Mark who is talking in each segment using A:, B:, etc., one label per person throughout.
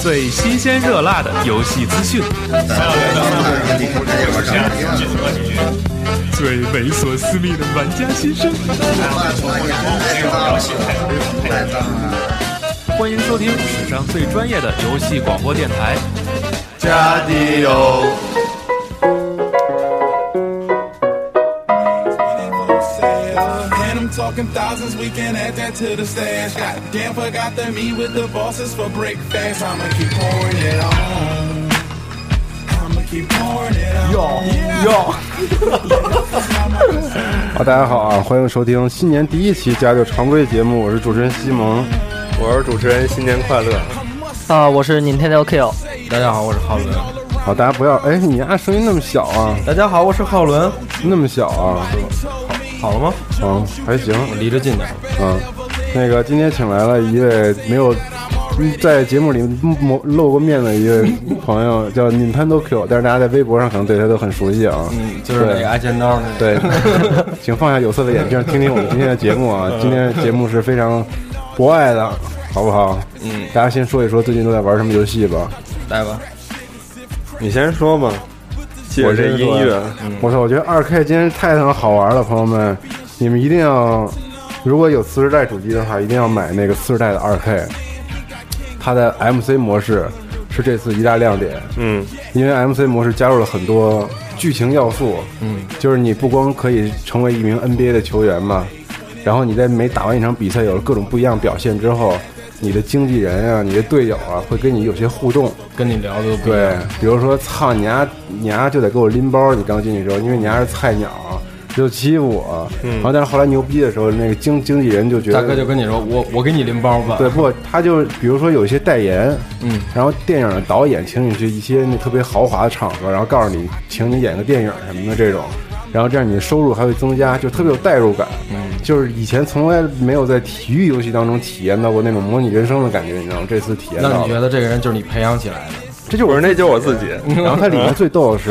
A: 最新鲜热辣的游戏资讯，最猥琐私密的玩家心声。欢迎收听史上最专业的游戏广播电台。
B: 加迪欧。
C: And I'm talking thousands, we can add that to the stash. God damn, forgot to meet with the bosses for breakfast. I'ma keep pouring it on. I'ma keep pouring it on. yeah.
D: 啊，大家好啊，欢迎收听新年第一期家就常规节目，我是主持人西蒙。
B: 我是主持人，新年快乐！
E: 啊，我是 Nintendo Kill，
F: 大家好，我是浩伦。
D: 好，大家不要，哎，你丫声音那么小啊，
F: 大家好，我是浩伦。
D: 那么小啊，
F: 好了吗？
D: 嗯，还行，
F: 我离着近点。
D: 嗯，那个今天请来了一位没有嗯在节目里露露过面的一位朋友，叫 Nintendo Q，但是大家在微博上可能对他都很熟悉啊。
F: 嗯，就是那个挨尖刀那个。
D: 对， 请放下有色的眼镜，听听我们今天的节目啊。今天的节目是非常博爱的，好不好？嗯，大家先说一说最近都在玩什么游戏吧。
F: 来吧，
B: 你先说吧。借着这嗯音乐，
D: 我操，我觉得二 K 今天太他妈好玩了，朋友们，你们一定要，如果有次世代主机的话，一定要买那个次世代的二 K，它的 MC 模式是这次一大亮点，
B: 嗯，
D: 因为 MC 模式加入了很多剧情要素，嗯，就是你不光可以成为一名 NBA 的球员嘛，然后你在每打完一场比赛有了各种不一样表现之后，你的经纪人啊，你的队友啊，会跟你有些互动，
F: 跟你聊的都不一样。
D: 对，比如说，操你丫、你丫、就得给我拎包，你刚进去的时候，因为你丫、是菜鸟，就欺负我。然后，但是后来牛逼的时候，那个经经纪人就觉得，
F: 嗯大哥就跟你说，我我给你拎包吧。
D: 对，不，他就比如说有一些代言，
F: 嗯，
D: 然后电影的导演请你去一些那特别豪华的场合，然后告诉你，请你演个电影什么的这种，然后这样你的收入还会增加，就特别有代入感，嗯，就是以前从来没有在体育游戏当中体验到过那种模拟人生的感觉，你知道吗？这次体验到
F: 让
D: 了
F: 你。觉得这个人就是你培养起来的。
B: 这就我是那就是我自 己。
D: 然后它里面最逗的是，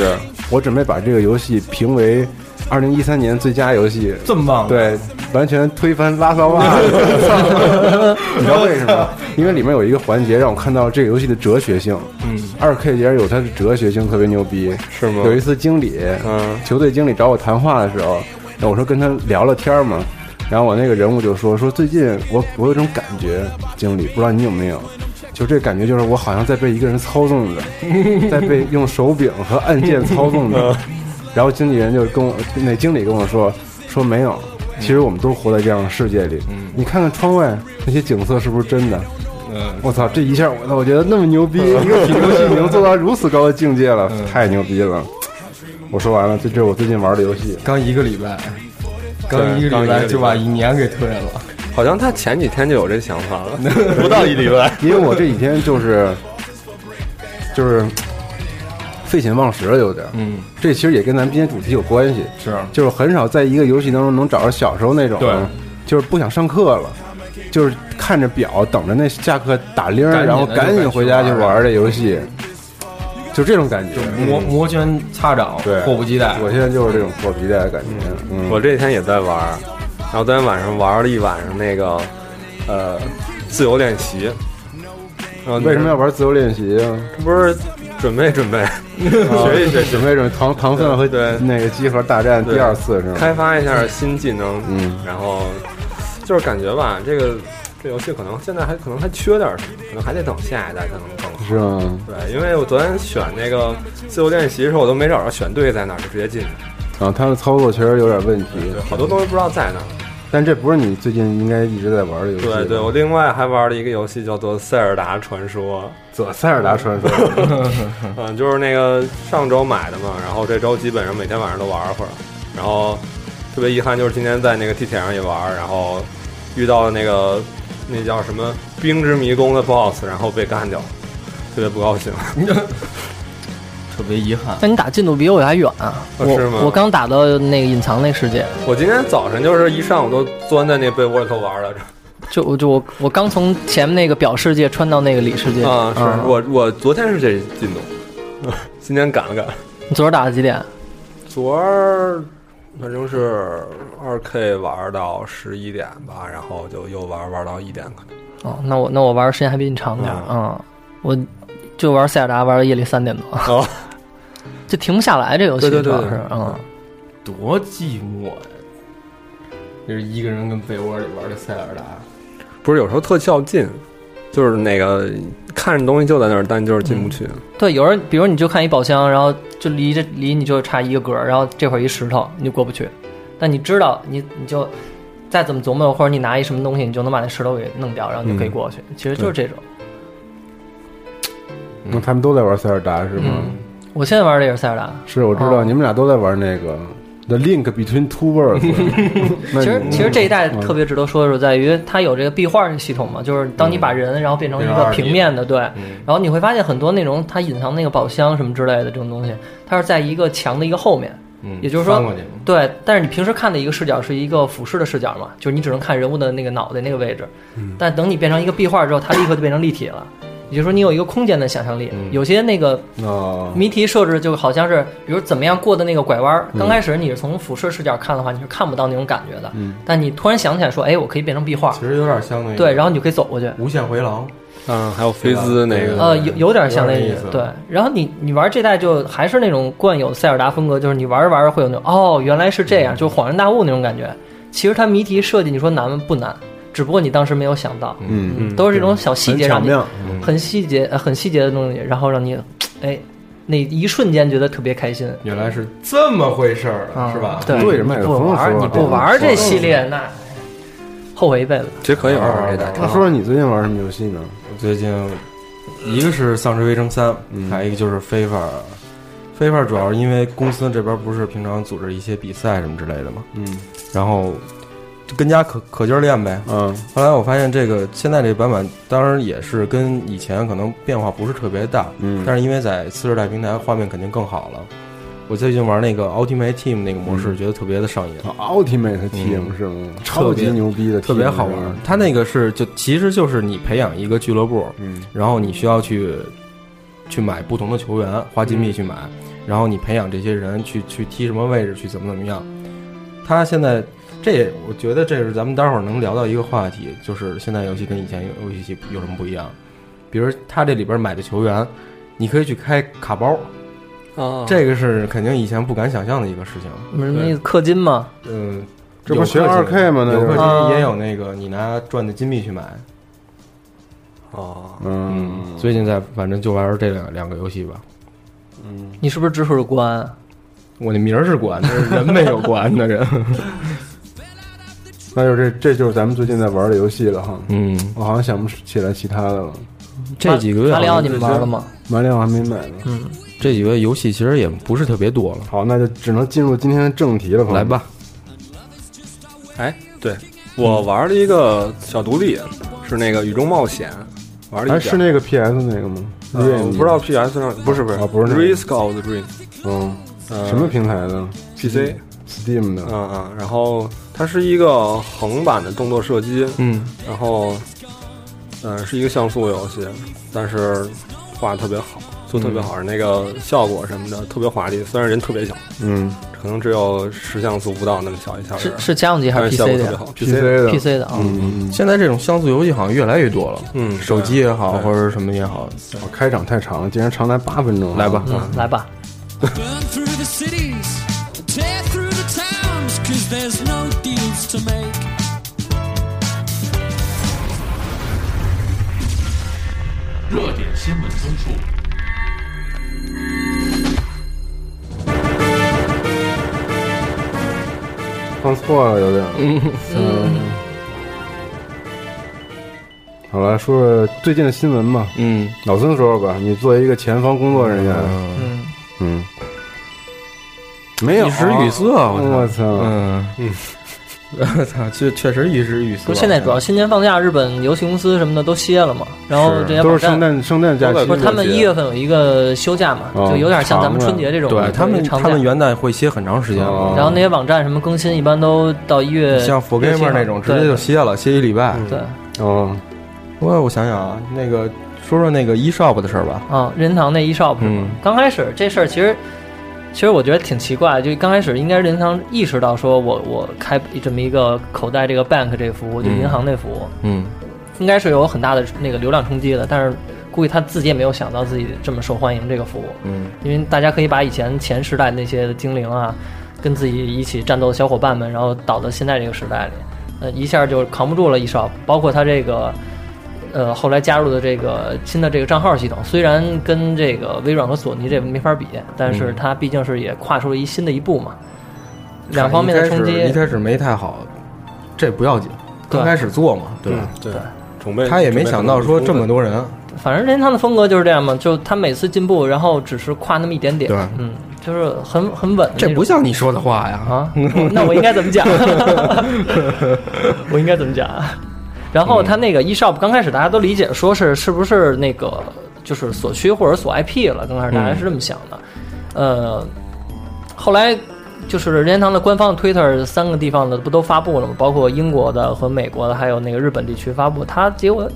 D: 我准备把这个游戏评为二零一三年最佳游戏，
F: 这么棒？，
D: 对，完全推翻拉萨袜。 你知道为什么？因为里面有一个环节让我看到这个游戏的哲学性。嗯，二 K 节有它的哲学性特别牛逼，
B: 是吗
D: 有一次经理，
B: 嗯
D: 球队经理找我谈话的时候，那我说跟他聊聊天嘛，然后我那个人物就说说最近我我有种感觉，经理不知道你有没有。就这感觉，就是我好像在被一个人操纵着， 在被用手柄和按键操纵
F: 嗯
D: 着。然后经纪人就跟我，那经理跟我说，说没有，其实我们都活在这样的世界里。你看看窗外那些景色是不是真的？
F: 嗯，
D: 我操，这一下我操，我觉得那么牛逼，一个体育游戏已经做到如此高的境界了，
F: 嗯
D: 太牛逼了！我说完了，这这是我最近玩的游戏。
F: 刚一个礼拜，刚
B: 对
F: 一个
B: 刚一个
F: 礼
B: 礼
F: 拜
B: 拜
F: 就把一年给退了。
B: 好像他前几天就有这想法了， 不到一礼拜。
D: 因为我这几天就是就是废寝忘食了，有点。嗯，这其实也跟咱们今天主题有关系，
F: 是
D: 就是很少在一个游戏当中能找着小时候那种，
F: 对，
D: 就是不想上课了，就是看着表等着那下课打铃儿，
F: 赶紧的
D: 然后赶紧回家去玩儿这游戏，就这种感觉。
B: 嗯
D: 嗯
F: 摩摩拳擦掌，
D: 对，
F: 迫不及待。
D: 我现在就是这种迫不及待的感觉。嗯，
B: 我这几天也在玩，然后昨天晚上玩了一晚上那个，呃，自由练习。然后
D: 啊为什么要玩自由练习啊？
B: 不是准备准备， 学一学，
D: 准备准备糖糖分和
B: 对
D: 那个集合大战
B: 对
D: 第二次是吗？
B: 开发一下新技能，
D: 嗯，
B: 然后就是感觉吧，这个这游戏可能现在还可能还缺点什么，可能还得等下一代才能更好。
D: 是吗？
B: 对，因为我昨天选那个自由练习的时候，我都没找着选对在哪儿，就直接进去。
D: 啊，它的操作确实有点问题，
B: 对，好多东西不知道在哪儿。
D: 但这不是你最近应该一直在玩的游戏。
B: 对对，我另外还玩了一个游戏叫做《塞尔达传说
D: 左塞尔达传说，》，
B: 嗯，就是那个上周买的嘛，然后这周基本上每天晚上都玩会儿，然后特别遗憾就是今天在那个地铁上也玩，然后遇到了那个那叫什么冰之迷宫的 BOSS，然后被干掉了，特别不高兴。
F: 特别遗憾。
E: 但你打进度比我还远啊！
B: 哦
E: 我
B: 是吗
E: 我刚打到那个隐藏那个世界，
B: 我今天早晨就是一上午都钻在那被窝里头玩来着。
E: 就我就我我刚从前面那个表世界穿到那个里世界。
B: 啊，是我我昨天是这进度，今天赶了赶。
E: 你昨儿打的几点？
B: 昨儿反正是二 K 玩到十一点吧，然后就又玩玩到一点可能。啊
E: 哦，那我那我玩儿时间还比你长点儿。嗯，我就玩塞尔达玩到夜里三点多，
B: 哦，
E: 就停不下来这游戏
B: 对对
E: 主
B: 对
E: 要是嗯，
F: 多寂寞呀！就是一个人跟被窝里玩的塞尔达，
B: 不是有时候特较劲，就是那个看着东西就在那儿，但就是进
E: 嗯
B: 不去。
E: 对，有人比如你就看一宝箱，然后就离这离你就差一个格儿，然后这会儿一石头你就过不去，但你知道你你就再怎么琢磨，或者你拿一什么东西，你就能把那石头给弄掉，然后你就
B: 嗯
E: 可以过去。其实就是这种。
D: 那他们都在玩塞尔达是吗？
E: 嗯我现在玩的也是塞尔达，
D: 是，我知道
E: 哦
D: 你们俩都在玩那个 The Link Between Two Worlds
E: 其
D: 那你。嗯
E: 实其实这一代特别值得说的是在于它有这个壁画系统嘛，就是当你把人然后变成一
F: 变成
E: 个
F: 2D
E: 平面的，对，然
F: 嗯，
E: 后你会发现很多那种它隐藏那个宝箱什么之类的这种东西，它是在一个墙的一个后面，
F: 嗯
E: 也就是说
F: 翻过去了
E: 对，但是你平时看的一个视角是一个俯视的视角嘛，就是你只能看人物的那个脑袋那个位置，但等你变成一个壁画之后，它立刻就变成立体了。也就是说，你有一个空间的想象力。
F: 嗯
E: 有些那个
D: 哦，
E: 谜题设置就好像是，比如怎么样过的那个拐弯
F: 嗯
E: 儿，刚开始你是从俯视视角看的话，你是看不到那种感觉的。
D: 嗯
E: 但你突然想起来说，哎，我可以变成壁画，
F: 其实有点像那个
E: 对，然后你就可以走过去。
F: 无限回廊，
B: 嗯，还有菲兹那
F: 对
B: 个，
E: 呃，有有点像那
F: 有点那意思
E: 对。然后你你玩这代就还是那种惯有塞尔达风格，就是你玩着玩着会有那种哦，原来是这
F: 嗯
E: 样，就恍然大悟那种感觉。其实它谜题设计，你说难吗？不难，只不过你当时没有想到，
D: 嗯，
B: 嗯
E: 都是这种小细
D: 很
E: 节
D: 巧
E: 让你
D: 妙，
F: 嗯
E: 很细节、呃很细节的东西，然后让你哎那一瞬间觉得特别开心。
F: 原来是这么回事儿
E: 啊，
F: 是吧？嗯
E: 对，
D: 对着麦克风
E: 不玩儿
D: 说
E: 你不玩儿
D: 对
E: 这系列，那后悔一辈子。啊
B: 其实可以玩玩
F: 哦
B: 这代。
D: 哦那说说你最近玩什么游戏呢？
F: 我最近一个是《丧尸围城三》，
D: 嗯
F: 还有一个就是《非法》。非法主要是因为公司这边不是平常组织一些比赛什么之类的嘛，
D: 嗯
F: 然后就跟家可可劲儿练呗。
D: 嗯
F: 后来我发现这个现在这版本，当然也是跟以前可能变化不是特别大，
D: 嗯，
F: 但是因为在次世代平台画面肯定更好了。我最近玩那个 Ultimate Team 那个模式，觉得特别的上瘾，
D: 嗯哦 Ultimate Team
F: 嗯
D: 是吗？超级
F: 特别
D: 牛逼的 team 是吧，
F: 特别好玩。它那个是就其实就是你培养一个俱乐部，
D: 嗯
F: 然后你需要去去买不同的球员，花金币去
D: 嗯
F: 买，然后你培养这些人去去踢什么位置，去怎么怎么样。他现在这也，我觉得这是咱们待会儿能聊到一个话题，就是现在游戏跟以前游戏有什么不一样。比如他这里边买的球员，你可以去开卡包，
B: 啊，
F: 这个是肯定以前不敢想象的一个事情。
E: 什么那个氪金嘛，
F: 嗯，
D: 这不是
F: 有氪金
D: 学 2K 吗那
F: 有
D: 就是啊
F: 氪金也有那个你拿赚的金币去买。
B: 哦，
D: 嗯，
F: 最近在反正就玩这两两个游戏吧。
D: 嗯
E: 你是不是指数关啊？
F: 我的名儿是管，但是人 没有管的人。
D: 那就是这这就是咱们最近在玩的游戏了哈。
F: 嗯，
D: 我好像想不起来其他的了，
F: 这几个月
E: 马里奥你
F: 好像
E: 们玩了吗？嗯
D: 马里奥还没买呢。
F: 这几个月游戏其实也不是特别多了。
D: 好，那就只能进入今天的正题了，朋友
F: 来
D: 们。
F: 吧，
B: 哎，对我玩了一个小独立，是那个《雨中冒险》，玩了
E: 啊
D: 哎，
B: 一
D: 是
B: 点。
D: 那个 PS 那个吗？
B: 呃
D: 瑞
B: 我
D: 你
B: 不知道 PS 上不是不是
D: 啊不是那个
B: Risk of the Dream，
D: 嗯，
B: 呃
D: 什么平台的
B: PC？
D: ？Steam
B: 嗯
D: 的。
B: 嗯，然后它是一个横版的动作射击，
F: 嗯，
B: 然后，嗯、是一个像素游戏，但是画得特别好，做得特别
D: 嗯
B: 好，那个效果什么的特别华丽。虽然人特别小，
D: 嗯
B: 可能只有十像素不到那么小一小人
E: 是
B: 儿，
E: 是家用机还
B: 但
E: 是
B: 是
E: PC
B: 效
E: 的
B: 果特别
E: 呀
B: 好。
D: ，PC 的。
E: ？PC 的啊，
D: 嗯，嗯
F: 现在这种像素游戏好像越来越多了，
B: 嗯，
F: 手机也好，
B: 对
F: 或者什么也好。
D: 嗯我开场太长了，竟然长达八分钟。啊
F: 来吧，
E: 嗯，来吧，
G: Burn through the cities, tear through the towns, cause there's no deals to make.
D: 放错了有点。嗯好了，说说最近的新闻吧。
F: 嗯，
D: 老孙说说吧，你作为一个前方工作人员，
E: 嗯，
D: 嗯，没有
F: 一时语塞，
D: 我
F: 我操，
D: 操，
F: 嗯嗯， 我操，确确实一时啊语塞。
E: 不是现在主要新年放假，日本游戏公司什么的都歇了嘛，然后
F: 是
E: 这些
D: 都
E: 网
D: 是圣
E: 站。
D: 诞圣诞假期
E: 不是他们
B: 节
E: 一月份有一个休假嘛，
D: 哦
E: 就有点像咱们
D: 长了
E: 春节这种
F: 啊对他们
E: 长
F: 他
E: 假
F: 们元旦会歇很长时间
D: 哦
F: 了，
E: 然后那些网站什么更新一般都到一月，
F: 哦像 For
E: 月七号嗯
F: Gamer 那种直接就歇了，歇一礼拜。嗯
E: 对对
D: 哦，
F: 我我想想啊，那个说说那个 eShop 的事儿吧。
E: 啊，任天堂那 eShop 是吗
F: 嗯
E: 刚开始这事儿其实其实我觉得挺奇怪，就刚开始应该是任天堂意识到说我我开这么一个口袋这个 bank 这个服务，就
F: 嗯
E: 银行那服务，
F: 嗯
E: 应该是有很大的那个流量冲击的，但是估计他自己也没有想到自己这么受欢迎这个服务，
F: 嗯，
E: 因为大家可以把以前前时代那些精灵啊，跟自己一起战斗的小伙伴们，然后导到现在这个时代里，呃，一下就扛不住了。eShop，包括他这个，呃，后来加入的这个新的这个账号系统，虽然跟这个微软和索尼这没法比，但
F: 嗯
E: 是它毕竟是也跨出了一新的一步嘛。两方面的冲
F: 一开始
E: 击嗯
F: 一，开始没太好，这不要紧，
E: 对嗯
F: 刚开始做嘛，对吧？
B: 对，准备
F: 他也没想到说这么多人，
E: 反正任天堂的风格就是这样嘛，就他每次进步，然后只是跨那么一点点
F: 对，
E: 嗯，就是很很稳的那种。
F: 这不像你说的话呀！
E: 啊，那我应该怎么讲？我应该怎么讲啊？然后他那个 eShop 刚开始大家都理解说是是不是那个就是所需或者所 IP 了，刚开始大家是这么想的。呃，后来就是任天堂的官方 Twitter 三个地方的不都发布了吗？包括英国的和美国的，还有那个日本地区发布。它结果，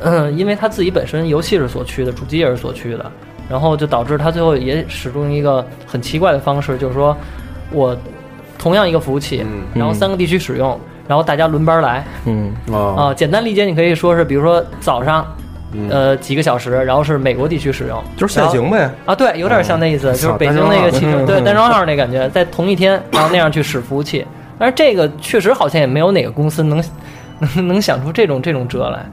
E: 嗯，因为它自己本身游戏是所趋的，主机也是所趋的，然后就导致它最后也使用一个很奇怪的方式，就是说我同样一个服务器，
B: 嗯
E: 然后三个地区使用，然后大家轮班来。
F: 嗯，
E: 啊、
D: 啊，
E: 简单理解，你可以说是，比如说早上，呃，几个小时，然后是美国地区使用，
F: 嗯就是限行呗。嗯
E: 啊，对，有点像那意思，就是北京
F: 啊
E: 那个汽车，对，单双号那感觉，在同一 天，然后那样去使服务器。但是这个确实好像也没有哪个公司能 能能想出这种这种辙来。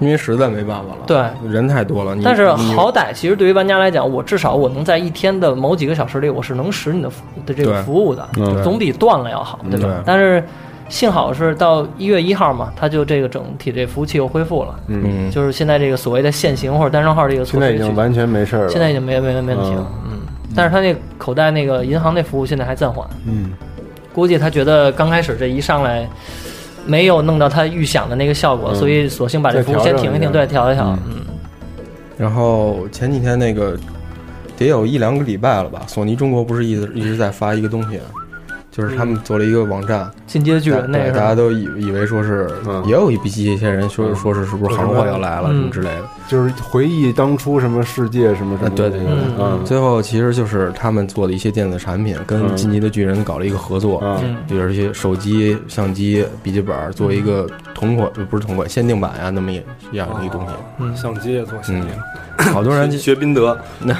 F: 因为实在没办法了，
E: 对，
F: 人太多了。你
E: 但是
F: 你
E: 好歹其实对于玩家来讲，我至少我能在一天的某几个小时里，我是能使你的服的这
F: 对嗯
E: 个服务的，
D: 嗯
E: 总比断了要好，对
F: 对
E: 吧？但是幸好是到一月一号嘛，它就这个整体这服务器又恢复了，
F: 嗯，
E: 就是现在这个所谓的限行或者单双号这个措
D: 现
E: 施
D: 在已经
E: 去
D: 完全没事儿了。
E: 现在已经没没没问题了，嗯。但是他那口袋那个银行那服务现在还暂缓，嗯。估计他觉得刚开始这一上来没有弄到他预想的那个效
F: 嗯
E: 果，所以索性把这服务先停一停，
D: 再
E: 对，调一调，嗯。
F: 然后前几天那个得有一两个礼拜了吧，索尼中国不是一直一直在发一个东西，就是他们做了一个网站，
E: 进阶巨人那
F: 对
E: 个
F: 大家
E: 是吧
F: 都以以为说是
D: 嗯
F: 也有一批一些人说说是是不是行货要来了
E: 嗯
F: 什么之类的，
D: 就是回忆当初什么世界什么什么
F: 啊
D: 的，
F: 对对对
E: 对
D: 嗯
F: 最后其实就是他们做的一些电子产品，跟
D: 嗯
F: 进击的巨人搞了一个合作，
D: 嗯
E: 嗯
F: 比如一些手机、相机、笔记本做
B: 嗯
F: 一个同款，不是同款限定版呀，那么一一样的一个东西。
E: 嗯
B: 哦相机也做
F: 嗯，好多人
B: 人学宾德，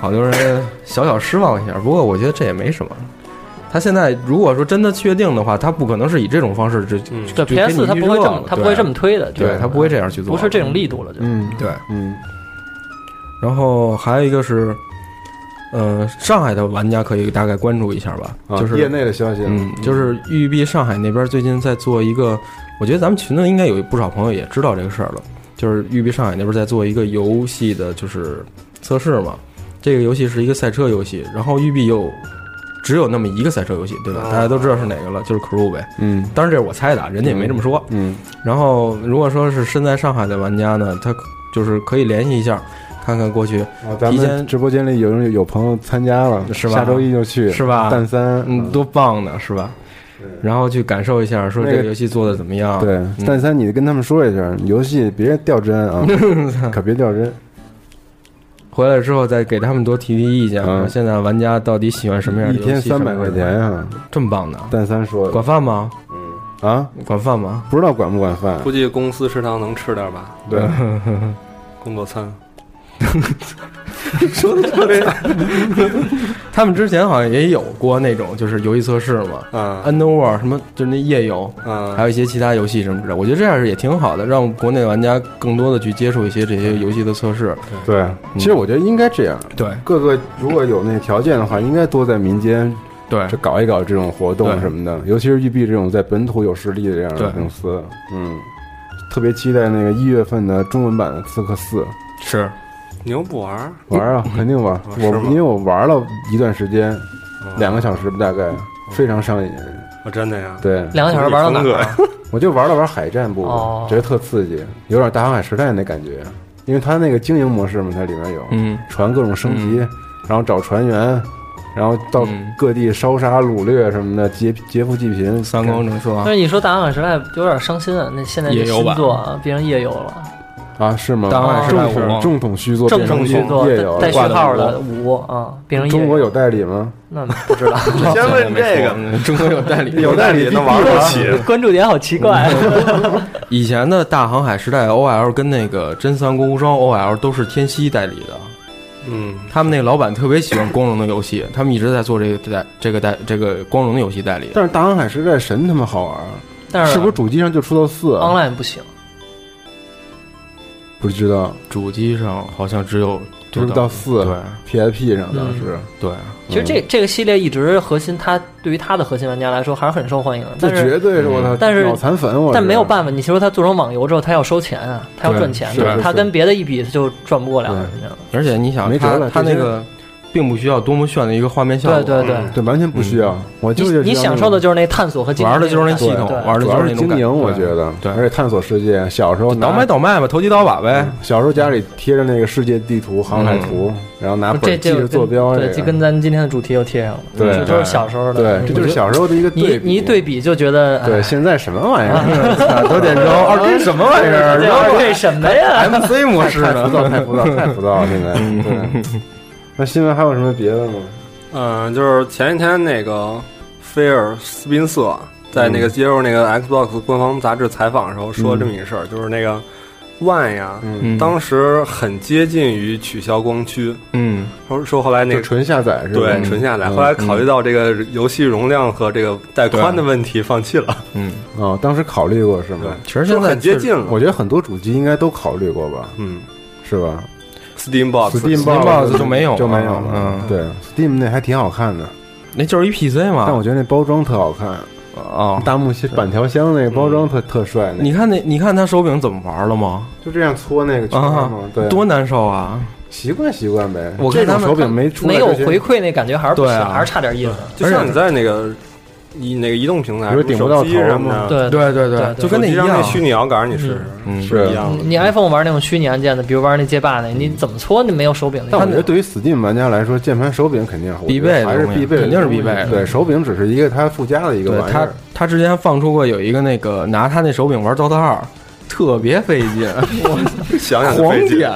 F: 好多人小小失望一下，不过我觉得这也没什么。他现在如果说真的确定的话，他不可能是以这种方式就就
B: 嗯
E: 对
F: 就给你
E: PS 他
F: 预
E: 不会
F: 热
E: 这么
F: 了啊
E: 他不会这么推的，
F: 对，他不会这样去做，
E: 不是这种力度了，就
D: 嗯
F: 对。
D: 嗯
F: 然后还有一个是，呃，上海的玩家可以大概关注一下吧，
D: 啊
F: 就是
D: 业内的消息，
F: 嗯，就是育碧上海那边最近在做一个，我觉得咱们群呢应该有不少朋友也知道这个事儿了，就是育碧上海那边在做一个游戏的，就是测试嘛。这个游戏是一个赛车游戏，然后育碧有只有那么一个赛车游戏，对吧？
D: 啊
B: 哦
F: 大家都知道是哪个了，就是 Crew 呗。
D: 嗯
F: 当然这是我猜的啊，人家也没这么说。
D: 嗯
F: 然后如果说是身在上海的玩家呢，他就是可以联系一下，看看过去
D: 啊，咱
F: 提前
D: 们直播间里有人有朋友参加了，
F: 是吧
D: 下周一就去，
F: 是吧
D: 蛋三，
F: 嗯多棒呢，是吧？然后去感受一下，说
D: 那
F: 这
D: 个
F: 个游戏做的怎么样？嗯
D: 对，蛋三，你跟他们说一下，游戏别掉帧啊，可别掉帧。
F: 回来之后再给他们多提提意见，
D: 嗯
F: 说现在玩家到底喜欢什么样
D: 一
F: 的游戏？
D: 天三百
F: 什
D: 块
F: 么样的
D: 钱啊，
F: 这么棒呢？
D: 蛋三说
F: 管
D: 的
F: 饭吗？
D: 啊，
F: 管饭吗？
D: 不知道管不管饭，
B: 估计公司食堂能吃点吧，
D: 嗯对，
B: 工作 餐。嗯
F: 他们之前好像也有过那种就是游戏测试嘛
B: 啊
F: ，Underworld 什么就是那夜游，还
B: 啊，
F: 有一些其他游戏什么之类。我觉得这样也挺好的，让国内玩家更多的去接触一些这些游戏的测试。
D: 对，其实我觉得应该这样，
F: 对
D: 各个如果有那条件的话，应该多在民间
F: 对
D: 这搞一搞这种活动什么的，尤其是育碧这种在本土有实力的这样的
F: 对
D: 公司，嗯，特别期待那个一月份的中文版的《刺客四》。
F: 是
B: 你又不玩儿？
D: 玩啊，肯定玩。
B: 哦是
D: 我
B: 吗
D: 因为我玩了一段时间，两个小时吧大概，
B: 哦
D: 非常上瘾。
B: 我哦真的呀，
D: 对，
E: 两个小时玩到哪儿啊？
D: 我就玩了玩海战部
E: 哦
D: 分，觉得特刺激，有点大航海时代那感觉，因为它那个经营模式嘛，它里面有
F: 嗯
D: 船各种升级，然后找船员，然后到
F: 嗯
D: 各地烧杀掳掠什么的，劫劫富济贫。
F: 三公能说
E: 但是你说《大航海时代》有点伤心啊，那现在这
F: 夜游
E: 新
F: 吧
E: 作啊，变成夜游了。
D: 啊，是吗？
F: 档案是
D: 正
F: 吧
D: 统
A: 我
D: 正统续作，
F: 正
D: 变成
F: 统续
D: 业
E: 做
D: 业有
E: 带
D: 了
E: 序
F: 挂的
E: 号的五啊，变成
D: 中国
E: 业
D: 有代理吗？
E: 那不知道，
B: 先问这个，
F: 个，中国有代理。
B: 有代理能玩得起？
E: 关注点好奇怪。
F: 以前的大航海时代 OL 跟那个真三国无双 OL 都是天熙代理的，
B: 嗯，
F: 他们那个老板特别喜欢光荣的游戏，他们一直在做这个代这个代这个光荣的游戏代理。
D: 但是大航海时代神他妈好玩儿，啊
E: 但
D: 是不是主机上就出到四？啊
E: online 不行？
D: 不知道，
F: 主机上好像只有
D: 是不是到四
F: 对
D: PSP 上当时
F: 对，
E: 嗯
F: 嗯
E: 其实
D: 嗯
E: 这这个系列一直核心，它对于它的核心玩家来说还是很受欢迎的，
D: 这
E: 但是
D: 绝对是我操，
E: 但是
D: 脑残粉我是，
E: 但没有办法，你其实它做成网游之后，它要收钱啊，它要
F: 对
E: 赚钱
D: 是
E: 的，
D: 是
E: 它
D: 是
E: 跟别的一比，它就赚不过来了，
D: 对
E: 你知道吗？
F: 而且你想，
D: 没辙
F: 他
D: 了
F: 他
D: 这
F: 那
D: 些
F: 个并不需要多么炫的一个画面效果，嗯
E: 对对对。
D: 对，完全不需要。我就
E: 你你享受的就是那探索和经营
F: 玩的就是那
E: 感
F: 系统
E: 对，
F: 玩的
D: 主
F: 就
D: 要是
F: 那种
D: 经
F: 感
D: 营，
F: 觉。
D: 我觉得，
F: 对
D: 而且探索世界。小时候拿嗯
F: 倒买倒卖吧，投机倒把呗。
D: 小时候家里贴着那个世界地图、航海图，然后拿本
E: 这
D: 儿记
E: 这
D: 着
E: 就
D: 坐标，
E: 对，
D: 这
E: 这
D: 个
E: 跟咱今天的主题又贴上了，
D: 对
E: 这都
D: 对
E: 是小时候的，
D: 对，这就是小时候的一个
E: 你
D: 对比。
E: 你一对比就觉得，
D: 对，
E: 哎
D: 现在什么玩意 儿？九点钟，二这什么玩意儿？
E: 这玩意儿这什么呀？
D: MC 模式呢？浮躁，太浮躁，太浮躁了！现在，对。 那新闻还有什么别的吗？
B: 嗯，就是前一天那个菲尔斯宾塞在
D: 嗯
B: 那个接受那个 Xbox 官方杂志采访的时候说这么一个事儿，就是那个 One 呀，
F: 嗯
B: 当时很接近于取消光驱，
F: 嗯，
B: 说说后来那
D: 就
B: 个。
D: 纯下载是吧？嗯
B: 对，纯下载。后来考虑到这个游戏容量和这个带宽的问题，放弃 了。
F: 嗯，
D: 哦，当时考虑过是
B: 对
D: 吗，？
F: 其实
B: 就
F: 现在
B: 很接近
D: 我
B: 了。
D: 觉得很多主机应该都考虑过吧，
B: 嗯
D: 是吧
B: ，Steam Box，
D: ？Steam
F: Box 就没有了
D: 就没有了。
F: 嗯
D: 对，Steam 那还挺好看的，
F: 那就是一 PC
D: 但
F: 嘛
D: 我。觉得那包装特好看，
F: 啊，
D: 大木箱板条箱那个包装特特帅，那个
F: 嗯你看那你看他手柄怎么玩了吗？
D: 就这样搓那个圈儿
F: 啊
D: 嘛，对，，
F: 多难受啊！
D: 习惯习惯呗。
F: 我
D: 这种
F: 看他们
D: 手柄没出来
E: 没有
D: 之前
E: 回馈那感觉还是不
F: 对
E: 行，
F: 啊
E: 还是差点意思。
B: 就像你在那个移那个移动平台，
D: 比如顶不到
B: 手机
D: 头
B: 什么
D: 吗
B: 的，
E: 对
F: 对对
E: 对
F: 就跟那
B: 手
F: 一
B: 机上那
F: 样。
B: 虚拟摇杆，你试试，
F: 嗯
B: 是一样
E: 你
B: 的。
E: 你 iPhone 玩那种虚拟按键的，比如玩那街霸那，你怎么搓你没有手柄那
D: 但我
E: 感
D: 觉
E: 觉
D: 得？对于 Steam 玩家来说，键盘手柄肯定我觉得
F: 必备的
D: 还是
F: 东西
D: 必备的东西，
F: 肯定是必备的嗯
D: 对，手柄只是一个它附加的一个
F: 对
D: 玩意
F: 他
D: 儿。，
F: 他之前放出过有一个那个拿他那手柄玩 DOTA 二，特别费 劲，
B: 想想就
F: 狂
B: 费劲。
F: 点。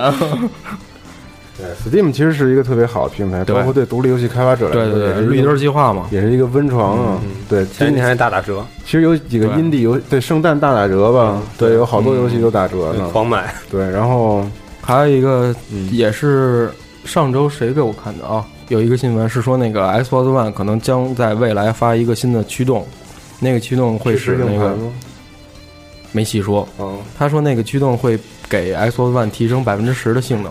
D: 对，Steam 其实是一个特别好的平台，
F: 对
D: 包括对独立游戏开发者来
F: 对
D: 说，
F: 对对，
D: 也是
F: 绿
D: 一个
F: 洲计划嘛。嗯
D: 也是一个温
B: 嗯
D: 床啊。对，
B: 前
D: 今
B: 几天
D: 年
B: 哎还大打折，
D: 其实有几个
F: 对
D: indie 游，对圣诞大打折吧，
B: 嗯
D: 对，有好多游戏都打折呢。
B: 狂买。
D: 对，然后
F: 还有一个
D: 嗯
F: 也是上周谁给我看的啊？有一个新闻是说那个 Xbox One 可能将在未来发一个新的驱动，那个驱动会使
D: 是硬
F: 那
D: 盘
F: 个
D: 吗？
F: 没细说，
D: 嗯，
F: 他说那个驱动会给 Xbox One 提升百分之十的性能。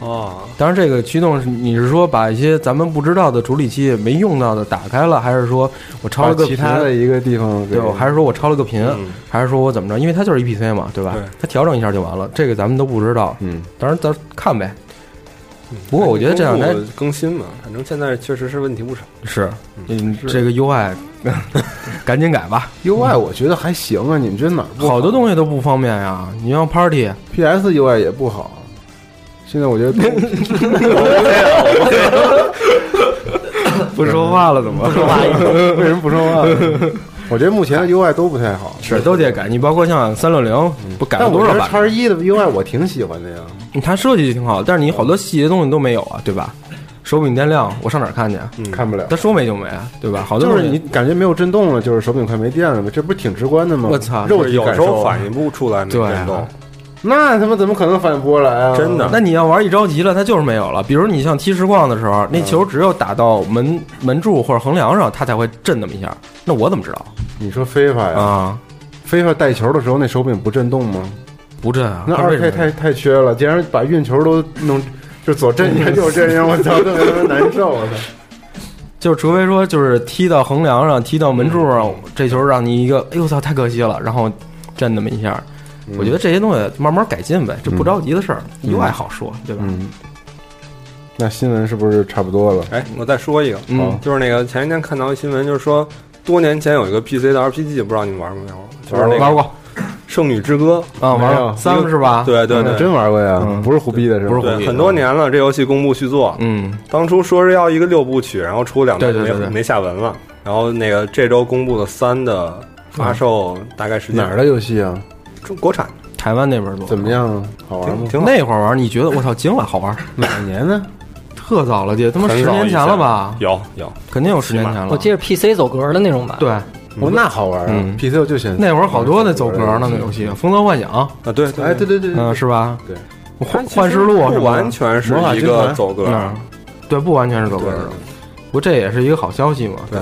B: 哦，
F: 当然，这个驱动是你是说把一些咱们不知道的处理器没用到的打开了，还是说我抄
D: 把
F: 了个
D: 其他
F: 频
D: 的一个地方给，
F: 对，我还是说我抄了个频，
B: 嗯
F: 还是说我怎么着？因为它就是 EPC 嘛，对吧？
B: 对
F: 它调整一下就完了，这个咱们都不知道。
D: 嗯，
F: 当然，咱看呗。不过我觉得这两
B: 还
F: 天
B: 得更新嘛，反正现在确实是问题不少。
F: 是，嗯，这个 UI 赶紧改吧，
D: UI 我觉得还行啊，你们觉得哪儿不
F: 好多东西都不方便呀。你像 Party，
D: PS UI 也不好。现在我觉得 都
F: 不说话了怎么？
D: 为什么不说话 呢？我觉得目前的 UI 都不太好，嗯
F: 是都得改。你包括像三六零，不改
D: 但
F: 了
D: 我
F: 多
D: 觉
F: 少
D: 得
F: 版？
D: 叉一的 UI 我挺喜欢的呀。
F: 它嗯设计挺好，但是你好多细节东西都没有啊，对吧？手柄电量，我上哪儿看去？啊
D: 看不了
F: 它。说没就没，啊对吧？好
D: 嗯
F: 多
D: 就是
F: 东
D: 你
F: 西
D: 感觉没有震动了，就是手柄快没电了吗？这不是挺直观的吗？
F: 我操
D: 肉体
B: 有
D: 感
B: 时
D: 受啊
B: 候反应不出来那
F: 对啊
B: 震动，
D: 那他妈怎么可能反应不过来啊？
B: 真的
F: 那你要玩一着急了，它就是没有了。比如你像踢实况的时候，那球只有打到门门柱或者横梁上，它才会震那么一下。那我怎么知道
D: 你说非法呀？
F: 啊？
D: 非法带球的时候那手柄不震动吗？
F: 不震啊？
D: 那
F: 它为
D: 二
F: 什么
D: K 太太缺了，竟然把运球都弄，就左震一 下右震一下，我操，特别他妈难受！我操，
F: 就是除非说就是踢到横梁上，踢到门柱上，
B: 嗯
F: 这球让你一个，哎呦我操，太可惜了，然后震那么一下。
B: 嗯
F: 我觉得这些东西慢慢改进呗，这不着急的事儿，UI 好说，对吧？
D: 嗯，那新闻是不是差不多了？
B: 哎，我再说一个，
F: 嗯
B: 就是那个前一天看到一新闻，就是说多年前有一个 PC 的 RPG，不知道你们玩没玩过，就是那
F: 玩
B: 个《
F: 过
B: 圣女之歌
F: 啊，玩
D: 没有
F: 过三个是吧？》。，
B: 对对对，
D: 真玩过呀，
F: 嗯
D: 不是胡逼的是吧？
F: 不是
B: 对，很多年了，这游戏公布续作，
F: 嗯，
B: 当初说是要一个六部曲，然后出两部
F: 对对
B: 没
F: 对对
B: 没下文了，然后那个
F: 嗯
B: 这周公布了三的发售，大概时间
D: 哪儿的游戏啊？
B: 中国产
F: 台湾那边多。
D: 怎么？样啊？好玩吗？
B: 挺好。
F: 那会儿玩，你觉得我操，今晚好玩？
D: 哪年呢？
F: 特早了，姐，他妈
B: 很
F: 十
B: 少
F: 年
B: 以
F: 前
B: 前
F: 了吧？
B: 有有，
F: 肯定有十年前
D: 嗯
F: 了。
E: 我记得 PC 走格的那种吧，，
F: 对，
D: 我那好玩啊
F: 嗯
D: ！PC 我就选
F: 那会儿好多那走格呢，那游戏《风泽幻想》
B: 啊对对
D: 哎，对对对，
F: 嗯，是吧？
D: 对，
F: 幻幻视录啊什么的
B: 不完全是
D: 魔法
B: 一
D: 军
B: 个
D: 团
B: 走格，
F: 嗯，对，不完全是走格的
D: 对。
F: 不过这也是一个好消息嘛。
D: 对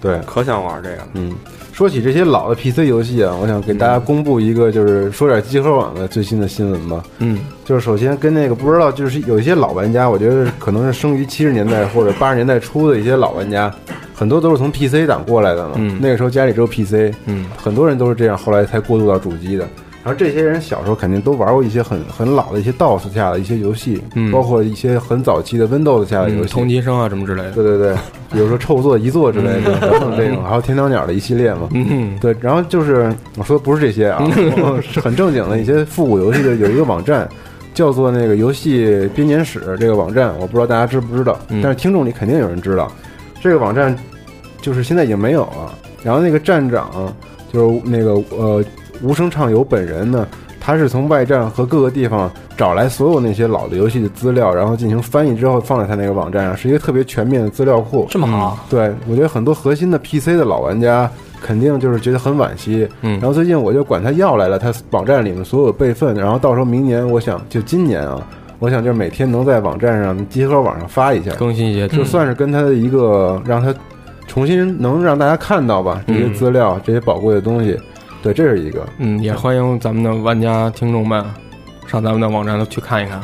D: 对，
B: 可想玩这个了。
D: 嗯。说起这些老的 PC 游戏啊，我想给大家公布一个，就是说点集合网的最新的新闻吧。
F: 嗯，
D: 就是首先跟那个不知道，就是有一些老玩家，我觉得可能是生于七十年代或者八十年代初的一些老玩家，很多都是从 PC 党过来的嘛。
F: 嗯
D: 那个时候家里只有 PC，
F: 嗯，
D: 很多人都是这样，后来才过渡到主机的。然后这些人小时候肯定都玩过一些很很老的一些 DOS 下的一些游戏，
F: 嗯
D: 包括一些很早期的 Windows 下的游
F: 嗯
D: 戏，
F: 同级生啊什么之类的。
D: 对对对，比如说臭作、一作之类的，等等这种，还有天堂鸟的一系列嘛。
F: 嗯，
D: 对，然后就是我说的不是这些啊，是很正经的一些复古游戏的有一个网站，叫做那个游戏编年史这个网站，我不知道大家知不知道，
F: 嗯
D: 但是听众里肯定有人知道。这个网站就是现在已经没有了。然后那个站长就是那个呃无声畅游本人呢，他是从外站和各个地方找来所有那些老的游戏的资料，然后进行翻译之后放在他那个网站上，是一个特别全面的资料库。嗯
E: 这么好，
D: 对，我觉得很多核心的 PC 的老玩家肯定就是觉得很惋惜。
F: 嗯
D: 然后最近我就管他要来了他网站里面所有备份，然后到时候明年我想就今年啊，我想就是每天能在网站上集合网上发一下，嗯
F: 更新一些，
D: 就算是跟他的一个让他重新能让大家看到吧这些资料、这些宝贵的东西。对，这是一个。
F: 嗯，也欢迎咱们的玩家听众们上咱们的网站都去看一看。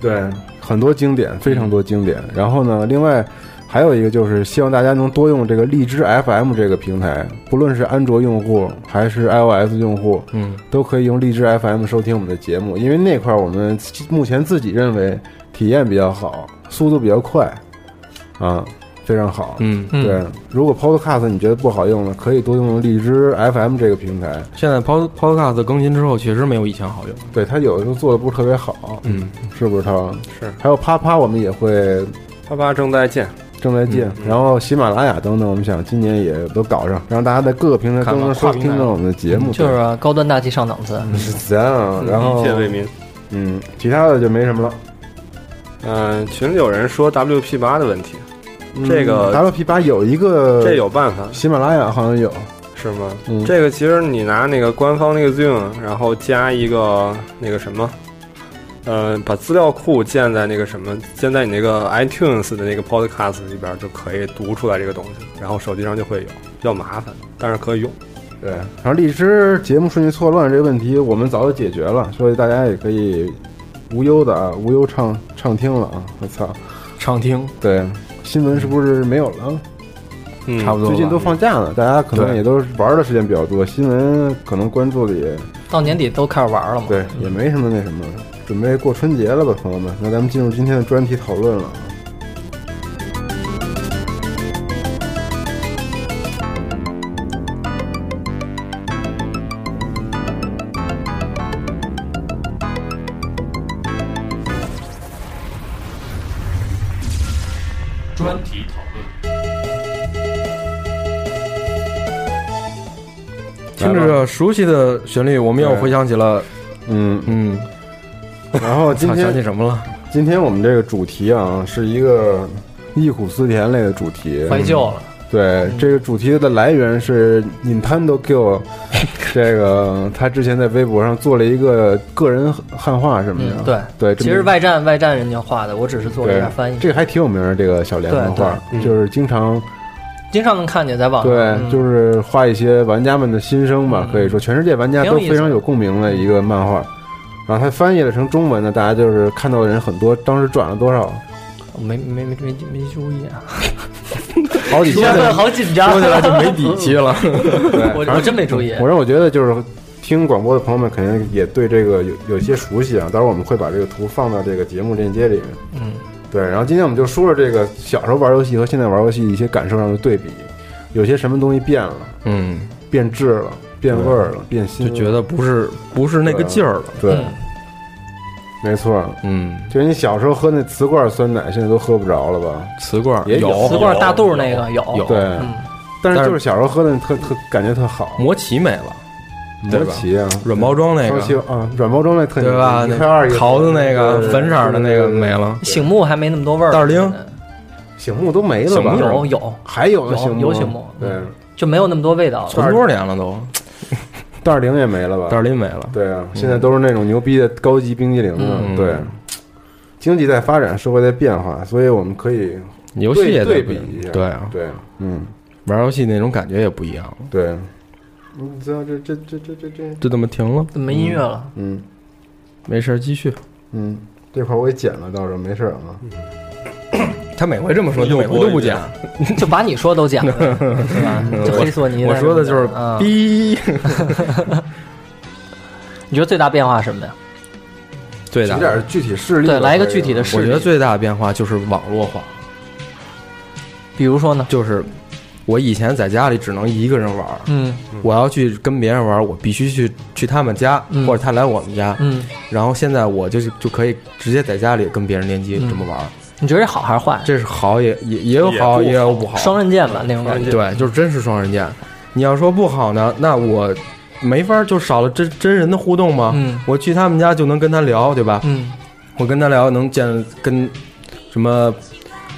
D: 对，很多经典，非常多经典。
F: 嗯
D: 然后呢，另外还有一个就是希望大家能多用这个荔枝 FM 这个平台，不论是安卓用户还是 iOS 用户，
F: 嗯，
D: 都可以用荔枝 FM 收听我们的节目，因为那块儿我们目前自己认为体验比较好，速度比较快，啊，非常好。
F: 嗯，
E: 嗯
D: 对，如果 Podcast 你觉得不好用呢，可以多用荔枝 FM 这个平台。
F: 现在 Pod Podcast 更新之后，确实没有以前好用。
D: 对，它有的时候做的不是特别好，
F: 嗯，
D: 是不是涛？
B: 是。
D: 还有啪啪，我们也会
B: 啪啪正在建，
D: 正在
B: 嗯
D: 进，然后喜马拉雅等等，我们想今年也都搞上，让大家在各个平台嗯
F: 看
D: 都
F: 吧
D: 能收
F: 跨平台
D: 听到我们的节目。
E: 就是啊高端大气上档次。
D: 对是这样，然后
B: 嗯一切为民。
D: 嗯，其他的就没什么了。
B: 嗯，群里有人说 WP 八的问题，
D: 嗯
B: 这个
D: WP 八有一个，
B: 这有办法
D: 喜马拉雅好像有，
B: 是吗？
D: 嗯
B: 这个其实你拿那个官方那个 Zoom，然后加一个那个什么，呃，把资料库建在那个什么，建在你那个 iTunes 的那个 Podcast 里边，就可以读出来这个东西，然后手机上就会有，比较麻烦，但是可以用。
D: 对。然后荔枝节目顺序错乱这个问题，我们早就解决了，所以大家也可以无忧的啊，无忧畅畅听了啊。我操，
F: 畅听
D: 对，新闻是不是没有了？
B: 嗯，
F: 差不多吧。
D: 最近都放假了，大家可能
F: 对
D: 也都玩的时间比较多，新闻可能关注的也
E: 到年底都开始玩了嘛，
D: 对，也没什么那什么，准备过春节了吧，朋友们？那咱们进入今天的专题讨论了。啊
A: 专题讨论，
F: 听着这熟悉的旋律，我们又
D: 对
F: 回想起了，
D: 嗯，
F: 嗯，
D: 然后今
F: 操想起
D: 天
F: 什么了？
D: 今天我们这个主题啊，是一个忆苦思甜类的主题。
E: 怀旧了，嗯
D: 对，这个主题的来源是 Nintendo Gill，这个他之前在微博上做了一个个人汉化什么
E: 嗯，
D: 的。
E: 对
D: 对，
E: 其实外站外站人家画的，我只是做了一
D: 对
E: 下翻译，
D: 这个还挺有名的，这个小莲
E: 对
D: 的画
B: 对，嗯
D: 就是经常
E: 经常能看见在网上，
D: 对，
E: 嗯
D: 就是画一些玩家们的心声吧，可以说全世界玩家都非常有共鸣的一个漫画。然后它翻译了成中文呢，大家就是看到的人很多，当时转了 多少，
E: 我没没没没没注意啊，
D: 好几
E: 说
D: 千。
E: 的好紧张，
F: 说起来就没底 气了。
E: 我我真没注意，
D: 我让我觉得就是听广播的朋友们肯定也对这个有有些熟悉啊。到时候我们会把这个图放到这个节目链接里面。
E: 嗯，
D: 对。然后今天我们就说说这个小时候玩游戏和现在玩游戏一些感受上的对比，有些什么东西变了，
F: 嗯，
D: 变质了，变味儿了，变
F: 就
D: 新了，
F: 觉得不是不是那个劲儿了。
D: 对，
E: 嗯
D: 没错。
F: 嗯，
D: 就是你小时候喝那瓷罐酸奶，现在都喝不着了吧？
F: 瓷罐儿
D: 也有
E: 瓷罐大肚那个有
F: 有
D: 对，
E: 嗯，
D: 但是
F: 但是
D: 就是小时候喝的特特感觉特好。
F: 魔奇没了，对
D: 魔
F: 吧？
D: 奇啊，
F: 软包装那
D: 双
F: 个
D: 旗啊，软包装那特
F: 对吧？
D: 一块二一
F: 那桃子那个粉色的那个没
D: 了，
F: 了，
E: 醒目还没那么多味儿。嗯
F: 袋儿丁
D: 醒目都没了
F: 醒
D: 吧？
F: 目
E: 有有
D: 还有呢
E: 有
D: 目
E: 有醒目，
D: 对，
E: 就没有那么多味道了。
F: 存多少年了都？
D: 袋儿零也没了吧？
F: 袋儿林没了，
D: 对啊，现在都是那种牛逼的高级冰激凌了。
F: 嗯
D: 对，经济在发展，社会在变化，所以我们可以
F: 游戏
D: 对
F: 也
D: 对
F: 得
D: 比
F: 不
D: 一下。
F: 对啊，
D: 对，嗯，
F: 玩游戏那种感觉也不一样了，
D: 对。你知道这这这这这这，
F: 就这么停了，
E: 没音乐了，
D: 嗯
F: 没事儿继续。
D: 嗯，这块我也剪了，到时候没事儿啊。
F: 他每回这么说，就
B: 又
F: 每回都不
B: 播一遍
F: 讲。
E: 就把你说都讲 了，对吧？就黑索尼，
F: 我说的就是
E: 啊。
F: 逼，
E: 你觉得最大变化是什么呀？
F: 最
D: 举
F: 大
D: 点具体事例吧，
E: 对来一个
D: 这
E: 具体的事
F: 我觉得最大的变化就是网络化，
E: 比如说呢？
F: 就是我以前在家里只能一个人玩儿，
E: 嗯
F: 我要去跟别人玩儿，我必须去去他们家，
E: 嗯
F: 或者他来我们家。
E: 嗯，
F: 然后现在我就是就可以直接在家里跟别人联机这么玩儿，
E: 嗯你觉得这好还是坏？
F: 这是好也也也有
B: 也
F: 好
B: 不
F: 也有不好，
E: 双刃剑吧，那种感觉。
F: 对，就是真是双刃剑。你要说不好呢，那我没法儿就少了真真人的互动嘛。
E: 嗯
F: 我去他们家就能跟他聊，对吧？
E: 嗯
F: 我跟他聊能见跟什么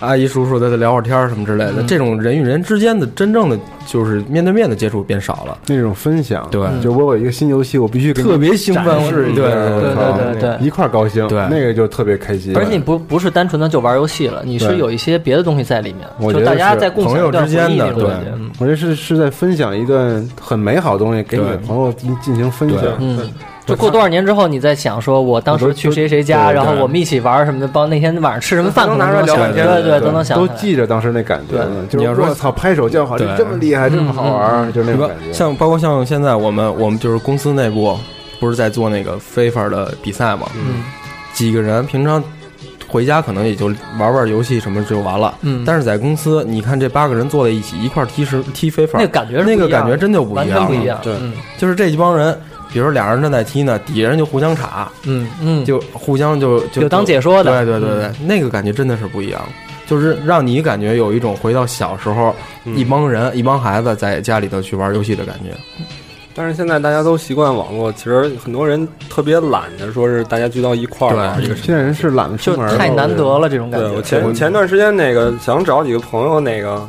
F: 阿姨叔叔在这聊会儿天儿什么之类的，
E: 嗯
F: 这种人与人之间的真正的就是面对面的接触变少了。
D: 那种分享，
F: 对嗯
D: 就我有一个新游戏，我必须给你
F: 特别兴奋
D: 展示一下
F: 对
D: 我
F: 对
D: 靠
E: 对对对
D: 一块儿高兴，
F: 对
D: 那个就特别开心。
E: 而且你不不是单纯的就玩游戏了，你是
D: 对
E: 有一些别的东西在里面，
D: 我觉
E: 就
D: 得
E: 大家
D: 是
E: 在共享
F: 朋友
E: 一段
F: 之间
E: 回忆
F: 的
E: 那种感觉
F: 对
E: 嗯
D: 我这是是在分享一段很美好的东西，给你的
F: 对
D: 朋友进进行分享
F: 对。
E: 嗯，就过多少年之后，你再想说，我当时去谁谁家，
D: 对对
E: 然后我们一起玩什么的，包括那天晚上吃什么饭，
D: 都
E: 可
D: 能拿出
E: 能
D: 来聊
E: 想
D: 半天，
E: 对对，都能想
D: 都
E: 起来
D: 记着当时那感觉呢。就
F: 你
D: 是
F: 要说
D: 我操，拍手叫好，
F: 对嗯
D: 这这么厉害，这么好玩儿，就那
F: 你
D: 种
F: 吧
D: 感觉。
F: 像包括像现在我们我们就是公司内部不是在做那个非法的比赛嘛，
E: 嗯
F: 几个人平常回家可能也就玩玩游戏什么就完了。
E: 嗯，
F: 但是在公司，你看这八个人坐在一起一块儿踢时踢非法，
E: 那个感觉是不一
F: 那
E: 样
F: 个感觉真就不
E: 完
F: 一
E: 全
F: 样，
E: 不一样。。
D: 对
E: 嗯
F: 就是这一帮人，比如说俩人正在踢呢，底下人就互相插，
E: 嗯嗯，
F: 就互相就就
E: 有当解说的嗯
F: 对对对对，那个感觉真的是不一样，就是让你感觉有一种回到小时候，一帮人一帮孩子在家里头去玩游戏的感觉。
B: 但是现在大家都习惯网络，其实很多人特别懒的，说是大家聚到一块儿玩
F: 对
B: 一个
D: 现在人是懒得出
E: 就
D: 门儿了，
E: 嗯太难得了这种感
B: 对我
E: 觉。
B: 前前段时间那个想找几个朋友那个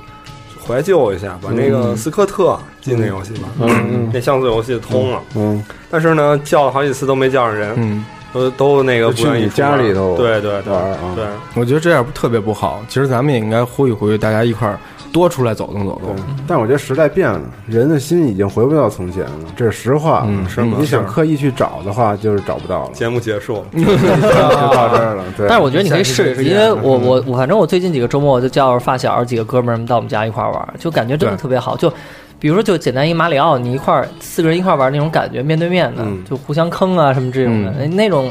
B: 怀旧一下，把那个斯科特进那游戏吧，
D: 嗯
B: 那像素游戏通了，
D: 嗯，
B: 但是呢叫了好几次都没叫上人，
F: 嗯，
B: 都都那个
D: 就
B: 不
D: 去
B: 愿意
D: 你
B: 出门
D: 家里头
B: 对对对
D: 玩儿啊
B: 对，
F: 我觉得这样特别不好。其实咱们也应该呼吁呼吁大家一块儿多出来走动走
D: 对
F: 动。。
E: 嗯
D: 但我觉得时代变了，人的心已经回不到从前了，这是实话。
F: 嗯是
B: 吗
D: 你想刻意去找的话，就是找不到了，
B: 节目结束，
D: 就到这儿 了。对，嗯
E: 但是我觉得你可以
F: 下期
E: 试一
F: 再
E: 试，
F: 见
E: 因为我我我反正我最近几个周末我就叫着发小几个哥们儿到我们家一块儿玩儿，就感觉真的
F: 对
E: 特别好。就
D: 嗯
E: 比如说就简单一马里奥，你一块儿四个人一块儿玩儿那种感觉，面对面的
B: 嗯，
E: 就互相坑啊什么这种的，
F: 嗯
E: 哎那种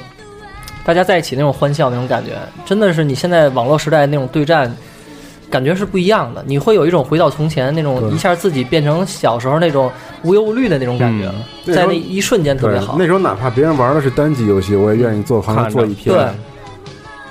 E: 大家在一起那种欢笑那种感觉，真的是你现在网络时代那种对战。感觉是不一样的，你会有一种回到从前那种一下自己变成小时候那种无忧无虑的那种感觉了，
D: 那时
E: 在
D: 候
E: 那一瞬间特别
D: 对
E: 好
D: 那。时候哪怕别人玩的是单机游戏，我也愿意坐旁边
F: 看着
D: 坐一天。
E: 对，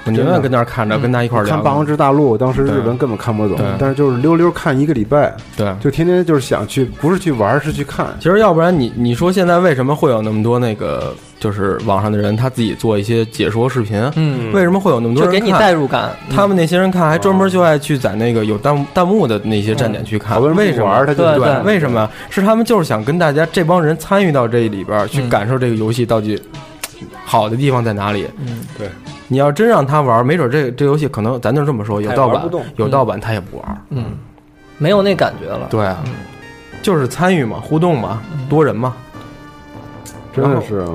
F: 我宁愿跟那儿看着，
E: 嗯
F: 跟他一块儿
D: 看《
F: 聊。
D: 霸王之大陆》，当时
F: 对
D: 日文根本看不懂
F: 对，
D: 但是就是溜溜看一个礼拜，
F: 对。
D: 就天天就是想去，不是去玩，是去看。
F: 其实，要不然你你说现在为什么会有那么多那个，就是网上的人他自己做一些解说视频，
E: 嗯，
F: 为什么会有那么多
E: 就
F: 人
E: 给你
F: 看嗯
E: 代入感。
F: 他们那些人看
D: 哦
F: 还专门就爱去在那个有弹幕弹幕的那些站点去看，
D: 好多人不
F: 为什么
D: 玩他就
E: 嗯对
F: 对
E: 对
F: 为什么是他们就是想跟大家这帮人参与到这里边儿去
E: 嗯
F: 感受这个游戏到底好的地方在哪里？
E: 嗯，
F: 你要真让他玩儿，没准这这游戏可能咱就这么说，有
B: 他也
F: 盗
B: 玩
F: 版
B: 不动
F: 有盗版他也不玩儿，
E: 嗯，没有那感觉了。嗯
F: 对啊，就是参与嘛，互动嘛，多人嘛。
D: 真的是。啊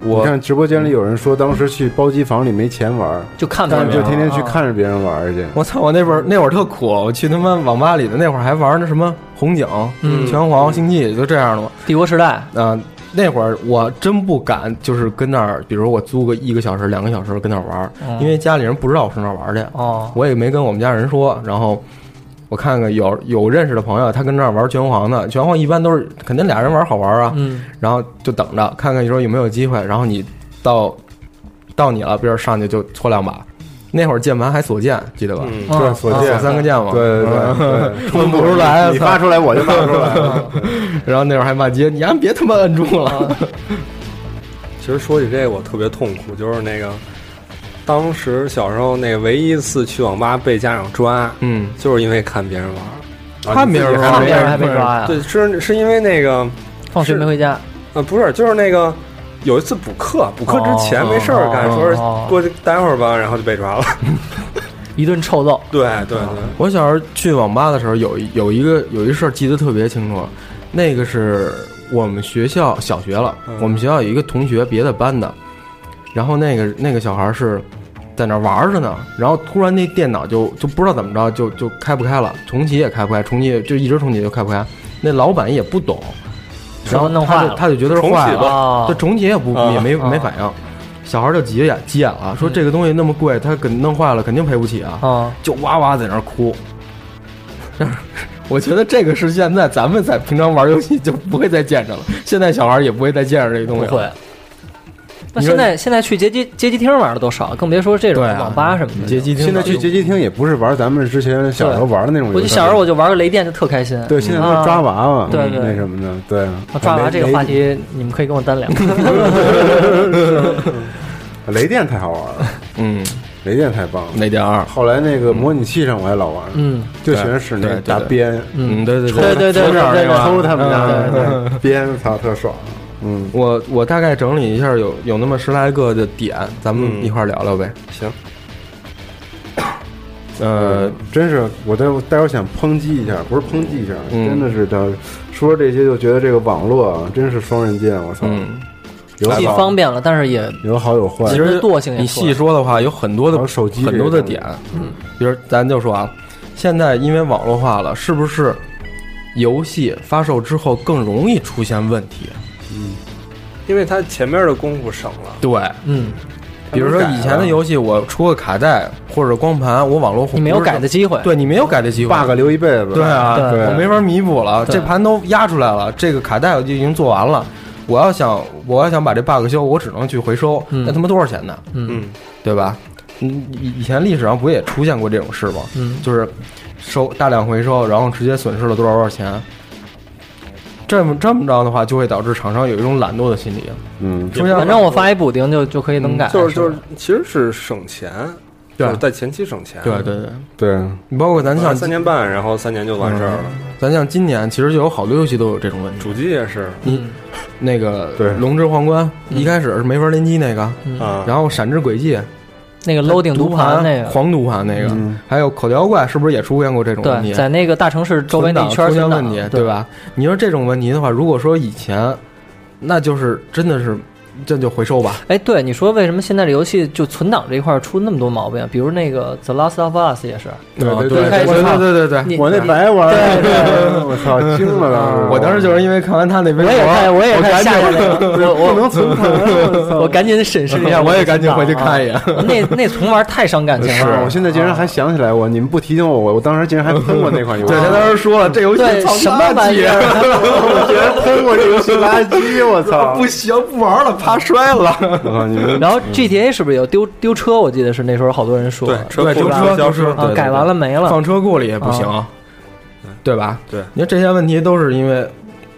D: 你
F: 我
D: 看直播间里有人说，当时去包机房里没钱玩，
E: 就看啊别
D: 但
E: 人
D: 是就天天去看着别人玩去。
F: 我操！我那会儿那会儿特苦，我去他妈网吧里的那会儿还玩那什么红警、
E: 嗯
F: 拳皇、星际，就这样的嘛。
E: 帝国时代，
F: 嗯，那会儿我真不敢，就是跟那儿，比如我租个一个小时、两个小时跟那儿玩儿，
E: 嗯
F: 因为家里人不知道我上那儿玩儿去，
E: 哦，
F: 我也没跟我们家人说。然后我看看有有认识的朋友，他跟那儿玩拳皇呢，拳皇一般都是肯定俩人玩好玩啊，
E: 嗯
F: 然后就等着看看说有没有机会。然后你到到你了，比如上去就搓两把，那会儿键盘还锁键，记得吧？
B: 嗯，
E: 啊
D: 对，所
F: 啊
D: 见
F: 锁，三个键嘛，
D: 对
F: 嗯
D: 对对，
F: 摁不出来
D: 你发出来我就发出来了。
F: 然后那会儿还骂街，你丫别他妈摁住了，
B: 其实说起这个，我特别痛苦，就是那个当时小时候那个唯一一次去网吧被家长抓，
F: 嗯，
B: 就是因为看别人玩儿。啊
F: 看别人玩
E: 放
F: 儿
E: 别人还被抓呀？
B: 对，是是因为那个
E: 放学没回家，
B: 呃，不是，就是那个有一次补课，补课之前
E: 哦
B: 没事儿干，
E: 哦
B: 说是
E: 哦
B: 过去待会儿吧，然后就被抓了。
E: 一顿臭揍。
B: 对对对，
F: 我小时候去网吧的时候，有一有一个有一事儿记得特别清楚，那个是我们学校小学了，
B: 嗯
F: 我们学校有一个同学别的班的，然后那个那个小孩儿是在那儿玩儿着呢，然后突然那电脑就就不知道怎么着就就开不开了，重启也开不开，重启就一直重启就开不开，那老板也不懂，然后
E: 说弄
F: 他
E: 坏
F: 就
E: 了
F: 他就觉得是
B: 重启
F: 坏
B: 吧
F: 了，
E: 哦
F: 这，重启也不
B: 啊
F: 也没没
E: 啊嗯
F: 反应，小孩儿就急眼急眼了，说这个东西那么贵，他给弄坏了肯定赔不起啊，
E: 啊，
F: 就哇哇在那儿哭。 我觉得这个是现在咱们在平常玩游戏就不会再见着了，现在小孩也不会再见着这个东
E: 不
F: 西了。
E: 会。那
F: 你说
E: 现在现在去街机街机厅玩的都少，更别说这种
F: 对啊
E: 网吧什么的。
F: 街机厅
D: 现在去街机厅也不是玩咱们之前小时候玩的那种游戏。
E: 我就小时候我就玩个雷电就特开心。
D: 对，现在都是抓娃娃，
E: 对对
D: 那什么的，对
E: 啊，。抓娃这个话题，你们可以跟我单聊。
D: 雷，雷电太好玩了，
F: 嗯，
D: 雷电太棒了。
F: 那点二，
D: 后来那个模拟器上我也老玩，
E: 嗯，
D: 就喜欢使那个
F: 对对对
D: 大鞭，
F: 嗯，对对
E: 对对对
F: 抽这儿
E: 对对
F: 那个
D: 抽他们家
E: 嗯
D: 的那鞭，操，特爽。嗯，
F: 我我大概整理一下，有有那么十来个的点，咱们
B: 嗯
F: 一块儿聊聊呗。
B: 行，
F: 呃，
D: 真是，我待会待会儿想抨击一下，不是抨击一下，
F: 嗯
D: 真的是他说这些就觉得这个网络啊，真是双刃剑，我操，
F: 嗯，
D: 有
E: 既
D: 好
E: 方便了，但是也
D: 有好有坏
F: 其，
E: 其
F: 实
E: 实惰性也
F: 你
E: 错了
F: 细说的话，有很多
D: 还有
F: 的
D: 手机
F: 很多
D: 这
F: 的
D: 个东西
F: 点，嗯，比如咱就说啊，现在因为网络化了，是不是游戏发售之后更容易出现问题？
B: 因为他前面的功夫省了，
F: 对，
E: 嗯，
F: 比如说以前的游戏，我出个卡带或者光盘，我网络
E: 你没有改的，机会。
F: 对你没有改的机会
D: bug 留一辈子。
F: 对啊，
E: 对
F: 我没法弥补了，
E: 对
F: 这盘都压出来了，这个卡带我就已经做完了。我要想，我要想把这 bug 修，我只能去回收，
E: 嗯
F: 那他妈多少钱呢？
E: 嗯
B: 嗯，
F: 对吧？嗯，以以前历史上不也出现过这种事吗？
E: 嗯，
F: 就是收大量回收，然后直接损失了多少多少钱。这么这么着的话，就会导致厂商有一种懒惰的心理。啊
D: 嗯，
F: 出现
E: 反正我发一补丁就就可以能改。
B: 就是
E: 是
B: 就
E: 吧
B: 是，其实是省钱，
F: 对
B: 就是在前期省钱。
F: 对对对，啊
D: 对，
F: 你包括咱像
B: 像三年半，然后三年就完事儿了。
F: 咱像今年，其实就有好多游戏都有这种问题。
B: 主机也是嗯
F: 你那个
D: 对
F: 《龙之皇冠》一开始是没法联机那个，
B: 啊，
F: 然后《闪之轨迹》
E: 嗯那个 loading
F: 毒
E: 盘那个，
F: 黄毒盘那个，
D: 嗯
F: 还有口条怪，是不是也出现过这种问题啊
E: 对，？在那个大城市周围那一圈儿
F: 存
E: 存档
F: 档出现问题，对？吧？你说这种问题的话，如果说以前，那就是真的是这就回收吧。
E: 哎，对，你说为什么现在这游戏就存档这一块儿出那么多毛病？比如那个《The Last of Us》也是，
D: 对
F: 啊
D: 对
F: 对
D: 对
E: 对
F: 对
E: 对
F: 对对对。
E: 你
D: 我那白玩儿，啊我操，惊了当时。
F: 我当时就是因为看完他那微博，
E: 我也看，我也看
F: 赶紧
E: 下下来了， 我我能存 盘，我赶紧审 视一下，
F: 我也赶紧回去看一
E: 眼。
F: 眼。
E: 那那重玩太伤感情
D: 啊
E: 了，
D: 我现在竟然还想起来我，你们不提醒我，我我当时竟然还喷过那款游戏，
F: 对他当时说了，这游戏
E: 嗯对
F: 操
D: 啊
E: 什么
F: 垃
E: 玩意
F: 圾，
E: 儿？
D: 我竟然喷过这游戏垃圾，我 操！
F: 不行，不玩了，怕摔了。
D: 我操你们
E: 然后 GTA 是不是有丢丢车？我记得是那时候好多人说，
B: 对 车库
F: 对
E: 丢车
B: 消
F: 丢
B: 失
F: 车
E: 啊，
F: 对
E: 改完了没了。啊
F: 放车库里也不行，对吧？
B: 对
F: 你看这些问题都是因为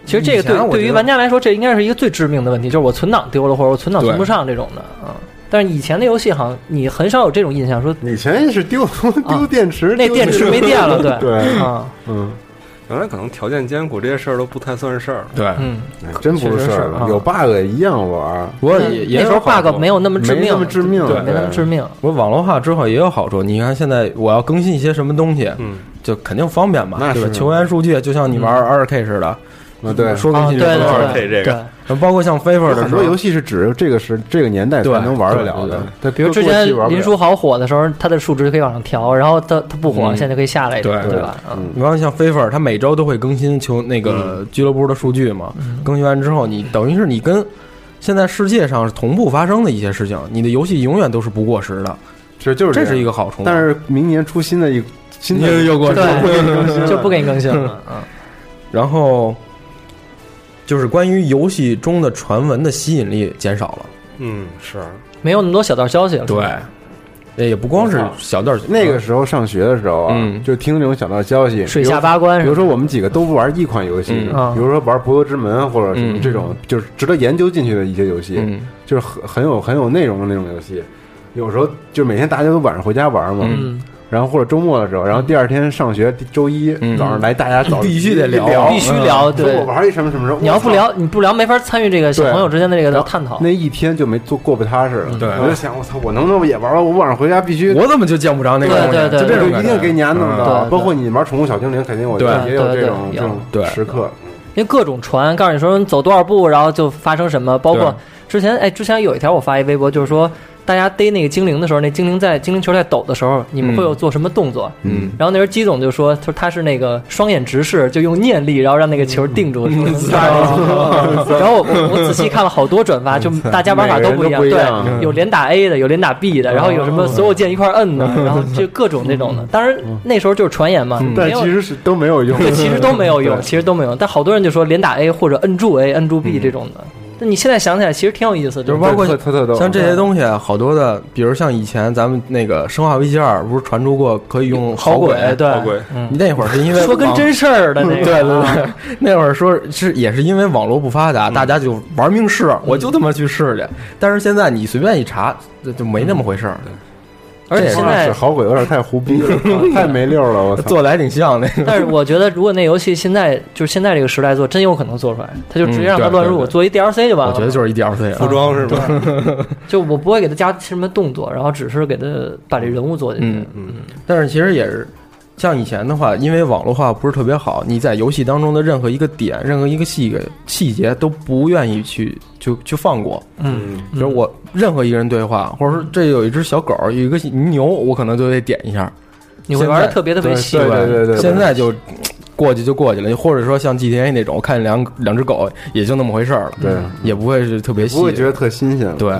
E: 其实这个
F: 以前
E: 对
F: 我觉得
E: 对于玩家来说，这应该是一个最致命的问题，就是我存档丢了，或者我存档
F: 对
E: 存不上这种的啊。但是以前的游戏好像你很少有这种印象，说啊
D: 以前是丢 丢电池，
E: 那
D: 丢
E: 电池没电了，对
D: 对，
E: 啊，
D: 嗯，
B: 原来可能条件艰苦这些事儿都不太算是事儿了。
F: 对。
E: 嗯，
D: 哎真不
E: 确实
D: 事儿
E: 是啊
D: 了，有 bug 也一样玩儿，
F: 不过也也
E: 那时候
F: 有好处
E: bug 没有那么致
D: 没
E: 命，
D: 那么致命
E: 对，
D: 对
E: 没那么致命。
F: 我网络化之后也有好处，你看现在我要更新一些什么东西，
B: 嗯，
F: 就肯定方便嘛，
D: 那
F: 对吧？
D: 是
F: 球员数据就像你玩二 K 似的，
D: 啊对。
F: 说
E: 啊，
F: 更
E: 嗯
F: 新
E: 对
F: 就更
E: 对
F: 新，
B: 配
E: 对，
B: 这个
F: 然后包括像 FIFA 的
D: 很
F: 时
D: 多
F: 候
D: 游，戏是指这个是这个年代才
F: 对
D: 能玩得
F: 对
D: 了的，
F: 对，
E: 比如之
D: 过
E: 前
D: 期玩不
E: 林
D: 了
E: 书豪火的时候，他的数值可以往上调，然后他他不火，
F: 嗯
E: 现在可以下来一点，
F: 对
E: 对吧？嗯
D: 嗯
F: 你刚像 FIFA，它每周都会更新球那个俱乐部的数据嘛，
E: 嗯
F: 更新完之后，你等于是你跟现在世界上是同步发生的一些事情，你的游戏永远都是不过时的，
D: 其实就是
F: 这是一
D: 个，
F: 个好处嘛。
D: 但是明年出新的一新
F: 又
D: 的
F: 又过时了，
E: 对， 就不给你更新 了。嗯
F: 然后就是关于游戏中的传闻的吸引力减少了。
B: 嗯是
E: 没有那么多小道消息了。，
F: 也不光是小道儿
D: 那个时候上学的时候啊，
F: 嗯
D: 就听那种小道消息，
E: 水下八关
D: 比
E: 什
D: 如
E: 么的，
D: 说我们几个都不玩一款游戏，
F: 嗯
E: 啊
D: 比如说玩《博德之门》或者什么
F: 嗯
D: 这种，就是值得研究进去的一些游戏，
F: 嗯
D: 就是很很有很有内容的那种游戏。有时候就每天大家都晚上回家玩嘛，
E: 嗯，
D: 然后或者周末的时候，然后第二天上学，第周一
F: 嗯
D: 早上来，大家早
F: 必须得聊
D: 聊，
E: 必须聊，
D: 说我
E: 对，
D: 玩一什么什么什么，
E: 你要不
D: 我操。
E: 聊，你不聊没法参与这个小朋友之间的这个探讨。嗯
D: 那一天就没做过不踏实了，
B: 对
D: 我就想我操，我能不能也玩玩？我晚上回家必须
F: 我怎么就见不着那个东西？啊
E: 对对对
F: 就
D: 这
F: 这
D: 种
F: 种
D: 一
F: 感觉嗯
D: 定给你安弄到，
E: 对
D: 包括你玩宠物小精灵，肯定我觉得
E: 对
D: 也有
E: 对
D: 这种
E: 对
D: 这种
F: 对
D: 时刻。
E: 因为各种传，告诉你说你走多少步，然后就发生什么，包括
F: 对
E: 之前哎，之前有一条我发一微博，就是说大家逮那个精灵的时候，那精灵在精灵球在抖的时候，你们会有做什么动作？
F: 嗯，
E: 然后那时候姬总就说，他说他是那个双眼直视，就用念力，然后让那个球定住。嗯是吧嗯然后我我我仔细看了好多转发，就大家玩法都不一样，嗯
D: 每个人都不一样
E: 对，有连打 A 的，有连打 B 的，然后有什么所有键一块摁的，然后就各种那种的。当然那时候就是传言嘛，
D: 但
E: 没有
D: 其实是都没有用，
E: 对，其实都没有用，其实都没有用。但好多人就说连打 A 或者摁住 A、摁住 B 这种的，那你现在想起来其实挺有意思的，
F: 就是是包括
D: 特特特逗
F: 像这些东西，啊好多的，比如像以前咱们那个《生化危机二》，不是传出过可以用
E: 好
F: 鬼？
E: 对，
B: 好鬼
E: 嗯，
F: 那会儿是因为
E: 说跟
F: 网
E: 真事儿的那个，啊
F: 对对对，那会儿说是也是因为网络不发达，大家就玩命试，
E: 嗯
F: 我就他妈去试去。但是现在你随便一查，就就没那么回事儿，
E: 而且
F: 这
E: 现
D: 哇
E: 在
D: 嗯这。好鬼有点太胡逼了， 太没溜了，我操！
F: 啊做的还挺像那个。
E: 但是我觉得，如果那游戏现在就是现在这个时代做，真有可能做出来。 他就直接让他乱入，
F: 嗯对对
E: 我
F: 对
E: 做一 DLC 就完
F: 我
E: 了。
F: 觉得就是一 DLC
B: 服
F: 啊，
B: 装是吧？
E: 就我不会给他加什么动作，然后只是给他把这人物做进去
F: 嗯。嗯。但是其实也是，像以前的话，因为网络化不是特别好，你在游戏当中的任何一个点、任何一个细个细节都不愿意去就去放过。
E: 嗯，
F: 比如我任何一个人对话，或者说这有一只小狗，有一个牛，我可能就得点一下。
E: 你会玩的特别特别细
D: 对
E: 吧
D: 对对对，
F: 现在就过去就过去了，或者说像 GTA 那种，我看两两只狗也就那么回事儿了，
D: 对，
F: 也不会是特别细
D: 不。会觉得特新鲜了。嗯
F: 对，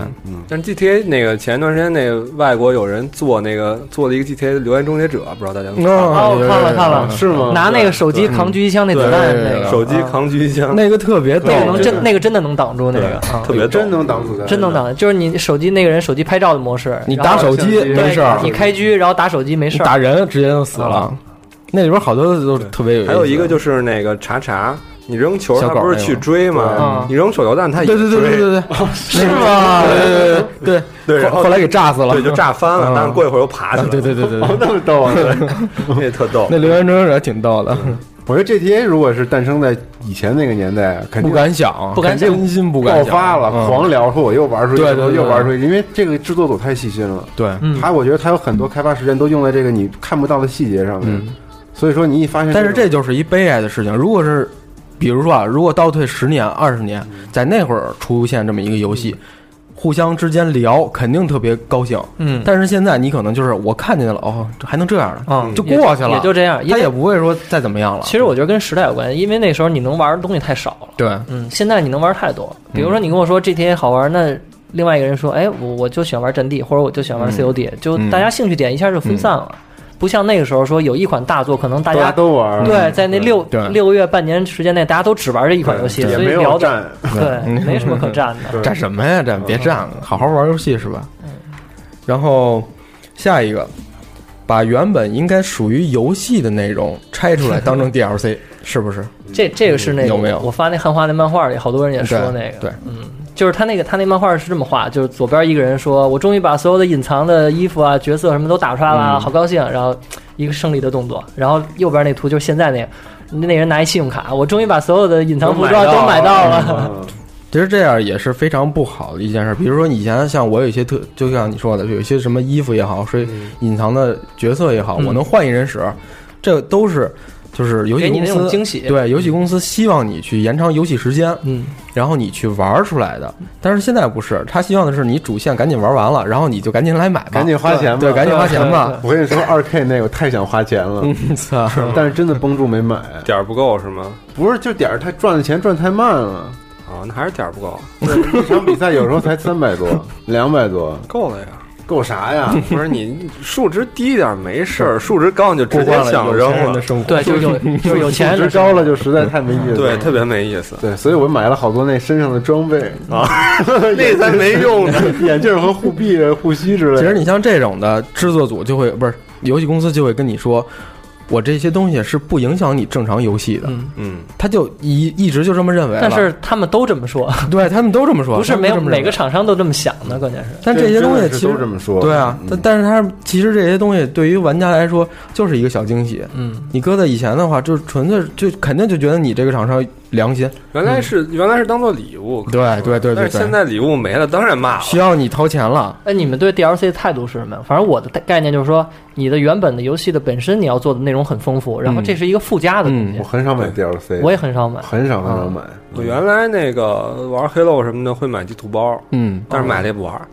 B: 但是 GTA 那个前段时间那个外国有人做那个做了一个 GTA 的留言终结者，不知道大家有
F: 嗯
B: 没有看过
E: 哦，我看了看
D: 啊，
E: 了，
D: 是吗？
E: 拿那个手机扛狙击枪那子弹
F: 嗯对对
E: 那
F: 对
E: 个
F: 对
B: 手机
E: 啊
B: 扛狙击枪，
F: 那个特别逗
E: 那个，能真那个真的能挡住那个，啊
B: 特别逗
D: 真能挡子弹，
E: 真能。挡，就是你手机那个人手机拍照的模式，
F: 你
E: 然
F: 打
E: 后
F: 手机
E: 对
F: 没事儿，
E: 你开狙然后打手机没
F: 你
E: 事
F: 打
E: 儿，啊
F: 人直接就死了。那里边好多都特别有意思，
B: 还有一个就是那个查查，你扔球
F: 小
B: 他
F: 狗
B: 不是
F: 那
B: 去
F: 个
B: 追
E: 嗯
B: 吗？你扔手榴弹他也
F: 对对对对
B: 追
F: 啊对对，哦是吗？对对
B: 对然
F: 后
B: 后
F: 后来给炸死了，
B: 对，就炸翻了，
F: 嗯
B: 但是过一会儿又爬起来
F: 啊
B: 了。
F: 对对对
E: 哦
F: 对对，
D: 那么逗啊！
B: 那也特逗。
F: 那留言终结者挺逗的，
D: 嗯我觉得 GTA 如果是诞生在以前那个年代，肯
F: 不
D: 定
F: 敢想，
E: 不敢想
F: 真心不敢
D: 爆
F: 想，
D: 发了，
F: 嗯
D: 狂聊说我又玩出去，
F: 对对对
D: 又玩出去，因为这个制作组太细心了。
F: 对，
E: 嗯
D: 他我觉得他有很多开发时间都用在这个你看不到的细节上面
F: 嗯，
D: 所以说你一发现，
F: 但是这就是一悲哀的事情。如果是，比如说啊，如果倒退十年、二十年，在那会儿出现这么一个游戏，互相之间聊，肯定特别高兴。
E: 嗯，
F: 但是现在你可能就是我看见了，哦，这还能这样的，
E: 啊
F: 就过去了，
E: 也就这样。因
F: 他也
E: 为
F: 不会说再怎么样了。
E: 其实我觉得跟时代有关系，因为那时候你能玩的东西太少了，
F: 对，嗯
E: 嗯，现在你能玩太多了。比如说你跟我说 GTA 好玩，那另外一个人说，哎，我我就喜欢玩战地，或者我就喜欢玩
F: 嗯
E: COD，就
F: 嗯
E: 大家兴趣点一下就分散了，不像那个时候说有一款大作，可能大
D: 大家
E: 家。
D: 都玩，
E: 对，在那六
F: 对
E: 六个月、半年时间内，大家都只玩这一款游戏，
D: 也
E: 所以
D: 没
E: 聊
D: 有
E: 的
D: 站，
E: 对，没什么可站 的。
F: 嗯
E: 嗯
F: 站什么呀？站别站了，好好玩游戏是吧？然后下一个，把原本应该属于游戏的内容拆 出来当成 DLC，是不是？
E: 这这个是那个
F: 有没有
E: 我发那汉化那漫画里，好多人也说那个，嗯
F: 对，
E: 就是他那个他那漫画是这么画，就是左边一个人说：“我终于把所有的隐藏的衣服啊、角色什么都打出来了，
D: 嗯
E: 好高兴。”然后一个胜利的动作，然后右边那图就是现在那样，那人拿一信用卡，我终于把所有的隐藏服装都买到了。
D: 嗯
F: 其实这样也是非常不好的一件事。比如说以前像我有一些特，就像你说的，有一些什么衣服也好，所以隐藏的角色也好，
E: 嗯
F: 我能换一人使，这都是就是游戏
E: 给你
F: 公
E: 那种
F: 司
E: 惊喜
F: 对游戏公司希望你去延长游戏时间，
E: 嗯，
F: 然后你去玩出来的。但是现在不是，他希望的是你主线赶紧玩完了，然后你就赶紧来买吧，
D: 赶紧花钱吧，
F: 对，赶紧花钱 吧。
D: 我跟你说，二 K 那个我太想花钱了，
F: 嗯操，
D: 但是真的绷住没买，
B: 点儿不够是吗？
D: 不是就点儿他赚的钱赚太慢了，
B: 啊，那还是点儿不够，
D: 一场比赛有时候才三百多、两百多，
B: 够了呀。够啥呀？不是你数值低一点没事儿，数值高你就直接想扔了，
F: 生活
E: 对，就是 有就是有钱
D: 数
E: 人
D: 值高了就实在太没意思了。
B: 对，特别没意思
D: 对，所以我买了好多那身上的装备，
B: 啊，那才没用呢。
D: 眼镜和护臂、护膝之类的。
F: 其实你像这种的制作组就会不是游戏公司就会跟你说，我这些东西是不影响你正常游戏的，
E: 嗯，
B: 嗯，
F: 他就一一直就这么认为了。
E: 但是他们都这么说，
F: 对他们都这么说，
E: 不是
F: 他们
E: 没
F: 都
E: 有
F: 这么认
E: 每
F: 为
E: 个，厂商都这么想的，关键是
F: 但这些东西
D: 真的
F: 其
D: 是都
F: 实
D: 这么说。嗯
F: 对啊，但但是它其实这些东西对于玩家来说就是一个小惊喜。
E: 嗯，
F: 你搁在以前的话，就是纯粹就肯定就觉得你这个厂商良心，
B: 原来是原来是当做礼物，
F: 对对对对
B: 但是现
F: 对，
B: 在礼物没了，当然骂了。
F: 需要你掏钱了，
E: 哎，你们对 DLC 的态度是什么呀？反正我的概念就是说，你的原本的游戏的本身你要做的内容很丰富，
D: 嗯
E: 然后这是一个附加的东
F: 嗯
E: 西
D: 我。很少买 DLC，
E: 我也很少买，
D: 很少很少买。
B: 我原来那个玩黑漏什么的会买地图包，
F: 嗯，
B: 但是买了也不玩，
E: 嗯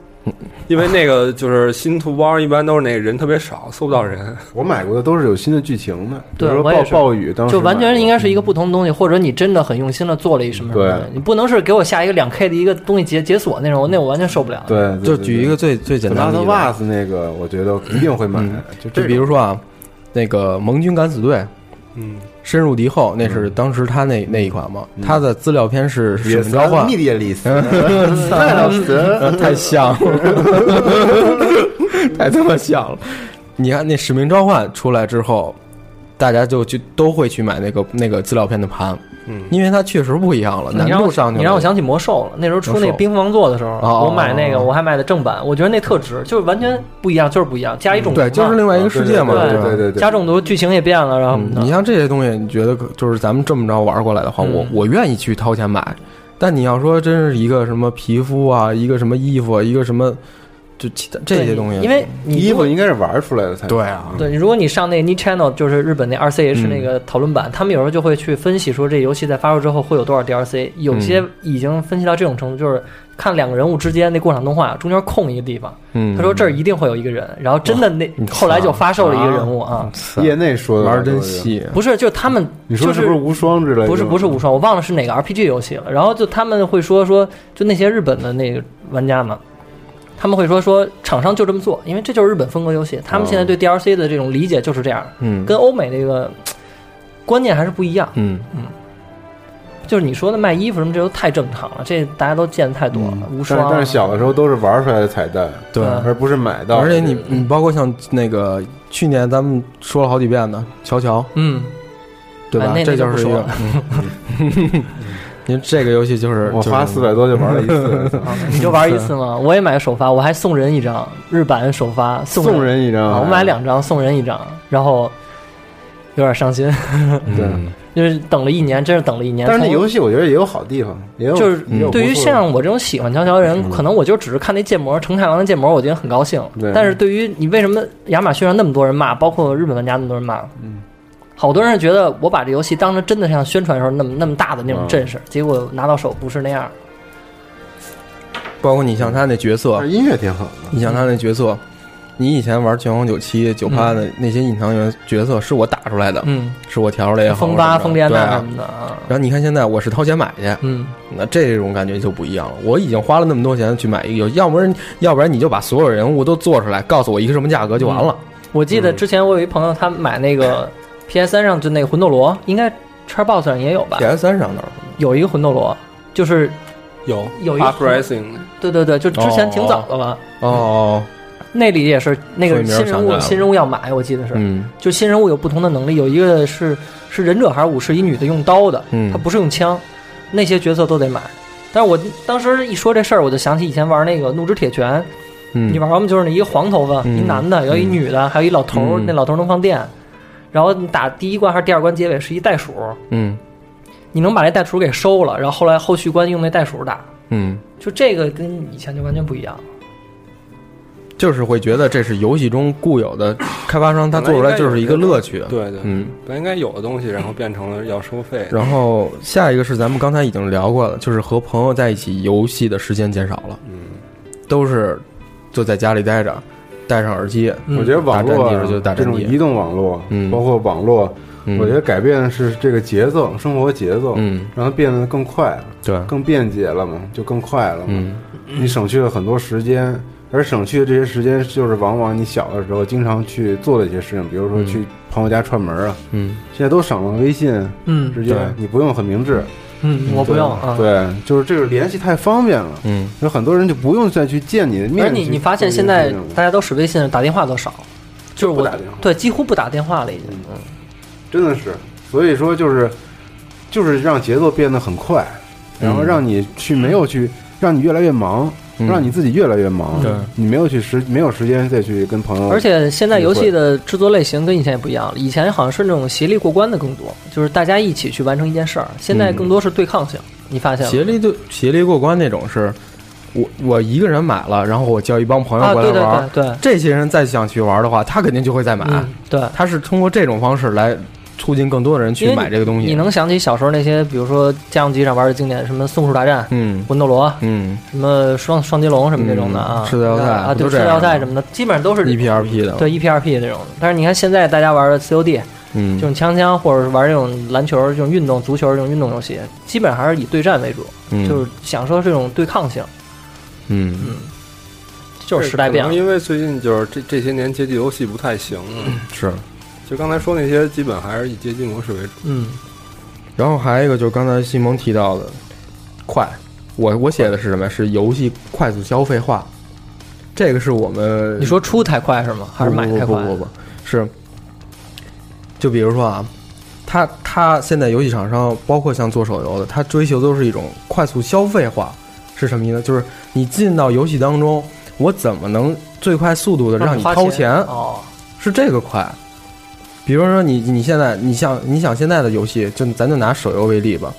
B: 因为那个就是新图包一般都是那个人特别少，搜不到人。
D: 我买过的都是有新的剧情的，比
E: 对
D: 如说
E: 我也
D: 暴
E: 是
D: 暴雨，当时
E: 就完全应
D: 该
E: 该是一
F: 嗯
E: 个不同的东西，或者你真的很用心的做了一什么什么东西
D: 对
E: 你不能是给我下一个两 K 的一个东西解解锁那种，那我完全受不了。
D: 对，
F: 就举一个最最简单
D: 拉
F: 的
D: 的
F: 例子，啊
D: 袜子那个，我觉得一定会买
F: 嗯。
D: 就这
F: 就
D: 种
F: 比如说啊，那个盟军敢死队
B: 嗯，
F: 深入敌后，那是当时他那那一款嘛，他的资料片是
D: 嗯
F: 使
D: 也
F: 命召唤嗯
D: 密，列里斯， 赖老师，
F: 太像了， 太他妈像了。你看那《使命召唤》出来之后，大家就就都会去买那个那个资料片的盘，
B: 嗯
F: 因为它确实不一样了，难
E: 你让
F: 度
E: 我
F: 上去了。
E: 你让我想起魔兽了，那时候出那
F: 魔
E: 个
F: 兽
E: 冰封王座的时候，
F: 哦
E: 我买那个
F: 哦哦
E: 我还买的正版，我觉得那特值，就是完全不一样，就是不一样，加一种族嘛
F: 嗯对，就是另外一个世界嘛，
E: 对
F: 吧？
D: 啊对对对，
E: 加种族，剧情也变了，然后
F: 嗯你像这些东西，你觉得可就是咱们这么着玩过来的话，
E: 嗯
F: 我我愿意去掏钱买。但你要说真是一个什么皮肤啊，一个什么衣服啊，一个什么，就其他这
E: 对
F: 些东西，
E: 因为你
D: 衣
E: 如
D: 服
E: 果
D: 应该是玩出来的才
F: 对啊
D: 嗯
E: 对，如果你上那 Ni Channel，就是日本那 RCH
F: 嗯
E: 那个讨论版，他们有时候就会去分析说这游戏在发售之后会有多少 DLC，有些已经分析到这种程度，就是看两个人物之间那过场动画中间空一个地方，
F: 嗯，
E: 他说这儿一定会有一个人，然后真的那后来就发售了一个人物啊，
D: 业内说的
F: 嗯玩儿真
D: 都是。
F: 细，啊
E: 不是，就是他们
D: 你
E: 就
D: 说是不是无双之类的？
E: 不是不是无双，我忘了是哪个 RPG 游戏了。然后就他们会说说，就那些日本的那个玩家嘛，他们会说说厂商就这么做，因为这就是日本风格游戏，他
D: 哦
E: 们现在对 DLC 的这种理解就是这样，
F: 嗯，
E: 跟欧美那个嘖观念还是不一样。
F: 嗯。
E: 就是你说的卖衣服什么，这都太正常了，这大家都见太多了。无
D: 嗯但是
E: 双，啊
D: 但是小的时候都是玩出来的彩蛋，
F: 对
D: 而不是买到的。
F: 而且你你包括像那个去年咱们说了好几遍的乔乔，
E: 嗯，
F: 对吧？
E: 哎那
F: 这
E: 那就
F: 就
E: 不
F: 是一
E: 说
F: 个
E: 了，
F: 您这个游戏就是
D: 我花四，百多就玩了一 次，
E: 啊 你就玩一次嘛。我也买首发，我还送人一张日版首发，送
D: 送人一张哎
E: 啊，，我买两张，送人一张，然后有点伤心。
F: 就是
D: 对
F: 嗯
E: 就是等了一年，真是等了一年。
D: 但是那
E: 从
D: 游戏我觉得也有好地方，也有
E: 就是
D: 也有嗯
E: 对于
D: 不错的
E: 像我这种喜欢乔乔的人，可能我就只是看那建模，成太郎的建模，我觉得很高兴
D: 对。
E: 但是对于你为什么亚马逊上那么多人骂，包括日本玩家那么多人骂，好多人觉得我把这游戏当成真的像宣传的时候那么那么大的那
D: 啊
E: 种阵势，结果拿到手不是那样。
F: 包括你像他那角色
D: 但是，音乐挺好的，
F: 你像他那角色，你以前玩拳皇九七九八
D: 嗯
F: 的那些隐藏角角色是我打出来的，
E: 嗯，
F: 是我调出来也好，
E: 风八、
F: 我怎
E: 风
F: 么
E: 利
F: 着
E: 安
F: 对
E: 娜什
F: 啊。
E: 么的啊，
F: 然后你看现在我是掏钱买去，
E: 嗯，
F: 那这种感觉就不一样了。我已经花了那么多钱去买一个游戏，要不然要不然你就把所有人物都做出来，告诉我一个什么价格就完了。
E: 我记
F: 嗯
E: 得之前我有一朋友，他买那个 PS 三上就那个魂斗罗，应该 Xbox 上也有吧，
F: PS 三上哪儿
E: 有一个魂斗罗，就是
B: 有
E: 有一个
B: uprising，
E: 对对对，就之前挺早的了。
F: 哦哦，
E: 那里也是那
F: 所
E: 个
F: 以名儿
E: 新人
F: 想起来
E: 物，
F: 了
E: 新人物要买，我记得是，
F: 嗯
E: 就新人物有不同的能力，有一个是是忍者还是武士，一女的用刀的，
F: 嗯
E: 她不是用枪，那些角色都得买。但是我当时一说这事儿，我就想起以前玩那个《怒之铁拳》，
F: 嗯，
E: 你玩完不就是那一个黄头发，
F: 嗯
E: 一男的，有一女的，还有一老头儿，
F: 嗯
E: 那老头儿能放电，然后你打第一关还是第二关结尾是一袋鼠，
F: 嗯
E: 你能把那袋鼠给收了，然后后来后续关用那袋鼠打，
F: 嗯，
E: 就这个跟以前就完全不一样。
F: 就是会觉得这是游戏中固有的开发商他做出来就是一个乐趣。
B: 对对，
F: 嗯，
B: 本来应该有的东西，然后变成了要收费。
F: 然后下一个是咱们刚才已经聊过了，就是和朋友在一起游戏的时间减少了，
B: 嗯，
F: 都是就在家里待着，戴上耳机，
E: 嗯
D: 我觉得网络
F: 打战地
D: 啊
F: 时就打
D: 这
F: 战地
D: 种移动网络，
F: 嗯
D: 包括网络，
F: 嗯
D: 我觉得改变的是这个节奏，生活节奏，
F: 嗯，
D: 让它变得更快了，
F: 对，
D: 更便捷了嘛，就更快了嘛。
F: 嗯
D: 你省去了很多时间，而省去的这些时间，就是往往你小的时候经常去做的一些事情，比如说
F: 嗯
D: 去朋友家串门啊，
F: 嗯，
D: 现在都省了微信，
E: 嗯
D: 直接
F: 对
D: 你不用很明智，
E: 嗯，我不用啊。
D: 对，就是这个联系太方便了，
F: 嗯，
D: 有很多人就不用再去见你的
E: 而
D: 面去。
E: 你你发现现在
D: 去
E: 大家都使微信，打电话都少，就是
D: 不
E: 我
D: 打电话
E: 对几乎不打电话了已经。嗯
D: 真的是，所以说就是就是让节奏变得很快，然后
F: 嗯
D: 让你去没有去，让你越来越忙，
F: 嗯
D: 让你自己越来越忙，
F: 对
D: 你没有去时没有时间再去跟朋友，
E: 嗯而且现
D: 嗯
E: 在游戏的制作类型跟以前也不一样了，以前好像是那种协力过关的更多，就是大家一起去完成一件事儿，现
F: 嗯
E: 在更多是对抗性。你发现了
F: 协力对协力过关那种是，我我一个人买了，然后我叫一帮朋友
E: 啊？
F: 过
E: 对
F: 来
E: 对
F: 玩儿，
E: 对对，
F: 这些人再想去玩的话，他肯定就会再买。
E: 嗯对。
F: 他是通过这种方式来促进更多的人
E: 因
F: 去
E: 为
F: 买这个东西。
E: 你能想起小时候那些，比如说家用机上玩的经典，什么松鼠大战、
F: 嗯
E: 魂斗罗、
F: 嗯
E: 什么双双截龙什么这种的啊，
F: 嗯吃的要塞
E: 啊，
F: 不
E: 对，
F: 都
E: 吃
F: 这样
E: 的要塞
F: 吗
E: 什么的，基本上都是
F: ，E P R P 的，
E: 对 E P R P 这种的。但是你看现在大家玩的 C O D
F: 嗯
E: 这，种枪枪，或者是玩这种篮球这种运动、足球这种运动游戏，基本上还是以对战为主，
F: 嗯
E: 就是享受这种对抗性，
F: 嗯
E: 这就是时代变
B: 可
E: 了
B: 能。因为最近就是这这些年街机游戏不太行了，
E: 嗯
F: 是。
B: 就刚才说那些基本还是以街机模式为主。
E: 嗯，
F: 然后还有一个就是刚才西蒙提到的，快，我我写的是什么呀？是游戏快速消费化，这个是我们
E: 你说出太快是吗？还是买太
F: 不
E: 快？
F: 不不不不，是，就比如说啊，他他现在游戏厂商，包括像做手游的，他追求都是一种快速消费化，是什么意思？就是你进到游戏当中，我怎么能最快速度的让你
E: 花
F: 掏
E: 钱
F: 钱？
E: 哦，
F: 是这个快。比如说你你现在你像你想现在的游戏，就咱就拿手游为例吧。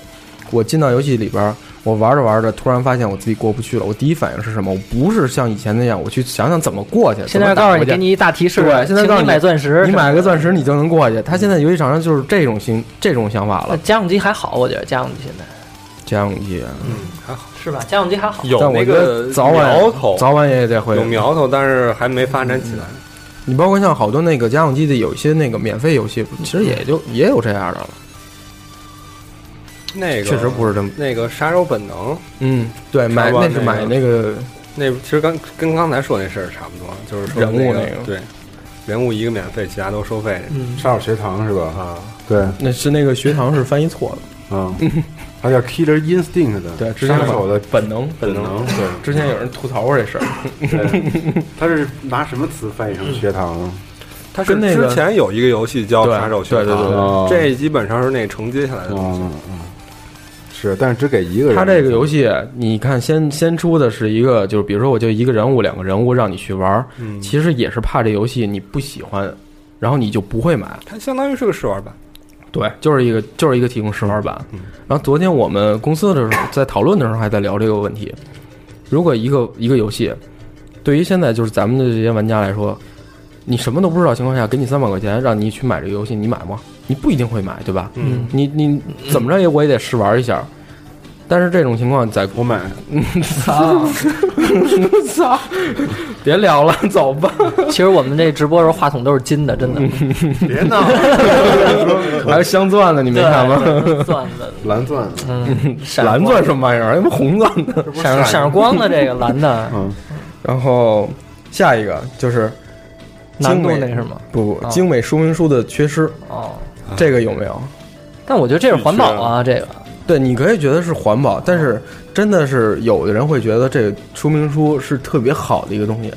F: 我进到游戏里边儿，我玩着玩着，突然发现我自己过不去了。我第一反应是什么？我不是像以前那样，我去想想怎么过去。
E: 现在
F: 怎么打
E: 告诉
F: 过
E: 你，
F: 去
E: 给你一大提示，
F: 对现在
E: 请
F: 告
E: 你
F: 诉你
E: 买钻石，
F: 你买个钻石你就能过去。他现
E: 嗯
F: 在游戏厂商就是这种心这种想法
E: 那
F: 了。
E: 家用机还好，我觉得家用机现在
F: 家用机，
E: 是吧？家用机还好，
B: 嗯有
F: 啊但
B: 那
F: 我觉
B: 个
F: 得早晚
B: 苗头，
F: 早晚也得会
B: 有苗头，但是还没发展起来。
F: 你包括像好多那个家用机的有一些那个免费游戏，其实也就也有这样的了，
B: 那个
F: 确实不
B: 是
F: 是这么。
B: 那个杀手本能，
F: 嗯，对，买
B: 上班
F: 那
B: 那
F: 是买
B: 个
F: 那个
B: 那其实刚跟刚才说那事儿差不多，就是说
F: 人物
B: 那
F: 那个
B: 对，人物一个免费，其他都收费。
E: 嗯，
D: 杀手学堂是吧？
B: 啊，
D: 对，
F: 那是那个学堂是翻译错了，
D: 嗯，它叫 Killer Instinct 的，
F: 对，之前
D: 杀手的
F: 本能。
D: 本能，对，
F: 之前有人吐槽过这事儿，
D: 对，它是拿什么词翻译成学堂？
B: 它是
F: 跟那个
B: 之前有一个游戏叫
F: 对
B: 杀手学
F: 对对
B: 堂，
F: 对
D: 哦
B: 这基本上是那承接下来的东西。
D: 嗯嗯，是，但是只给一个人。
F: 他这个游戏，你看先先出的是一个，就是比如说我就一个人物、两个人物让你去玩儿，
B: 嗯，
F: 其实也是怕这游戏你不喜欢，然后你就不会买。
B: 它相当于是个试玩版。
F: 对，就是一个就是一个提供试玩版。
D: 嗯
F: 然后昨天我们公司的时候在讨论的时候还在聊这个问题。如果一个一个游戏，对于现在就是咱们的这些玩家来说，你什么都不知道情况下，给你三百块钱让你去买这个游戏，你买吗？你不一定会买，对吧？
B: 嗯，
F: 你你怎么着也我也得试玩一下。但是这种情况在
D: 我 买，
F: 操，别聊了，走吧。
E: 其实我们这直播时候话筒都是金的，真的，
D: 嗯别闹，
F: 还有镶钻的，你没
E: 对，
F: 看吗？
E: 对钻 的，
D: 蓝钻，
E: 嗯，闪
F: 蓝
E: 光
F: 钻什么玩意儿？还有红钻的。
E: 闪闪光的这个蓝的
F: 然后下一个就是
E: 难度
F: 精美
E: 那是吗？
F: 不不
E: 啊
F: 精美说明书的缺失，
E: 哦，
F: 这个有没有？
E: 但我觉得这是环保啊，这个嗯
F: 对，你可以觉得是环保，但是真的是有的人会觉得这个说明书是特别好的一个东西。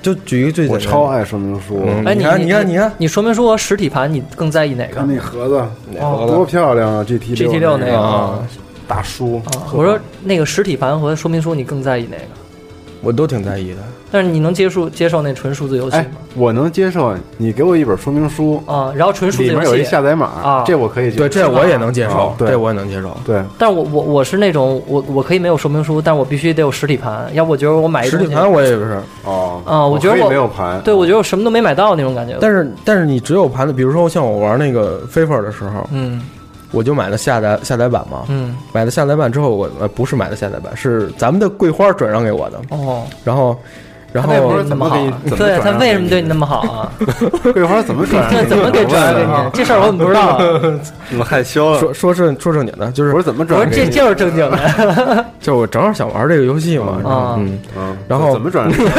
F: 就举一个最简
D: 我
F: 单的，
D: 超爱说明书，
F: 嗯。
E: 哎，
F: 你
E: 你
F: 看，你看，你看，
E: 你说明书和实体盘，你更在意哪
D: 看
E: 个哦
D: 那盒子，
F: 盒子
D: 多漂亮啊！GT
E: ？GT 六那
D: 那
E: 个
F: 啊
E: 啊，
D: 大书，
E: 我说那个实体盘和说明书，你更在意哪个？
F: 我都挺在意的。
E: 但是你能接受接受那纯数字游戏
D: 哎
E: 吗？，
D: 我能接受你给我一本说明书，
E: 啊，然后纯数字
D: 里面
E: 游
D: 有一
E: 戏，
D: 下载
E: 啊
D: 码，这我可以接
F: 对，这我也能接受
D: 啊，对
F: 这我也能接受。
D: 对，
E: 但我我我是那种我我可以没有说明书，但我必须得有实体盘，要不我觉得我买一
F: 实
E: 东西
F: 体盘我也不是，
D: 哦，
E: 啊我觉得
D: 可以
E: 我
D: 没有盘，啊
E: 对我觉得我什么都没买到那种感觉。
F: 但是但是你只有盘子，比如说像我玩那个 FIFA 的时候，
E: 嗯
F: 我就买了下载下载版嘛。
E: 嗯
F: 买了下载版之后，我呃不是买的下载版，是咱们的桂花转让给我的。
E: 哦
F: 然后然
E: 他为
F: 后
E: 什么那么好啊？
D: 怎么
E: 对
D: 转
E: 他
D: 让
E: 为
D: 给
E: 什么
D: 你
E: 对你那么好啊？
D: 桂花怎么转让
E: 这怎
D: 给你？啊
E: 么 给啊转让给你？这事 儿我怎么不知道啊？
B: 怎么害羞了？
F: 说说正说正经的，就是
D: 我说怎
E: 我
D: 么转
E: 说
D: 让给
E: 这
D: 你？
E: 就是正经的，
F: 就我正好想玩这个游戏嘛，然后
E: 啊
F: 嗯，
D: 嗯，
F: 然后
D: 怎么 转让给你？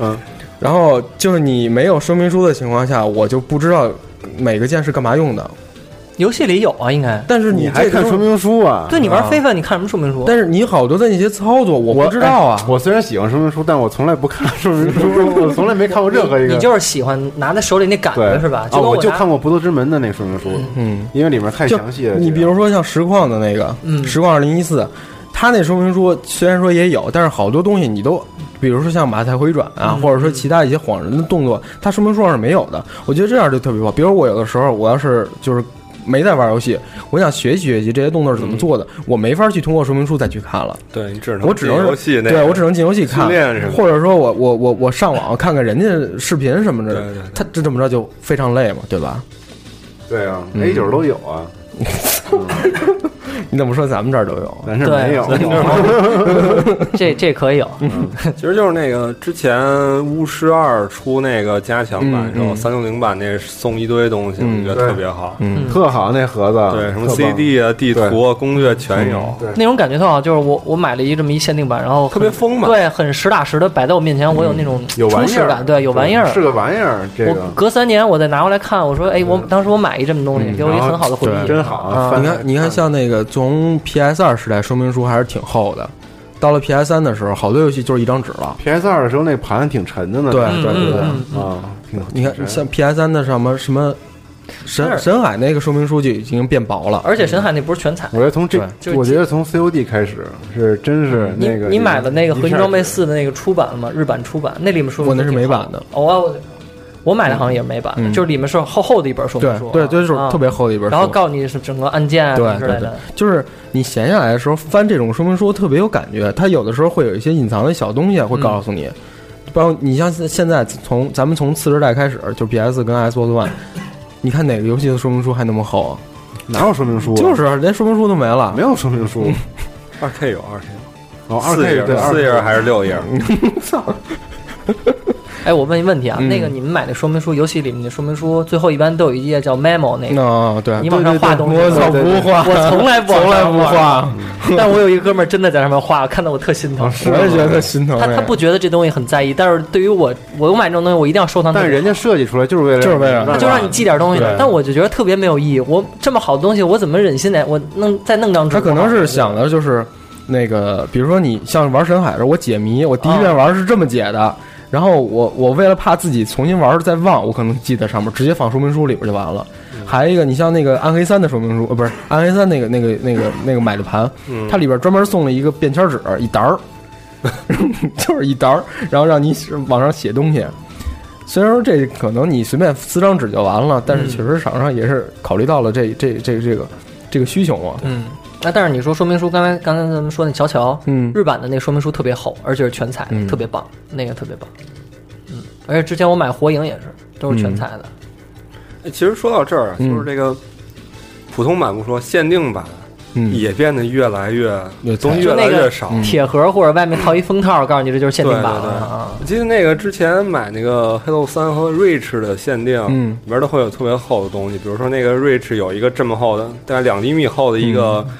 F: 嗯然后就是你没有说明书的情况下，我就不知道每个键是干嘛用的。
E: 游戏里有啊，应该。
F: 但是
D: 你还
F: 这个
D: 看
F: 时候
D: 说，明书啊？
E: 对你玩非分，你看什么说明书？
F: 但是你好多的那些操作我
D: 我
F: 不知道啊
D: 哎。我虽然喜欢说明书，但我从来不看说明 书，我从来没看过任何一个。
E: 你就是喜欢拿在手里那感觉
D: 对
E: 是吧？
D: 哦，
E: 跟
D: 我就
E: 拿
D: 看过《不斗之门》的那个说明书，
F: 嗯，
D: 因为里面太
F: 就
D: 详细了。
F: 你
D: 这个
F: 比如说像实况的那个，
E: 嗯
F: 实况二零一四，它那说明书虽然说也有，但是好多东西你都，比如说像马赛回转啊，或者说其他一些晃人的动作，它说明书上是没有的。我觉得这样就特别棒。比如我有的时候，我要是就是。没在玩游戏，我想学习学习这些动作是怎么做的，我没法去通过说明书再去看了。
B: 对你只能
F: 我只能
B: 进
F: 是
B: 游戏那
F: 对
B: 个
F: 我只能进游戏看
B: 自恋是吧，
F: 或者说我我我我上网看看人家视频什么的，
B: 对对对
F: 他这这么着就非常累嘛，对吧？
D: 对啊
F: 嗯
D: ，A 九都有啊，
F: 你怎么说咱们这儿都有？
D: 咱这儿没有。 嗯
E: 这这可以有，
B: 其实就是那个之前巫师二出那个加强版之
F: 嗯
B: 后，
F: 嗯
B: 三六零版那送一堆东西，
F: 嗯
B: 我觉得特别好。
F: 嗯
D: 特好那盒子，
B: 对，什么
D: 特棒嗯
B: CD 啊、地图啊、攻略全有，
D: 对
E: 那种感觉特好。就是我我买了一这么一限定版，然后
B: 特别
E: 很
B: 丰满。
E: 对，很实打实的摆在我面前，我有那种
D: 嗯有
E: 充
D: 玩意
E: 实
D: 儿，
E: 感，对，有玩意儿。
D: 是个玩意儿，这
E: 我
D: 个
E: 隔三年我再拿过来看，我说，哎，我当时我买一这么东
D: 嗯
E: 西，给我一很好的回
F: 然后
E: 忆。
D: 真好啊！翻
F: 你
D: 开
F: 看，你看，像那个从 PS 二时代说明书还是挺厚的，到了 PS 三的时候，好多游戏就是一张纸了。
D: PS 二的时候那盘挺沉的呢，
F: 对
E: 嗯
F: 对对对，
E: 嗯嗯
D: 啊，挺
F: 你
D: 挺
F: 看
D: 沉
F: 像 PS 三的什么什么神
E: 是
F: 神海那个说明书就已经变薄了，
E: 而且神海那不是全彩
D: 我，觉得从这
E: 对，
D: 我觉得从 COD 开始是真是
E: 嗯你
D: 那个
E: 你买了那个
D: 一
E: 合金
D: 下
E: 装备四的那个出版了吗？日版出版那里面说明
F: 我那
E: 书
F: 是
E: 挺
F: 美
E: 好
F: 版的。
E: 哦，我我买的好像也是美版的，
F: 嗯
E: 就是里面是厚厚的一本说明
F: 对
E: 书啊，
F: 对，就是
E: 啊
F: 特别厚的一本书。
E: 然后告诉你是整个案件啊什
F: 对
E: 么之类
F: 对对
E: 的，，
F: 就是你闲下来的时候翻这种说明书特别有感觉，它有的时候会有一些隐藏的小东西会
E: 嗯
F: 告诉你。包括你像现在从咱们从次时代开始，就 PS 跟 Xbox One，你看哪个游戏的说明书还那么厚啊？
D: 哪有说明书啊？
F: 就是连说明书都没了
D: 没。有说明 书，
B: 二 K 有二 K，
D: 哦，二
B: 四
D: K
B: 页
D: 对
B: 四页 还是六页？
E: 哎，我问一问题啊，
F: 嗯
E: 那个你们买的说明书，游戏里面的说明书，最后一般都有一页叫 memo 那个，
F: 啊，对，
E: 你往上画东西
F: 我
E: 吗，
F: 操，
D: 对对对
F: 不画，
E: 我从来不
F: 从来
E: 往
F: 不
E: 上画
F: 画，
E: 但我有一个哥们儿真的在上面画，看得我特心疼。
F: 我也觉得心疼。
E: 他他不，觉得这东西很在意，但是对于我，我买这种东西，我一定要收藏。
D: 但是人家设计出来就是为了
F: 就是为了
E: 他就让你记点东西
F: 对，
E: 但我就觉得特别没有意义。我这么好的东西，我怎么忍心来我弄再弄张纸？
F: 他可能是想的就是那个，比如说你像玩神海的时候，我解谜，我第一遍玩是这么解的，然后我我为了怕自己重新玩儿再忘，我可能记在上面，直接放说明书里边就完了。
E: 嗯
F: 还有一个，你像那个暗黑三的说明书，呃，不是暗黑三那个那个那个那个买的盘，
E: 嗯
F: 它里边专门送了一个便签纸一沓儿， 就是一沓儿，然后让你往上写东西。虽然说这可能你随便撕张纸就完了，但
E: 嗯
F: 是确实厂商也是考虑到了这这这这个这个需求嘛。
E: 嗯。那但是你说说明书，刚才刚才咱们说那乔乔，
F: 嗯
E: 日版的那个说明书特别厚，而且是全彩，
F: 嗯
E: 特别棒，那个特别棒，嗯，而且之前我买火影也是，都是全彩的，
B: 哎其实说到这儿啊，
F: 嗯
B: 就是这个普通版不说，限定版
F: 嗯，
B: 也变得越来越
F: 越嗯
B: 东西
E: 就
B: 越来
E: 那个
B: 越少。嗯
E: 铁盒或者外面套一封套，告诉你这就是限定版
B: 对
E: 了
B: 对对
E: 啊。
B: 我记得那个之前买那个《黑豆三》和《Rich》的限定，
F: 嗯
B: 里边都会有特别厚的东西，比如说那个《Rich》有一个这么厚的，大概两厘米厚的一个，
F: 嗯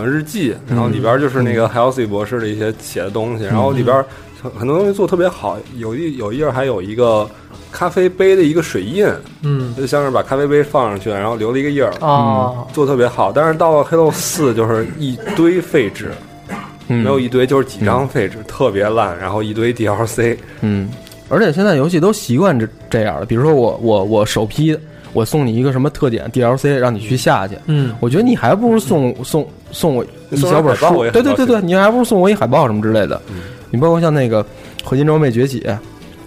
B: 呃，日记，然后里边就是那个 Halsey 博士的一些写的
F: 嗯
B: 东西，然后里边很很多东西做得特别好，有一有一页还有一个咖啡杯的一个水印，
E: 嗯
B: 就像是把咖啡杯放上去，然后留了一个印儿。嗯
E: 哦，
B: 做得特别好，但是到了黑豆四就是一堆废纸，
F: 没
B: 没有一堆就是几张废纸，特别烂，然后一堆 DLC，
F: 嗯，而且现在游戏都习惯这这样了。比如说我我我首批我送你一个什么特点 DLC，让你去下去。
E: 嗯，
F: 我觉得你还不如送送送我一小本
B: 送我海报
F: 书
B: 我也，很
F: 对对对
B: 高嗯
F: 对，你还不如送我一海报什么之类的。你包括像那个《合金装备崛起》，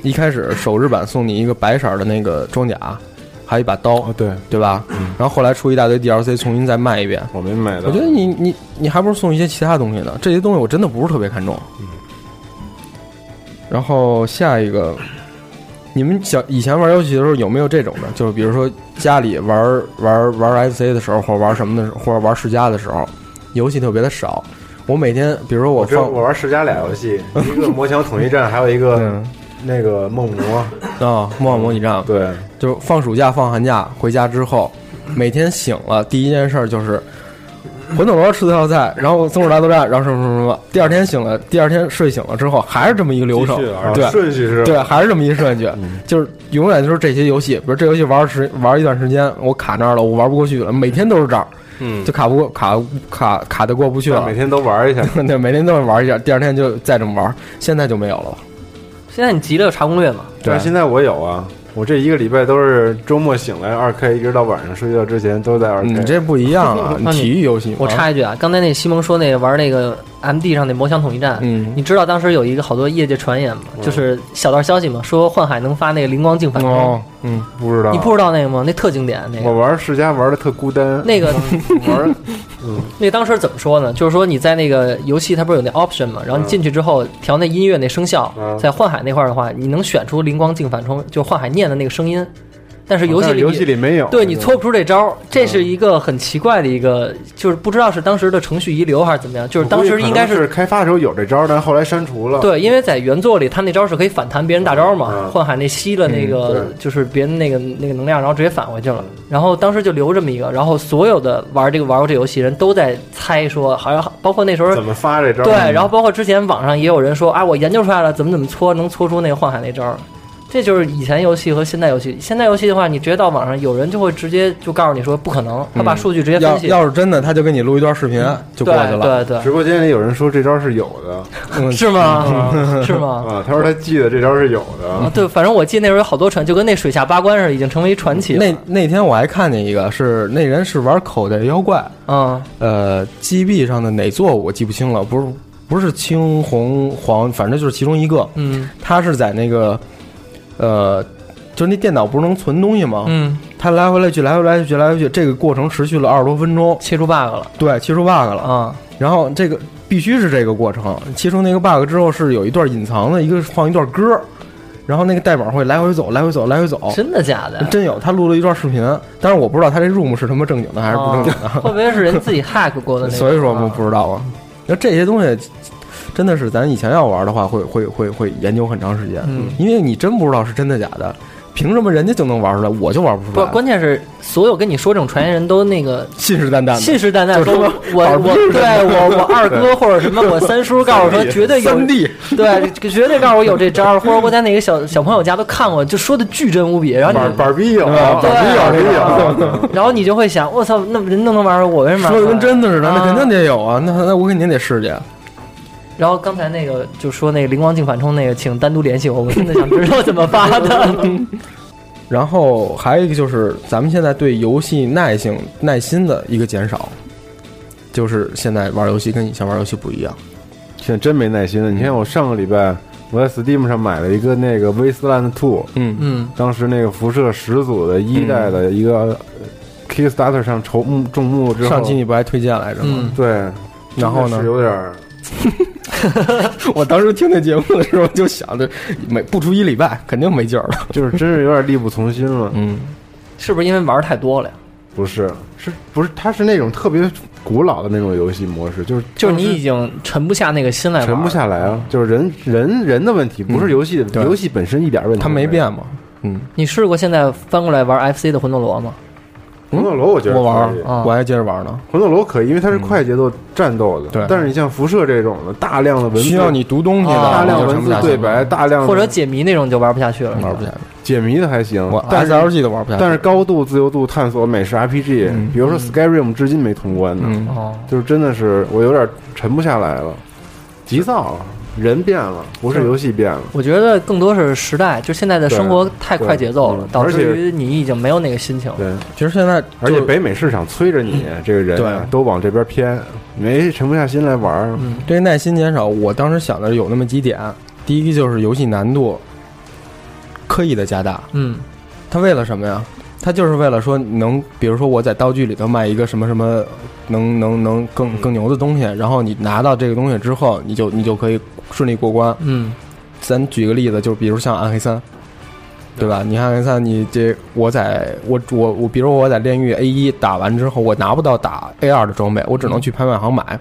F: 一开始首日版送你一个白色儿的那个装甲，还有一把刀
D: 哦，，对
F: 对吧？
B: 嗯
F: 然后后来出一大堆 DLC，重新再卖一遍。
D: 我没买到。
F: 我觉得你你你还不如送一些其他东西呢，这些东西我真的不是特别看重。然后下一个，你们小以前玩游戏的时候有没有这种的？就是比如说家里玩玩玩 FC 的时候，或者玩什么的时候，或者玩世家的时候，游戏特别的少。我每天，比如说我
D: 我这
F: 放
D: 我玩十家俩游戏，一个魔墙统一战，还有一个
F: 嗯
D: 那
H: 呃
D: 个梦魔。
F: 啊，模仿模拟战，
D: 对，
F: 就是放暑假放寒假回家之后，每天醒了第一件事儿就是馄饨罗吃这道菜，然后松鼠大作战，然后什么什么什么。第二天醒了，第二天睡醒了之后还是这么一个流程
H: 继续玩，
F: 对
D: 啊顺序是
F: 对，还是这么一顺序，
H: 嗯
F: 就是永远就是这些游戏，比如这游戏玩时玩一段时间，我卡那儿了，我玩不过去了，每天都是这儿，
H: 嗯
F: 就，卡不过卡卡卡的过不去了
H: 每。天都玩一下，
F: 对，每天都会玩一下，第二天就再这么玩。现在就没有了。
E: 现在你急了就查攻略嘛，
D: 但是现在我有啊，我这一个礼拜都是周末醒来二 K，一直到晚上睡觉之前都在二
F: 你
D: K。
F: 这不一样啊！你
E: 那你
F: 体育游戏嘛，
E: 我插一句啊，刚才那西蒙说那个玩那个 M D 上那魔枪统一战，
F: 嗯
E: 你知道当时有一个好多业界传言嘛，
D: 嗯
E: 就是小道消息嘛，说幻海能发那个灵光镜反光，
F: 哦，嗯，
D: 不知道
E: 你不知道那个吗？那特经典，那
D: 我
E: 个
D: 玩世家玩的特孤单，
E: 啊
D: 嗯
E: 那个 嗯
D: 玩
E: 那当时怎么说呢？就是说你在那个游戏它不是有那 option 嘛，然后你进去之后调那音乐那声效，
D: 嗯
E: 在幻海那块儿的话，你能选出灵光镜反冲，就是幻海念的那个声音，但是游戏
D: 哦但
E: 里
D: 是游戏里没有。
E: 对你搓不出这招儿，这是一个很奇怪的一个，就是不知道是当时的程序遗留还是怎么样，就是
D: 我估
E: 当
D: 计
E: 时应该
D: 可能是开发的时候有这招，但后来删除了。
E: 对，因为在原作里，他那招是可以反弹别人大招嘛，
D: 嗯
E: 幻海那吸了那个就是别人那个那个能量，然后直接返回去了。然后当时就留这么一个，然后所有的玩这个玩过这游戏人都在猜说，好像包括那时候
D: 怎么发这招？
E: 对，然后包括之前网上也有人说啊，我研究出来了，怎么怎么搓能搓出那个幻海那招儿。这就是以前游戏和现代游戏。现代游戏的话，你直接到网上，有人就会直接就告诉你说不可能，他
D: 嗯
E: 把数据直接
F: 嗯要
E: 分析。嗯
F: 要是真的，他就给你录一段视频就过去了，
E: 对对
D: 直播间里有人说这招是有的
E: 对， 是吗？是吗？
D: 啊，他说他记得这招是有
E: 啊
D: 的，，
E: 对，反正我记得那时候有好多传，就跟那水下八关似的，已经成为一传奇了。
F: 那那天我还看见一个，是那人是玩口袋妖怪，
E: 嗯，
F: 呃，GB 上的哪座我记不清了，不是不是青红黄，反正就是其中一个。
E: 嗯
F: 他是在那个，呃，就是那电脑不是能存东西吗？
E: 嗯，
F: 他来回来去，来回来去，来回去，这个过程持续了二十多分钟。
E: 切出 bug 了
F: 对，切出 bug 了。
E: 啊！
F: 然后这个必须是这个过程，切出那个 bug 之后是有一段隐藏的，一个放一段歌，然后那个代码会来回走，来回走，来回走。
E: 真的假的？
F: 真有，他录了一段视频，但是我不知道他这 room 是他妈正经的还是不正经
E: 啊会不会是人自己 hack 过的
F: 的，
E: 那种啊？
F: 所以说我们不知道啊。那这些东西真的是咱以前要玩的话，会会会会研究很长时间，
E: 嗯
F: 因为你真不知道是真的假的，凭什么人家就能玩出来，我就玩不出
E: 不，
F: 来？
E: 关键是所有跟你说这种传言人都那个
F: 信誓旦旦的，
E: 信誓旦
F: 就
E: 旦
F: 是
E: 说
F: 说
E: 我，我我对我我二哥或者什么我三叔告诉我说绝对有
F: 三 D，
E: 对，绝对告诉我有这招儿，或者我在哪个小小朋友家都看过，就说的巨真无比。然后
D: 板
E: 你，
D: 板逼有，板
E: 对
D: 逼有，板逼有。
E: 然后你就会想，我操，那人弄那玩意儿，我为什么玩
F: 说
E: 不
F: 的
E: 出来
F: 跟真的似的，那
E: 啊
F: 肯定得有啊，那那我肯定得试去。啊
E: 然后刚才那个就说那个灵光镜反冲那个，请单独联系我，我真的想知道怎么发的。
F: 然后还有一个就是咱们现在对游戏耐性、耐心的一个减少，就是现在玩游戏跟以前玩游戏不一样。
D: 现在真没耐心了。你看我上个礼拜我在 Steam 上买了一个那个《威斯兰 Two》，
F: 嗯
E: 嗯，
D: 当时那个辐射始祖的一代的一个呃 Kickstarter 上筹募众募之后，
F: 上期你不还推荐来着吗？
D: 对，
F: 然后呢
D: 是有点儿
F: 我当时听那节目的时候就想着，每不出一礼拜肯定没劲儿了。
D: 就是真是有点力不从心了。
F: 嗯，
E: 是不是因为玩儿太多了呀？
D: 不是，是不是？它是那种特别古老的那种游戏模式，就是
E: 就是你已经沉不下那个心来玩，
D: 沉不。下来啊，就是人人人的问题，不是游戏、
F: 嗯对
D: 游戏本身一点问题
F: 他
D: 都
F: 没
D: 没。
F: 变嘛。嗯，
E: 你试过现在翻过来玩 FC 的魂斗罗吗？
D: 魂斗罗我觉得
F: 嗯我玩
D: 可以
E: 啊
F: 儿，我还接着玩呢。
D: 魂斗罗可以，因为它是快节奏战斗的。
F: 对
D: 但是你像辐射这种的，大量的文字啊
F: 需要你读东西的，
D: 大量
F: 就
D: 文
F: 沉不
D: 字
F: 下去
D: 对
F: 了
D: 白，大量的
E: 啊或者解谜那种就玩不下去了，
F: 玩不下去。
D: 解谜的还行
F: 我，
D: 但
F: S
D: 是
F: L G 都玩不下去。
D: 但是高度自由度探索美式 RPG，、比如说 Skyrim 至今没通关呢，
F: 嗯，
E: 哦，
D: 就是真的是我有点沉不下来了，急躁了，人变了，不是游戏变了。
E: 我觉得更多是时代，就现在的生活太快节奏了
D: 对，嗯
E: 导
D: 而且
E: 致于你已经没有那个心情了。
D: 对，
F: 其实现在
D: 而且
F: 就嗯
D: 北美市场催着你这个人啊、
F: 对
D: 都往这边偏，没沉不下心来玩儿。
F: 对嗯耐心减少，我当时想的有那么几点，第一个就是游戏难度刻意的加大，
E: 嗯，
F: 他为了什么呀？他就是为了说能，比如说我在道具里头卖一个什么什么能能能更更牛的东西，然后你拿到这个东西之后，你就你就可以顺利过关。
E: 嗯，
F: 咱举个例子，就比如像暗黑三，对吧？你看暗黑三，你这我在我我我，
D: 嗯
F: 比如我在炼狱 A 一打完之后，我拿不到打 A 二的装备，我只能去拍卖行买。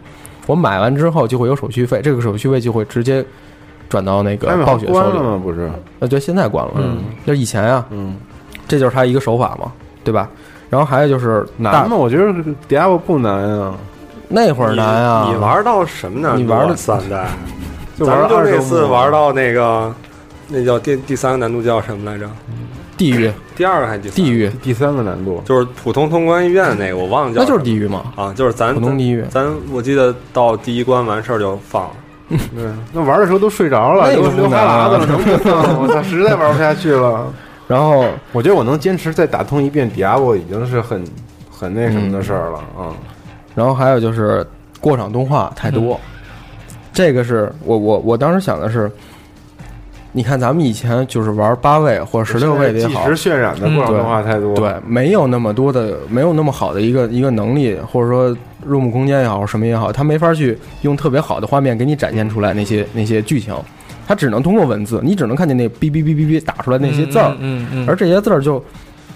F: 我买完之后就会有手续费，这个手续费就会直接转到那个
D: 艾美
F: 暴
D: 好
F: 雪手
D: 关
F: 里
D: 了。吗？不是，
F: 呃，对，现在关了，
D: 嗯，
F: 就是以前啊，
D: 嗯，
F: 这就是他一个手法嘛，对吧？然后还有就是
D: 难
F: 大
D: 吗？我觉得 Diablo 不难啊，
F: 那会儿难啊，
B: 你玩到什么呢？
F: 你玩了
B: 三代，
D: 就
B: 咱
D: 玩
B: 们就
D: 二
B: 那
D: 周
B: 次
D: 目
B: 玩到那个，那叫第第三个难度叫什么来着？
F: 地狱
B: 第二个还是第三个
F: 地？狱，
D: 第三个难度，
B: 就是普通通关医院那个，我忘了叫
F: 那
B: 什么。
F: 就是地狱嘛。
B: 啊，就是咱
F: 普通地狱
B: 咱咱我记得到第一关完事儿就放了。
D: 对，那玩的时候都睡着了，
F: 那
D: 流
F: 个不
D: 流哈
F: 难啊
D: 喇子了，能不能？我操，实在玩不下 去了。
F: 然后
D: 我觉得我能坚持再打通一遍 Diablo 已经是很很那什么的事儿了啊。
F: 嗯然后还有就是过场动画太
D: 嗯
F: 多，这个是我我我当时想的是，你看咱们以前就是玩八位或者十六位的也
D: 即
F: 好，
D: 时渲染的
E: 嗯
D: 过场
F: 对
D: 动画太多，
F: 对，没有那么多的，没有那么好的一个一个能力，或者说入目空间也好，什么也好，它没法去用特别好的画面给你展现出来那些那些剧情，它只能通过文字，你只能看见那哔哔哔哔哔打出来那些字儿，
E: 嗯嗯，
F: 而这些字儿就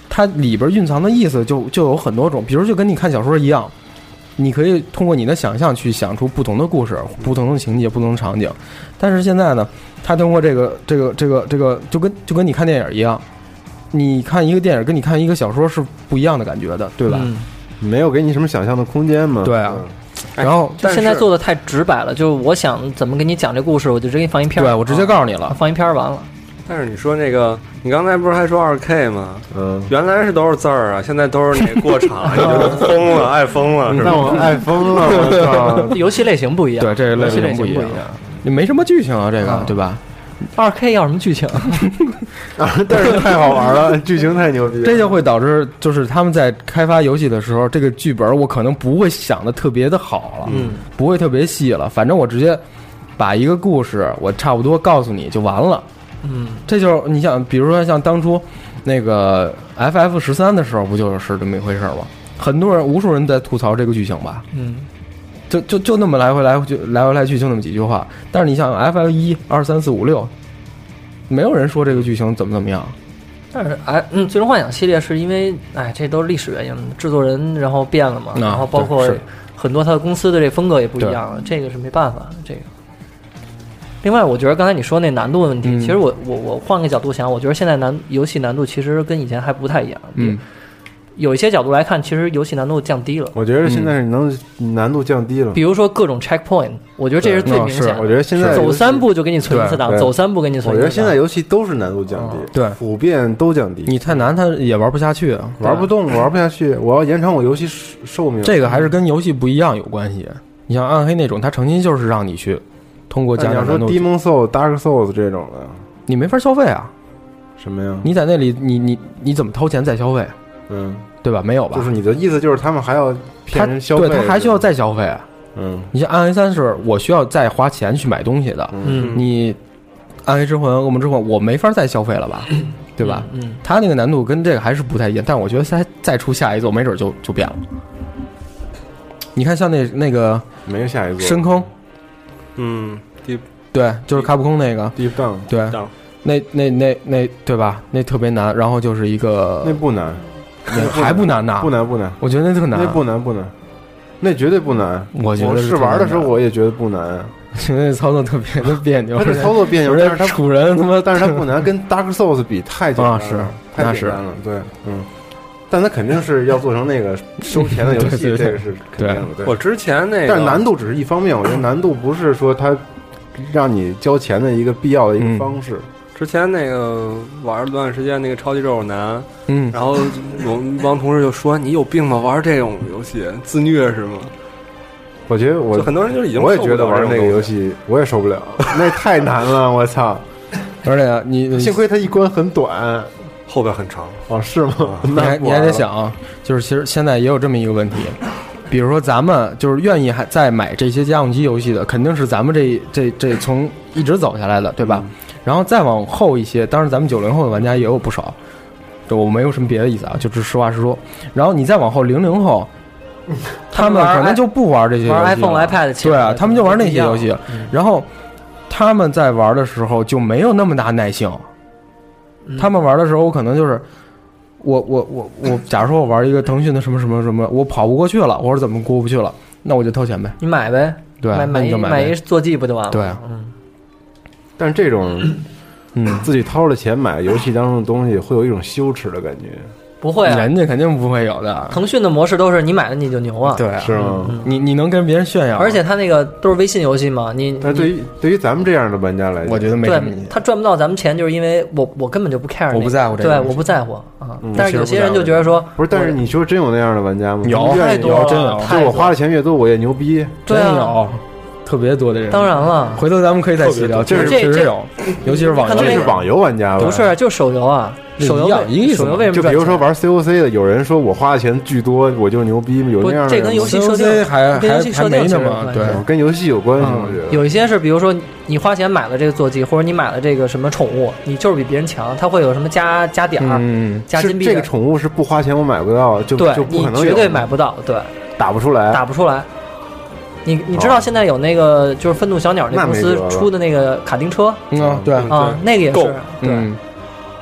F: 它里边蕴藏的意思就就有很多种，比如就跟你看小说一样，你可以通过你的想象去想出不同的故事、不同的情节、不同的场景。但是现在呢，它通过这个这个这个这个，就跟就跟你看电影一样，你看一个电影跟你看一个小说是不一样的感觉的，对吧？
E: 嗯
D: 没有给你什么想象的空间嘛。
F: 对啊
D: 嗯
F: 然后
E: 就
B: 但
E: 现在
B: 是
E: 做的太直白了，就是我想怎么给你讲这故事，我就直接给你放一篇儿。
F: 对我直接告诉你了
E: 啊，放一篇儿完 了。
B: 但是你说那个，你刚才不是还说二 K 吗？
D: 嗯，
B: 原来是都是字儿啊，现在都是那过 场，你就疯了，爱疯了，是
D: 让
B: 吧？
D: 我爱疯了， 我
E: 游戏类型不一样，
F: 对这个类
E: 游戏
F: 型
E: 哎类
F: 不
E: 型
F: 一
E: 不
F: 样
E: 一样。
F: 你没什么剧情啊，这个
E: 啊
F: 对吧？
E: 二 K 要什么剧情？
D: 操！ 但是太好玩了， 剧情太牛逼了，
F: 这就会导致，就是他们在开发游戏的时候，这个剧本我可能不会想的特别的好了，
B: 嗯，
F: 不会特别细了，反正我直接把一个故事，我差不多告诉你就完了。
E: 嗯，
F: 这就是你想，比如说像当初那个 FF 十三的时候，不就是这么一回事儿吗？很多人，无数人在吐槽这个剧情吧，
E: 嗯，
F: 就就就那么来回来回去来回来去就那么几句话。但是你想 FF 一二三四五六，没有人说这个剧情怎么怎么样，
E: 但是哎，嗯，最终幻想系列是因为哎，这都是历史原因，制作人然后变了嘛，
F: 啊
E: 然后包
F: 对
E: 括
F: 是
E: 很多他的公司的这风格也不一样了，这个是没办法，这个。另外，我觉得刚才你说那难度的问题，
F: 嗯
E: 其实我我我换个角度想，我觉得现在难游戏难度其实跟以前还不太一样。
F: 嗯，
E: 有一些角度来看，其实游戏难度降低了，嗯
D: 我觉得现在是能难度降低了
E: 比。如说各种 checkpoint，我觉得这是最
F: 嗯
E: 明显
F: 是
E: 的。
D: 我觉得现在
E: 走
D: 游戏
E: 三，步就给你存一次档，
D: 对
E: 走三步给你存
D: 我
E: 一次档。哦
D: 觉得现在游戏都是难度降低，
F: 对
D: 普遍都降低。
F: 你太难他也玩不下去啊。
D: 玩不动，玩不下去，我要延长我游戏寿寿命。
F: 这个还是跟游戏不一样有关系。你像暗黑那种，它诚心就是让你去通过
D: 那
F: 加
D: 哎你要说
F: 强难度，
D: Demon Souls、Dark Souls 这种的，
F: 你没法消费啊！
D: 什么呀？
F: 你在那里，你你你怎么掏钱再消费啊，
D: 嗯，
F: 对吧？没有吧？
D: 就是你的意思就是他们还要骗人消
F: 对
D: 费，
F: 他还需要再消费啊！
D: 嗯
F: 你像暗黑三是我需要再花钱去买东西的，
E: 嗯
F: 你暗黑之魂、恶魔之魂，我没法再消费了吧？对吧？
E: 嗯，
F: 它那个难度跟这个还是不太一样，但我觉得再再出下一座，没准就就变了。你看，像那那个
D: 没有下一座
F: 深坑，
B: 嗯，第
F: 对，就是卡普空那个，
D: Deep Down
F: 对，
B: 档
F: 那那那那对吧？那特别难，然后就是一个
D: 那不难，
F: 那还不难呢，
D: 不难不难，
F: 我觉得那特难
D: 那，不难不难，那绝对不难。
F: 我觉
D: 我
F: 得是
D: 试玩的时候
F: 特别难
D: 我也觉得不难，
F: 觉得那 操作特别的别扭，
D: 它这操作别扭，
F: 而
D: 但是
F: 且
D: 它
F: 楚人他妈，
D: 但是 它不难，跟 Dark Souls 比太简单了，
F: 啊
B: 呃
F: 是
D: 太简单了，对，嗯。但它肯定是要做成那个收钱的游戏，
F: 对对对
D: 这个是肯定的。对
B: 我之前那个，
D: 但是难度只是一方面，我觉得难度不是说它让你交钱的一个必要的一
F: 嗯
D: 个方式。
B: 之前那个玩了段时间那个超级肉男，
F: 嗯，
B: 然后我们帮同事就说你有病吗？玩这种游戏自虐是吗？
D: 我觉得
B: 就
D: 我
B: 很多人就已经
D: 我也
B: 受不
D: 觉得
B: 了
D: 玩
B: 这种
D: 那个
B: 东
D: 游
B: 西，
D: 戏我也受不了，
F: 嗯
D: 那太难了，我操！
F: 而且 你
D: 幸亏它一关很短，
B: 后边很长，啊
D: 哦，是吗？
F: 你
D: 那
F: 还
D: 不
F: 你
D: 玩
F: 还
D: 了
F: 得，想啊，就是其实现在也有这么一个问题，比如说咱们就是愿意还再买这些家用机游戏的，肯定是咱们这这这从一直走下来的，对吧？
D: 嗯
F: 然后再往后一些，当然咱们九零后的玩家也有不少，这我没有什么别的意思啊，就只是实话实说。然后你再往后零 零后，他们
E: 玩
F: 可能
E: i-
F: 就不玩这些游戏了
E: 玩 iPhone、iPad 起
F: 对
E: 来
F: 啊，他们就玩那些游戏
E: 不一样，嗯
F: 然后他们在玩的时候就没有那么大耐性。
E: 嗯
F: 他们玩的时候，我可能就是我我我我，假如说我玩一个腾讯的什么什么什么，我跑不过去了，我说怎么过不去了，那我就掏钱呗。
E: 你买呗，
F: 对，
E: 买
F: 那
E: 买
F: 你
E: 一
F: 就
E: 买
F: 那
E: 一
F: 个
E: 坐骑不就完了？
F: 对
E: 嗯，
D: 但是这种
F: 嗯，
D: 自己掏了钱买游戏当中的东西，会有一种羞耻的感觉，
E: 不会啊。
F: 人家肯定不会有的，啊
E: 腾讯的模式都是你买了你就牛啊，，
F: 对啊，
D: 是吗？
F: 你你能跟别人炫耀吗，
E: 而且它那个都是微信游戏嘛，你
D: 但对
E: 你
D: 于对于咱们这样的玩家来讲，
F: 我觉得没什么意
E: 对
F: 义。
E: 他赚不到咱们钱，就是因为我我根本就不 care，那个
F: 我不在乎这个
E: 对，
F: 东西
E: 我不在乎啊
D: 嗯。
E: 但是有些人就觉得说，
D: 不是，但是
E: 我
D: 你说真有那样的玩家吗？
F: 有
D: 愿
E: 太
D: 意
E: 多
F: 有
E: 了，
F: 真有
D: 就
E: 太
D: 是
E: 多
D: 我
E: 了
D: 花的钱越多，我越牛逼。
E: 对
F: 真
E: 啊，
F: 有特别多的人，
E: 当然了，
F: 嗯回头咱们可以再细聊，
E: 特别多
F: 确实
E: 这
F: 确
E: 这
F: 实有，尤其是网
E: 看到
F: 游
D: 这
E: 这
D: 是
E: 个
D: 网游玩家吧？
E: 不是，就手游啊，
F: 那
E: 手游
F: 一样
E: 为
F: 一个意思嘛
E: 手游为什么
D: 就比
E: 赚
D: 如说
E: 钱
D: 玩 COC 的，有人说我花的钱巨多，我就是牛逼，有
E: 不
D: 那样的
E: 这
D: 人
E: 跟
D: 吗
E: 游戏设
F: COC
E: 定
F: 还
E: 跟游
F: 还
E: 戏
F: 还
E: 设定
F: 没
E: 其
F: 呢
E: 实有
F: 嘛，
E: 关系嗯
F: 对，
D: 哦跟游戏有关系，我觉得。
E: 有一些是，比如说你花钱买了这个坐骑，或者你买了这个什么宠物，你就是比别人强，它会有什么加加点儿、
F: 嗯，
E: 加
D: 是
E: 金币
D: 这个
E: 的，
D: 宠物是不花钱我买不到，就
E: 对
D: 就不
E: 你
D: 可能有哎
E: 绝对买不到，对，
D: 打不出来。
E: 打不出来。你你知道现在有那个就是愤怒小鸟那
D: 哦那
E: 公
D: 没
E: 司
D: 辙了
E: 出的那个卡丁车
F: 嗯啊，对，
E: 啊，那个也
B: 够
E: 是，对，
F: 嗯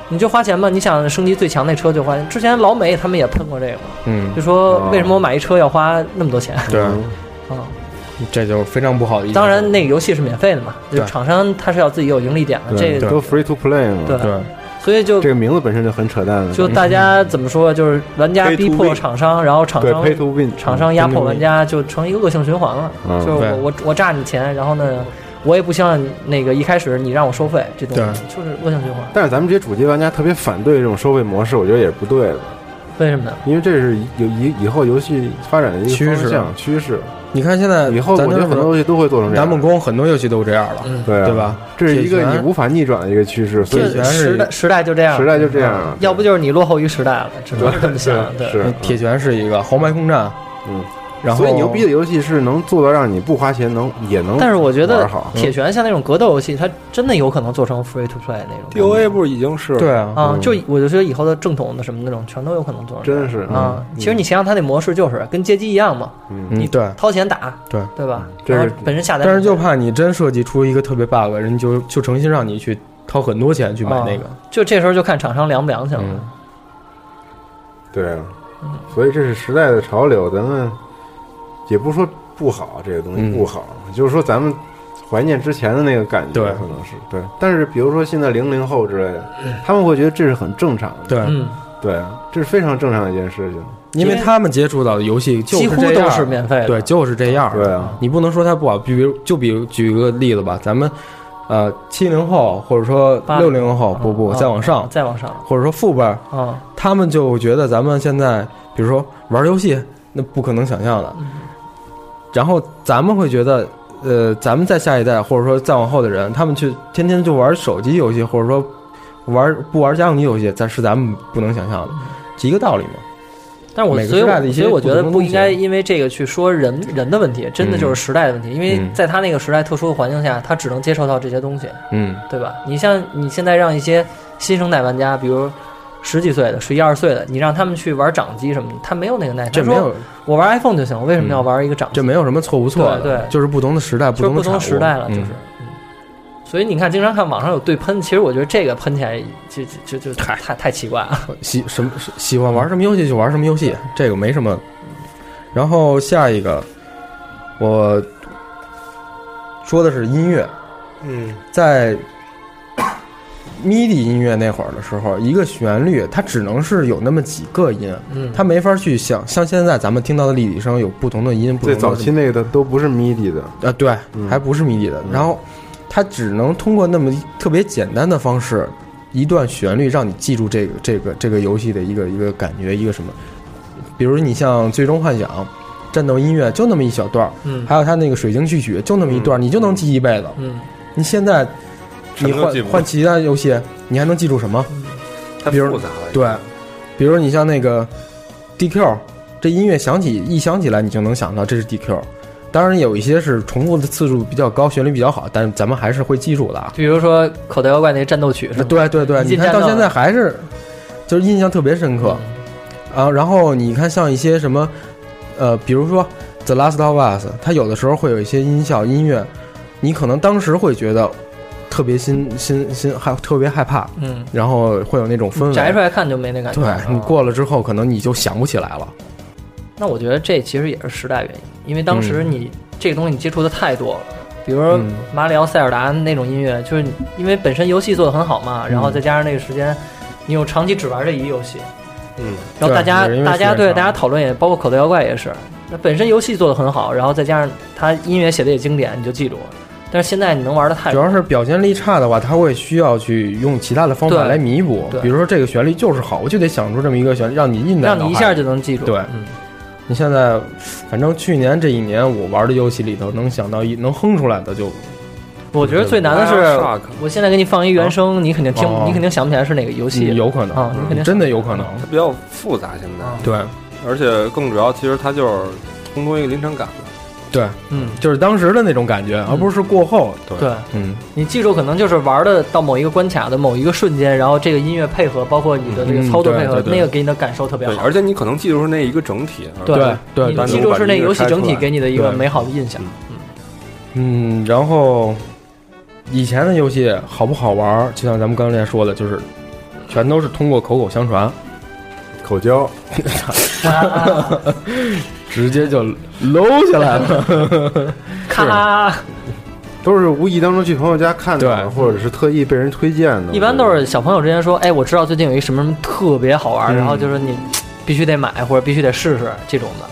E: 你就花钱吧，你想升级最强那车就花钱。之前老美他们也喷过这个嘛，
F: 嗯，
E: 就说
D: 哦
E: 为什么我买一车要花那么多钱？
F: 对，
E: 啊，
F: 这就非常不好的意思。
E: 当然那个游戏是免费的嘛，就
F: 对
E: 厂商他是要自己有盈利点的，这
D: 对，
E: 个
D: 都 free to play 嘛。
E: 对
F: 对，
E: 所以就
D: 这个名字本身就很扯淡了。
E: 就大家怎么说，就是玩家
B: Pay to
E: 逼迫
B: win
E: 厂商，然后厂
D: 对
E: 商
D: pay to win，
E: 厂商压迫玩家，就成一个恶性循环了。就
D: 嗯
E: 是我
F: 对
E: 我我榨你钱，然后呢，我也不希望那个一开始你让我收费，这东西
F: 对
E: 就是恶性循环。
D: 但是咱们这些主机玩家特别反对这种收费模式，我觉得也是不对的，
E: 为什么呢？
D: 因为这是有以以后游戏发展的一个
F: 趋势
D: 方向趋势。
F: 你看现在
D: 以后
F: 咱
D: 我觉得
F: 这
D: 很多游戏都会做成这
F: 南
D: 样
F: 梦，宫很多游戏都这样
E: 嗯
F: 了，
D: 对啊
F: 对？吧？
D: 这是一
F: 铁
D: 个
F: 拳
D: 你无法逆转的一个趋势，所以
F: 铁拳
E: 这时代时代就这样，嗯
D: 时代就这样啊了。
E: 要不就是你落后于时代了，只能是这么想。对，
D: 是
F: 嗯铁拳是一个红白空战，
D: 嗯，
F: 然后
D: 所以牛逼的游戏是能做到让你不花钱能也能，
E: 但是我觉得
D: 嗯玩好嗯
E: 铁拳像那种格斗游戏，它真的有可能做成 free to play 那种
B: DOA 不是已经是
F: 对啊，
E: 啊
D: 嗯，
E: 就以我就觉得以后的正统的什么那种，全都有可能做成这样。
D: 真是
E: 啊，其实你想想，它那模式就是跟街机一样嘛，
D: 嗯，
F: 嗯，对。
E: 掏钱打，
F: 对
E: 对吧？
D: 这是
E: 然后本身下单，
F: 但是就怕你真设计出一个特别 bug，人就就诚心让你去掏很多钱去
E: 啊
F: 买那个，
E: 就这时候就看厂商良不良心了
F: 嗯。
D: 对啊，所以这是时代的潮流，咱们也不说不好，这个东西
F: 嗯
D: 不好，就是说咱们怀念之前的那个感觉，
F: 对
D: 可能是对。但是比如说现在零零后之类的，他们会觉得这是很正常的，
F: 对，
E: 嗯，
D: 对，啊这是非常正常的一件事情，
F: 因为他们接触到的游戏就是
E: 几乎
F: 这样
E: 都是免费的。
F: 对，就是这样。
D: 对啊，
F: 你不能说它不好。比如，就比如举一个例子吧，咱们呃七零后或者说
E: 八
F: 六
E: 零
F: 零后，不不
E: 啊
F: 再往上，
E: 再往上，
F: 或者说父辈儿，
E: 嗯，
F: 他们就觉得咱们现在，比如说玩游戏，那不可能想象的。
E: 嗯
F: 然后咱们会觉得，呃，咱们再下一代，或者说再往后的人，他们去天天就玩手机游戏，或者说玩不玩家用机游戏，咱是咱们不能想象的，一个道理嘛。
E: 嗯但是我
F: 每个
E: 所以
F: 时代
E: 我
F: 的一些
E: 所以我觉得
F: 不同的
E: 不
F: 东西啊
E: 应该因为这个去说人人的问题，真的就是时代的问题，因为
F: 嗯
E: 在他那个时代特殊的环境下，他只能接受到这些东西，
F: 嗯，
E: 对吧？你像你现在让一些新生代玩家，比如。十几岁的、十一二岁的，你让他们去玩掌机什么的，他没有那个耐心。
F: 这没有，嗯
E: 我玩 iPhone 就行，我为什么要玩一个掌机？
F: 这没有什么错不错的，
E: 对对
F: 就是不同的时代，不
E: 就是
F: 同
E: 不
F: 的产
E: 同
F: 物
E: 时代了，就是。
F: 嗯
E: 嗯所以你看，经常看网上有对喷，其实我觉得这个喷起来就就就就太太太奇怪 了。
F: 喜什么喜欢玩什么游戏就玩什么游戏，这个没什么。然后下一个，我说的是音乐，
B: 嗯，
F: 在 MIDI 音乐那会儿的时候，一个旋律它只能是有那么几个音，
E: 嗯，
F: 它没法去想像现在咱们听到的立体声有不同的音，不
D: 最
F: 同的
D: 早期那个都不是 MIDI 的，
F: 啊，对，
D: 嗯
F: 还不是迷底的。然后它只能通过那么一特别简单的方式，一段旋律让你记住这个这个这个游戏的一个一个感觉，一个什么。比如你像《最终幻想》战斗音乐就那么一小段儿，
E: 嗯
F: 还有它那个《水晶序曲》就那么一段儿，你就能记一辈子。
E: 嗯，
F: 你现在
B: 什
F: 你
B: 么都
F: 换
B: 记不住
F: 换其他游戏，你还能记住什么？
B: 太
F: 比如
B: 复杂了。
F: 对，比如你像那个 DQ，这音乐响起一响起来，你就能想到这是 DQ。当然有一些是重复的次数比较高，旋律比较好，但是咱们还是会记住的啊。
E: 比如说口袋妖怪那个战斗曲是吧？
F: 对对对，
E: 一
F: 呃你
E: 进
F: 看
E: 战
F: 到
E: 斗
F: 现在还是就是印象特别深刻
E: 嗯
F: 啊。然后你看像一些什么呃，比如说《The Last of Us》，它有的时候会有一些音效音乐，你可能当时会觉得特别心心心害特别害怕，
E: 嗯，
F: 然后会有那种氛围。
E: 摘出来看就没那感觉。啊
F: 对你过了之后，可能你就想不起来了。
E: 那我觉得这其实也是时代原因，因为当时你这个东西你接触的太多了。比如说
F: 嗯
E: 马里奥、塞尔达那种音乐，就是你因为本身游戏做的很好嘛，
F: 嗯
E: 然后再加上那个时间，你又长期只玩这一游戏，
B: 嗯，
E: 然后大家
F: 对也是因为
E: 大家
F: 时间
E: 对
F: 长
E: 大家讨论也包括口袋妖怪也是，那本身游戏做的很好，然后再加上它音乐写的也经典，你就记住了。但是现在你能玩的太
F: 主
E: 多
F: 要是表现力差的话，他会需要去用其他的方法
E: 对
F: 来弥补
E: 对，
F: 比如说这个旋律就是好，我就得想出这么一个旋律，让你印在
E: 让你一下
F: 脑海里
E: 就能记住。
F: 对
E: 嗯，
F: 你现在，反正去年这一年我玩的游戏里头，能想到一能哼出来的就
E: 我觉得最难的是，我现在给你放一原声，你肯定听
F: 哦，
E: 你肯定想不起来是哪个游戏。
F: 嗯有可能，
E: 啊，你肯定
F: 真的有可能。
B: 它比较复杂现
E: 嗯
B: 在，
F: 对
B: 而且更主要其实它就是烘托一个临场感嘛。
F: 对，
E: 嗯，
F: 就是当时的那种感觉，而不是过后。
E: 对
F: 嗯，
E: 你记住，可能就是玩的到某一个关卡的某一个瞬间，然后这个音乐配合，包括你的这个
F: 嗯
E: 操作
F: 对
E: 配合，
F: 对对
E: 那个给你的感受特别
B: 对，
E: 好。
B: 而且你可能记住是那一个整体。啊而
E: 对
F: 对
E: 你
B: 单独
E: 记住
B: 把
E: 是那
B: 音
E: 个
B: 乐
E: 游戏
B: 拆
E: 整
B: 出
E: 体
B: 来
E: 给你的一个
F: 对
E: 美好的印象。
F: 嗯，然后以前的游戏好不好玩儿，就像咱们刚才说的，就是全都是通过口口相传，
I: 口交，
F: 直接就搂下来 了。
E: 咔，
I: 都是无意当中去朋友家看到
F: 对
I: 的，或者是特意被人推荐的。
E: 一般都是小朋友之间说，哎，我知道最近有一什么什么特别好玩，然后就是你必须得买或者必须得试试这种的。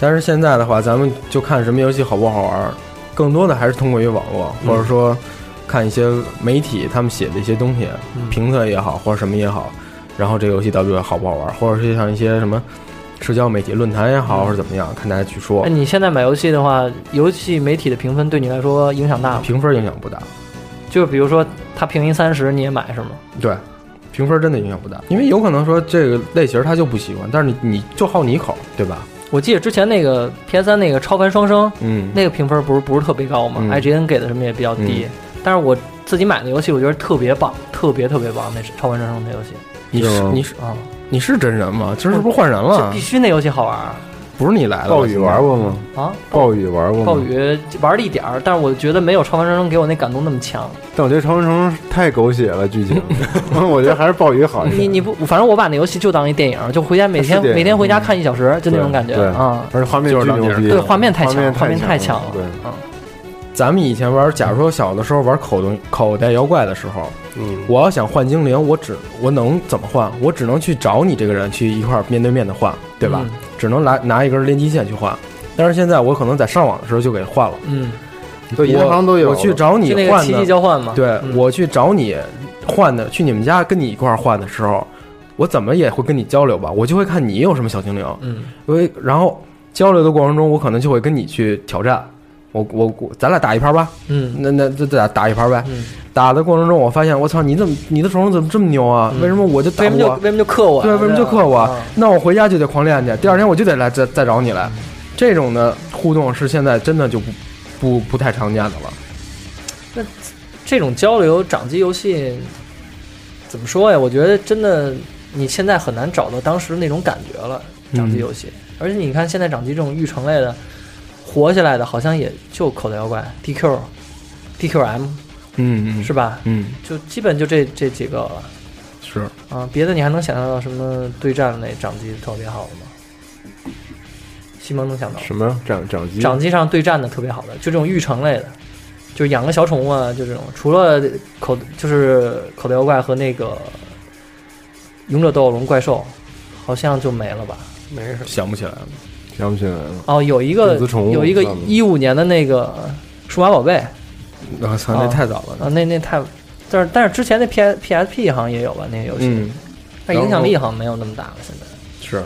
F: 但是现在的话，咱们就看什么游戏好不好玩儿，更多的还是通过于网络，或者说看一些媒体他们写的一些东西，
I: 嗯
F: 评测也好，或者什么也好，然后这个游戏到底好不好玩儿，或者是像一些什么社交媒体论坛也好，或者怎么样，看大家去说
E: 哎，，你现在买游戏的话，游戏媒体的评分对你来说影响大吗？
F: 评分影响不大。
E: 就是比如说他评一三十，你也买是吗？
F: 对，评分真的影响不大，因为有可能说这个类型他就不喜欢，但是你你就好你一口，对吧？
E: 我记得之前那个 PS 三那个《超凡双生》，
F: 嗯，
E: 那个评分不是不是特别高嘛、
F: 嗯
E: i g n 给的什么也比较低。但是我自己买的游戏，我觉得特别棒，特别特别棒。那是《超凡双生》那游戏
F: 你
I: 是
F: 是
I: 吗
F: 你是
E: 啊，
F: 你是真人吗？今儿是不是换人了
E: 就哦必？须那游戏好玩啊！
F: 不是你来了，
I: 暴雨玩过吗？
E: 啊
I: 暴雨玩过吗？
E: 暴，雨玩了一点儿，但是我觉得没有《超凡双生》给我那感动那么强。
I: 但我觉得《长城》太狗血了剧 情，我觉得还是暴雨
F: 啊
I: 好一点。
E: 你你不，反正我把那游戏就当一电影，就回家每
I: 它是
E: 天
I: 电影
E: 每天回家看一小时，就那种
I: 对
E: 感觉
I: 对
E: 啊。
I: 而且画面
F: 嗯就是
I: 巨
F: 当
I: 牛
F: 年
I: 逼，
E: 对画面太强
I: 强，
E: 画面太强
I: 了
E: 了。
I: 对，
F: 咱们以前玩，假如说小的时候玩口东口袋妖怪的时候，
B: 嗯，
F: 我要想换精灵，我只我能怎么换？我只能去找你这个人去一块儿面对面的换，对吧？
E: 嗯
F: 只能拿拿一根连接线去换。但是现在我可能在上网的时候就给换了，
E: 嗯，
I: 对银行都有。
F: 我去找你
E: 就那个
F: 换
E: 奇迹
F: 的，
E: 交换嘛。
F: 对、
E: 嗯
F: 我去找你换的，去你们家跟你一块儿换的时候，我怎么也会跟你交流吧？我就会看你有什么小精灵，
E: 嗯，
F: 因为然后交流的过程中，我可能就会跟你去挑战。我我我，咱俩打一盘吧，
E: 嗯
F: 那那就打打一盘呗。
E: 嗯，
F: 打的过程中，我发现我操，你怎么你的手上怎么这么牛啊？
E: 嗯
F: 为什么我就打
E: 为什么就为
F: 不过
E: 什么就克我呀？
F: 对，为什么就克我？
E: 啊
F: 那我回家就得狂练去，第二天我就得来再再找你来。这种的互动是现在真的就不不不太常见的了。
E: 啊这种交流掌机游戏怎么说呀？我觉得真的你现在很难找到当时那种感觉了。掌
F: 嗯
E: 机游戏，而且你看现在掌机这种育成类的活下来的，好像也就口袋妖怪、DQ、DQM
F: 嗯
E: 是吧？
F: 嗯
E: 就基本就这这几个了
F: 是，
E: 啊。别的你还能想象到什么对战类掌机特别好的吗？西蒙能想到吗
I: 什么掌掌机？
E: 掌机上对战的特别好的，就这种育成类的，就是养个小宠物啊，就这种。除了口就是口袋妖怪和那个勇者斗恶龙怪兽，好像就没了吧？
B: 没事。
F: 想不起来了。
I: 想不起来了。
E: 哦，有一个
I: 电子宠物
E: 有一个
I: 算吗啊
E: 一五年的那个数码宝贝
F: 我操，
E: 啊
F: 那太早了。
E: 啊，那那太，但是但是之前那 P P S P 好像也有吧那个游戏，
F: 嗯，
E: 但影响力好像没有那么大了。现在
F: 是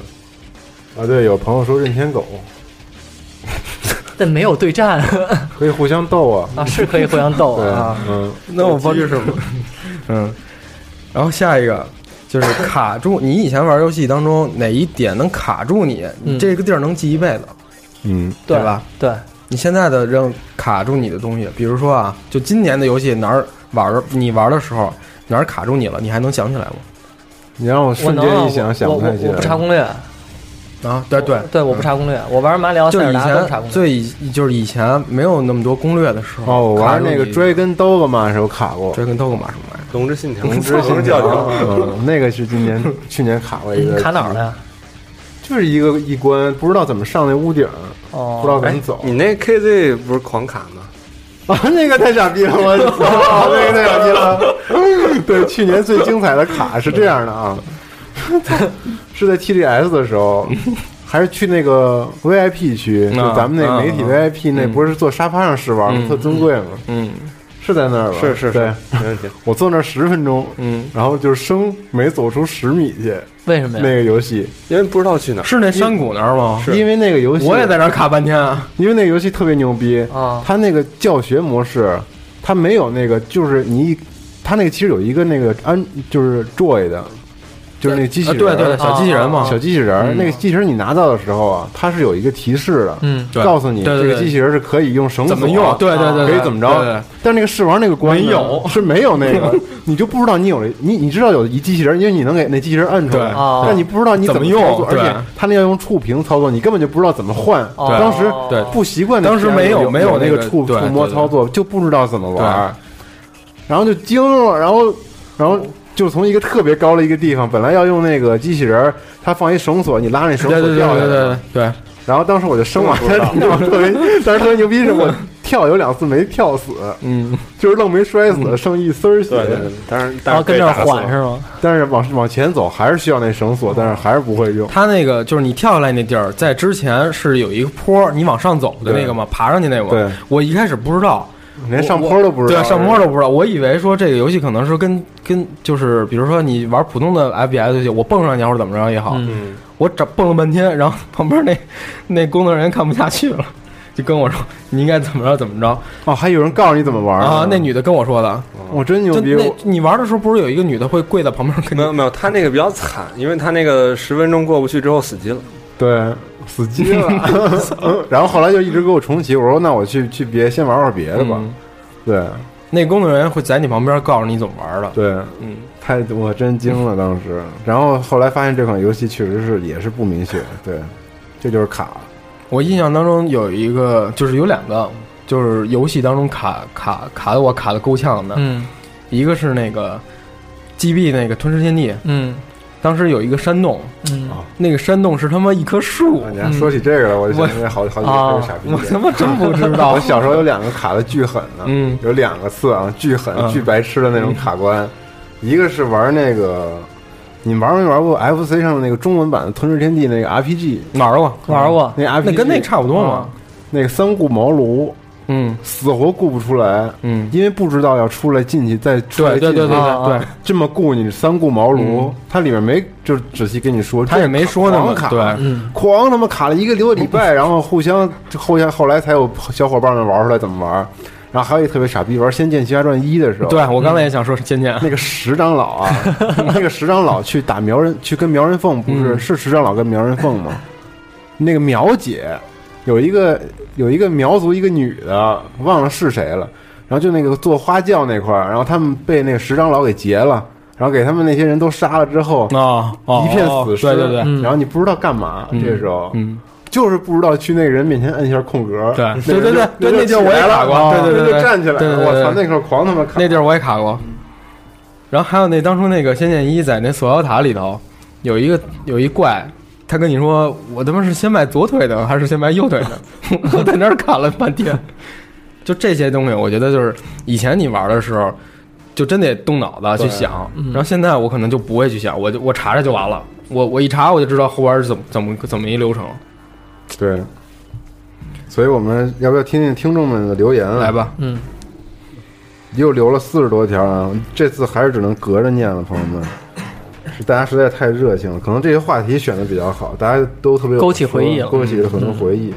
I: 啊，对，有朋友说任天狗
E: 但没有对 战
I: 可以互相斗啊。
E: 啊，是可以互相斗
I: 对
E: 啊。，
I: 嗯，
F: 那我帮什么？ 嗯，然后下一个就是卡住你以前玩游戏当中哪一点能卡住你？你
E: 嗯
F: 这个地儿能记一辈子，
I: 嗯，
E: 对
F: 对吧？
E: 对，
F: 你现在的让卡住你的东西，比如说啊，就今年的游戏哪儿玩儿，你玩的时候哪儿卡住你了，你还能想起来吗？
I: 你让我
E: 我
I: 瞬
E: 能啊
I: 间一
E: 我
I: 想，想
E: 我
I: 不太
E: 我
I: 起
E: 我不查
I: 来。
E: 攻略，
F: 啊，对对
E: 对，我不查攻略，我玩马里奥、
F: 就
E: 塞
F: 是
E: 尔
F: 以
E: 达都不查
F: 前
E: 攻略。
F: 最以就是以前没有那么多攻略的时候，
I: 哦，我玩那个
F: 卡住你
I: Dragon Dogma 时候卡过，
F: 追跟偷个马什么 玩意
B: 龙之信条，
I: 龙之
B: 龙
I: 信
B: 教
I: 条
D: 嗯
B: 条，，
I: 嗯那个是今年去年卡过一
E: 你
I: 个。
E: 卡哪儿了？呀？
D: 就是一个一关，不知道怎么上那屋顶儿，不知
E: 哦，
D: 道怎么走。
B: 你那 KZ 不是狂卡吗？
D: 啊，那个太傻逼了，我操，那个太傻逼了。 对，去年最精彩的卡是这样的啊， 是在 TGS 的时候，还是去那个 VIP 区，就咱们那
F: 啊
D: 媒体
F: 啊
D: VIP 那
F: 嗯
D: 不是坐沙发上试玩吗？
F: 嗯
D: 特尊贵嘛，
F: 嗯
D: 是在那儿吧？
B: 是是
D: 对
B: 是，没问题。
D: 我坐那儿十分钟，
F: 嗯，
D: 然后就是生没走出十米去，
E: 为什么
D: 那
E: 呀？
D: 个游戏，
B: 因为不知道去哪儿。
F: 是那山谷那儿吗？
D: 因为那个游戏
F: 我也在那儿卡半天啊。
D: 因为那个游戏特别牛逼
E: 啊
D: 它那个教学模式，它没有那个，就是你一，它那个其实有一个那个安，就是 Joy 的，就是那个机器
F: 啊
D: 人，啊
F: 对对，小机器人嘛，
D: 小机器人儿，
F: 嗯
D: 那个机器人你拿到的时候啊，它是有一个提示的，
E: 嗯，
F: 对
D: 告诉你
F: 对对
D: 这
F: 对
D: 个机器人是可以用绳索
F: 怎么用？对对对，
D: 可
F: 对
D: 以怎么
F: 对对
D: 着？但那个试玩那个关呢
F: 没有
D: 是没有那 个，你就不知道你有了你你知道有一机器人，因为你能给那机器人摁出来
F: 对啊
E: 哦，
D: 但你不知道你
F: 怎么
D: 么
F: 用
D: 操作而
F: 对
D: 且它那要用触屏操作，你根本就不知道怎么换。
E: 哦
D: 当时
F: 对
D: 不习惯那
F: 当时
D: 体验
F: 没有
D: 有
F: 没有
D: 那
F: 那个
D: 触
F: 对
D: 触摸
F: 对对
D: 操作，就不知道怎么玩儿，然后就惊了，然后然后。就从一个特别高的一个地方，本来要用那个机器人儿，它放一绳索，你拉那绳
F: 对
D: 索
F: 对对
D: 掉下来
F: 对
D: 了，
F: 对对
D: 然后当时我就生完， 那我特别，当时特别牛逼是我跳有两次没跳死，
F: 嗯，
D: 就是愣没摔死，剩一丝儿血
B: 对，对对，当然，
E: 然
B: 当
F: 哦
E: 后跟那儿
B: 被打死了
E: 缓是吗？
D: 但是往往前走还是需要那绳索，但是还是不会用。
F: 它那个就是你跳下来那地儿，在之前是有一个坡，你往上走的那个嘛，爬上去那个
D: 对
F: 嘛。我一开始不知道，
D: 连上坡都不知道，
F: 对，上坡都不知道，我以为说这个游戏可能是跟跟就是比如说你玩普通的 FPS 游戏，我蹦上去或者怎么着也好，
E: 嗯
F: 我找蹦了半天，然后旁边那那工作人员看不下去了。就跟我说你应该怎么着怎么着
D: 哦，还有人告诉你怎么玩
F: 啊！那女的跟我说的，
D: 我真牛
F: 就
D: 逼，
F: 那
D: 我
F: 你玩的时候不是有一个女的会跪在旁边跟
B: 没
F: 你
B: 有没有，他那个比较惨，因为他那个十分钟过不去之后死机了。
D: 对死机了。 然后后来就一直给我重启，我说那我去去别先玩玩别的吧。
F: 嗯
D: 对
F: 那工作人员会在你旁边告诉你怎么玩的。
D: 对，
F: 嗯，
D: 太我真惊了当时。然后后来发现这款游戏确实是也是不明显，对，这就是卡。
F: 我印象当中有一个，就是有两个，就是游戏当中卡卡卡的我卡的够呛的。
E: 嗯
F: 一个是那个 GB 那个吞噬天地，
E: 嗯
F: 当时有一个山洞，
E: 嗯
D: 啊
F: 那个山洞是他妈一棵树
D: 啊，你还说起这个来，我就想起来好好几个傻逼
F: 啊我他
D: 点。
F: 妈真不知道 啊
D: 我。小时候有两个卡的巨狠的，
F: 嗯
D: 有两个次啊，巨狠、
F: 嗯
D: 巨白痴的那种卡关。一个是玩那个，你们玩没玩过 FC 上的那个中文版的《吞噬天地》那个 RPG？
F: 玩儿过，
E: 玩过
D: 嗯那 RPG
F: 那跟那差不多
D: 啊
F: 嘛。
D: 那个三顾茅庐，
F: 嗯
D: 死活顾不出来，
F: 嗯，
D: 因为不知道要出来进去再出来
F: 对对对
D: 进
F: 对
D: 去
E: 啊
F: 对对，
D: 这么雇你三顾茅庐
F: 嗯，
D: 它里面没就是仔细跟你说，
F: 他也没说那
D: 那
F: 么
D: 么卡，
F: 对
E: 嗯
D: 狂他妈卡了一个多礼拜，然后互相后来后来才有小伙伴们玩出来怎么玩。然后还有一特别傻逼，玩《仙剑奇侠传一》的时候，
F: 对，我刚才也想说是仙剑，
D: 那个石长老 啊，那个石长老去打苗人，去跟苗人凤不是、
F: 嗯
D: 是石长老跟苗人凤吗？ 那个苗姐有一个有一个苗族一个女的，忘了是谁了。然后就那个做花轿那块儿，然后他们被那个石长老给劫了，然后给他们那些人都杀了之后，
F: 啊，哦
D: 一片死尸。
F: 对对对，
E: 嗯
D: 然后你不知道干嘛，
F: 嗯
D: 这时候
F: 嗯，
D: 就是不知道去那个人面前摁一下空格。
F: 对
D: 那人
F: 对对对
D: 人
F: 对那地儿我也
D: 起来
F: 打过
D: 了
F: 对对对
D: 人就
F: 对
D: 站起来
F: 对
D: 了。
F: 对对
D: 我
F: 对
D: 操，那时候狂他妈卡。
F: 那地儿我也卡过。然后还有那当初那个《仙剑一》在那锁妖塔里头，有一个有一怪，他跟你说我他妈是先迈左腿的还是先迈右腿的， 我在那儿卡了半天。就这些东西，我觉得就是以前你玩的时候，就真得动脑子去想。然后现在我可能就不会去想，我就我查查就完了。我我一查我就知道后边是怎么怎么怎么一流程。
D: 对，所以我们要不要听听听众们的留言啊
F: 来，吧，
E: 嗯，
D: 又留了四十多条啊，这次还是只能隔着念了，朋友们。是大家实在太热情了，可能这些话题选的比较好，大家都特别有
E: 勾起回忆了
D: 勾
F: 嗯
D: 起了很多回忆。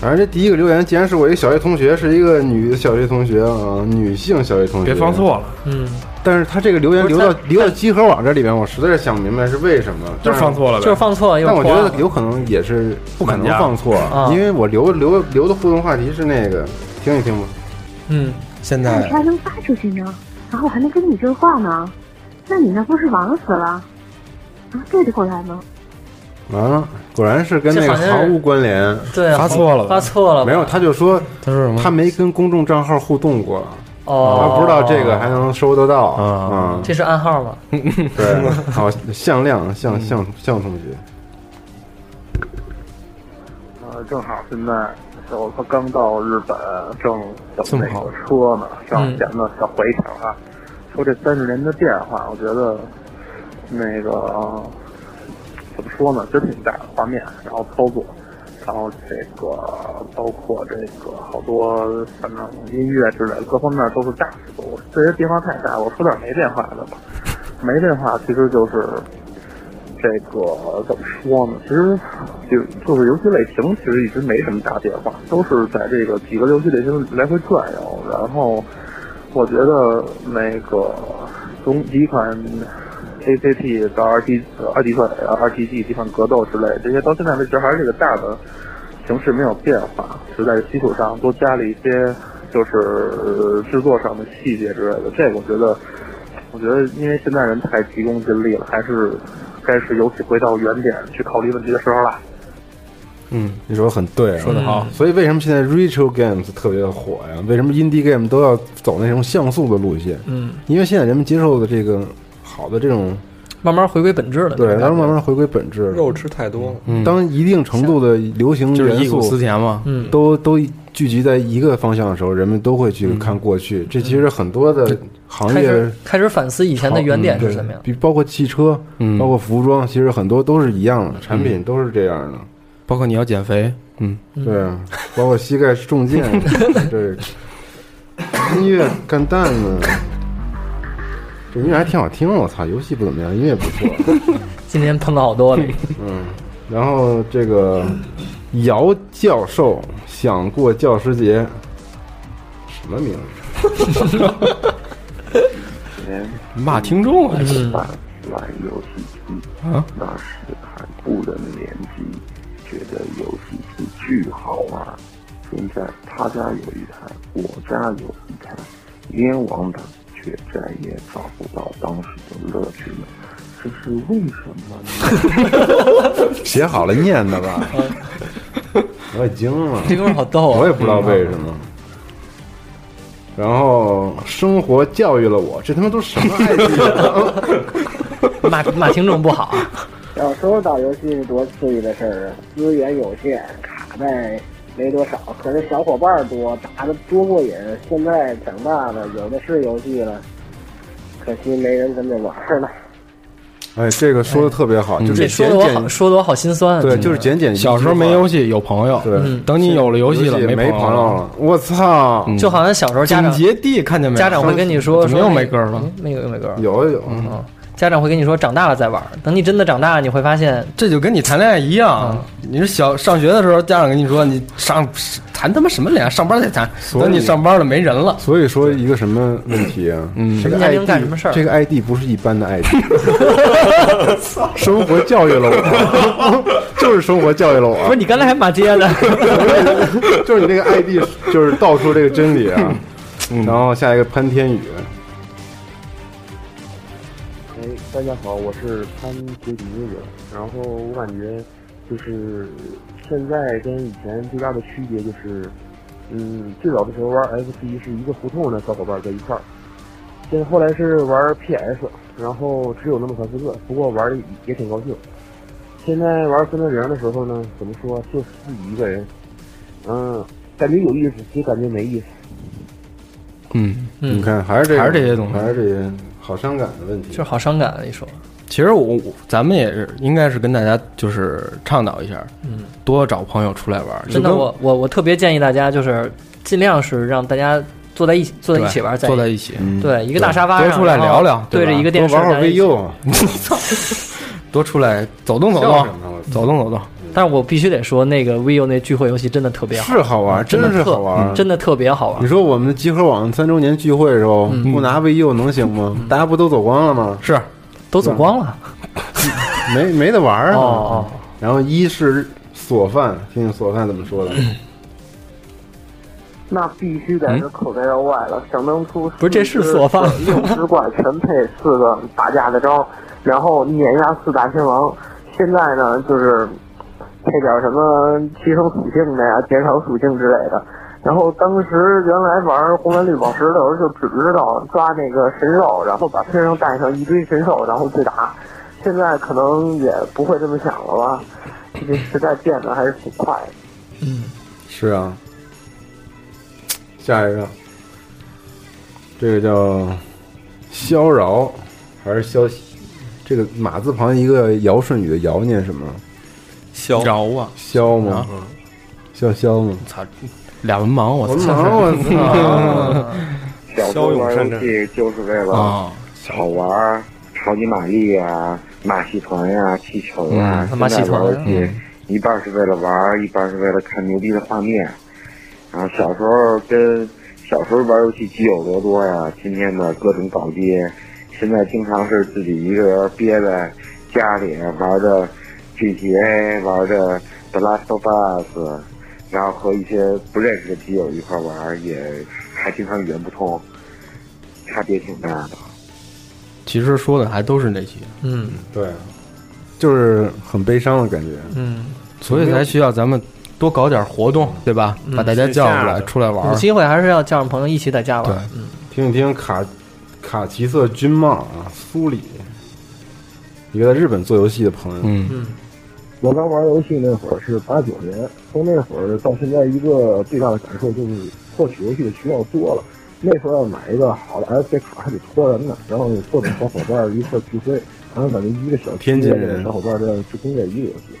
D: 反正这第一个留言竟然是我一个小学同学，是一个女的小学同学啊，女性小学同学。
F: 别放错了，
D: 但是他这个留言留到留到集合网这里边，我实在是想不明白是为什么，
F: 就是放错了呗。
E: 就是放错了，一会
D: 但
E: 儿
D: 我觉
E: 错了
D: 得有可能也是不可能放错
E: 啊，
D: 因为我留留留的互动话题是那个，听一听吧。
E: 嗯，
F: 现
J: 那
F: 在
J: 你还能发出去呢，然后我还能跟你啊对话呢，那你那不是忙死了？能对得过来吗？
D: 啊，果然是跟那
E: 这
D: 个
E: 好像是
D: 毫无关联。
E: 对，
F: 发错了吧
E: 发错了吧，
D: 没有，他就说
F: 他说什么？
D: 他没跟公众账号互动过，他
E: 哦，
D: 不知道这个还能收得到
F: 啊
D: 嗯，
E: 这是暗号吗？
D: 对，好，向亮，向向向同学，
K: 呃，正好现在我他刚到日本，正
F: 这
K: 等
F: 么
K: 那
F: 好
K: 个车呢，上
E: 嗯
K: 前的小回想啊，说这三十年的变化，我觉得那个呃怎么说呢，真挺大的画面，然后操作，然后这个包括这个好多反正音乐之类的各方面都是大幅度，这些变化太大了，我说点没变化的吧，没变化其实就是这个怎么说呢？其实就就是游戏类型，其实一直没什么大变化，都是在这个几个游戏类型来回转悠。然后我觉得那个从第一款 ACT 到 RP 二 D 款 RPG 这款格斗之类，这些到现在为止还是这个大的形式没有变化，只在基础上多加了一些就是呃制作上的细节之类的。这个我觉得。我觉得，因为现在人太急功近利了，还是该是游戏回到原点去考虑问题的时候了。
D: 嗯，你说的很对、啊，
L: 说得好，
D: 所以为什么现在 retro games 特别的火呀？为什么 indie game 都要走那种像素的路线？
E: 嗯，
D: 因为现在人们接受的这个好的这种，
E: 慢慢回归本质了。
D: 对，然后慢慢回归本质。
B: 肉吃太多了，
F: 嗯
D: 当一定程度的流行
F: 就是
D: 元
F: 忆苦思
D: 素
F: 甜嘛。
E: 嗯，
D: 都都聚集在一个方向的时候，人们都会
F: 嗯
D: 去看过去。这其实很多的行
E: 嗯开
D: 业嗯
E: 始开始反思以前的原点是什么样。
D: 比包括汽车，
F: 嗯
D: 包括服装，其实很多都是一样的，产品都是这样的。
F: 包括你要减肥，嗯，
D: 对啊，包括膝盖中 箭， 对，音乐干蛋呢。这音乐还挺好听，我操，游戏不怎么样，音乐不错。
E: 今天碰到好多了，
D: 嗯然后这个姚教授想过教师节，什么名字？
K: 年
F: 骂听众啊，这
M: 嗯
K: 版玩游戏机，
F: 啊
K: 那时还不能联机，觉得游戏机巨好玩。啊现在他家有一台，我家有一台，联网打，却再也找不到当时的乐趣了。这是为什么呢？
D: 写好了念的吧？我也惊了。
E: 这哥们儿好逗
D: 我
E: 啊！
D: 也不知道为什么。然后生活教育了我，这他妈都什么爱情啊？
E: 骂骂听众不好啊，
J: 小时候打游戏是多刺激的事儿啊！资源有限，卡带没多少，可是小伙伴儿多，打的多过瘾。现在长大了，有的是游戏了，可惜没人跟着玩儿了。
D: 哎，这个说的特别好，就是
E: 嗯这说
D: 简
E: 的我好，
D: 简
E: 说的我好心酸啊。
D: 对，就是简简。
F: 小时候没游，戏有朋友，
D: 对
F: 嗯等你有了游戏了
D: 没
F: 朋
D: 朋友
F: 了。嗯
D: 了。我操，
E: 就好像小时候家
F: 总
E: 长
F: 结地看见没有？
E: 家长会跟你说
F: 怎么
E: 说
F: 又
E: 那
F: 没歌了？
E: 那个又没歌儿。
D: 有有，
E: 嗯，家长会跟你说长大了再玩儿，等你真的长大了，你会发现
F: 这就跟你谈恋爱一样，
E: 嗯
F: 你是小上学的时候，家长跟你说你上谈他妈什么恋爱，上班再谈，
D: 以
F: 等你上班了没 人了，
D: 所以说一个什么问题啊？嗯，这个
E: 年龄
D: ID
E: 干什么事儿
D: 这个 ID 不是一般的 ID，生活教育了我， 就是生活教育啊了
E: 不是
D: 我，
E: 你刚才还骂街呢，
D: 就是你这个 ID 就是道出这个真理啊。然后下一个潘天宇，
K: 哎，大家好，我是潘杰迪那个。然后我感觉就是现在跟以前最大的区别就是，嗯，最早的时候玩 FC 是一个胡同的小伙伴在一块儿，现在后来是玩 PS，然后只有那么三四个，不过玩的也挺高兴。现在玩分队人的时候呢，怎么说，就自己一个人，嗯，感觉有意思，也感觉没意思。
F: 嗯，
E: 嗯
D: 你看还是这个
F: 还是这些东西
D: 还是这些好伤感的问题。
E: 就是好伤感啊！一说，
F: 其实我我咱们也是应该是跟大家就是倡导一下，嗯，多找朋友出来玩。
E: 嗯真
F: 就
E: 的，
F: 跟
E: 我我我特别建议大家就是尽量是让大家坐在一起坐在一起玩儿，哎
F: 对坐在一起，
D: 嗯
E: 对一个大沙发
F: 多
E: 上
F: 出来
E: 然后
F: 聊聊对
E: 对着
F: 吧
E: 一个
D: 多
E: 电视
D: 玩会
E: 在
D: 儿
E: 一起
D: VU，
F: 多出来走动走
D: 笑
F: 动
D: 什么嗯呢，
F: 走动走动。
E: 但是我必须得说，那个 VU 那聚会游戏真的特别好，
D: 是好玩，
E: 真的
D: 是
E: 特嗯
D: 好玩。
E: 真的特别好
D: 你
E: 玩。
D: 说我们集合网三周年聚会的时候，
E: 嗯
D: 不拿 VU 能行吗？大家不都走光了吗？
F: 是，
E: 都走光了，
D: 没没得玩儿
E: 哦
D: 啊
E: 哦。
D: 然后一是索饭，听听索饭怎么说的。
K: 那必须得是口袋要歪了。想当初
E: 不是这是索饭
K: 六只怪全配四个打架的招，然后碾压四大天王。
N: 现在呢，就是配点什么提升属性的呀、减少属性之类的。然后当时原来玩红蓝绿宝石的时候，就只知道抓那个神兽，然后把身上带上一堆神兽，然后去打。现在可能也不会这么想了吧，这个时代变得还是挺快的。
D: 是啊，下一个，这个叫萧饶还是萧？这个马字旁一个尧舜禹的尧念什么？
B: 萧
F: 饶啊，
D: 萧吗？萧萧吗？
F: 操，俩文盲，我
D: 文
F: 操，
D: 盲我操
M: 小时候玩游戏就是为了
F: 啊
M: 好玩儿，超级玛丽啊、马戏团呀、气球啊
E: 嗯，他妈
M: 现在
E: 戏团
M: 玩游戏
E: 嗯
M: 一半儿是为了玩儿，一半儿是为了看牛逼的画面。然后小时候跟小时候玩游戏基友多多呀，今天的各种搞基，现在经常是自己一个人憋在家里玩着 GTA，玩着 The Last of Us，然后和一些不认识的基友一块玩儿，也还经常语言不通，差别挺大的。
F: 其实说的还都是那些，
E: 嗯，
D: 对，就是很悲伤的感觉。
E: 嗯，
F: 所以才需要咱们多搞点活动，对吧？
E: 嗯
F: 把大家叫过来出来玩
E: 有
F: 儿。
E: 机会还是要叫上朋友一起在家玩
F: 对。
E: 嗯，
D: 听一听卡卡其色军帽啊，苏里，一个在日本做游戏的朋友。
F: 嗯
E: 嗯，
J: 我刚玩游戏那会儿是八九年，从那会儿到现在，一个最大的感受就是获取游戏的渠道多了。那时候要买一个好的 SD 卡还得托人呢，然后有各种小伙伴儿一块儿聚会，然后感觉一个小区
D: 天津人
J: 小伙伴儿在去攻略一个游戏。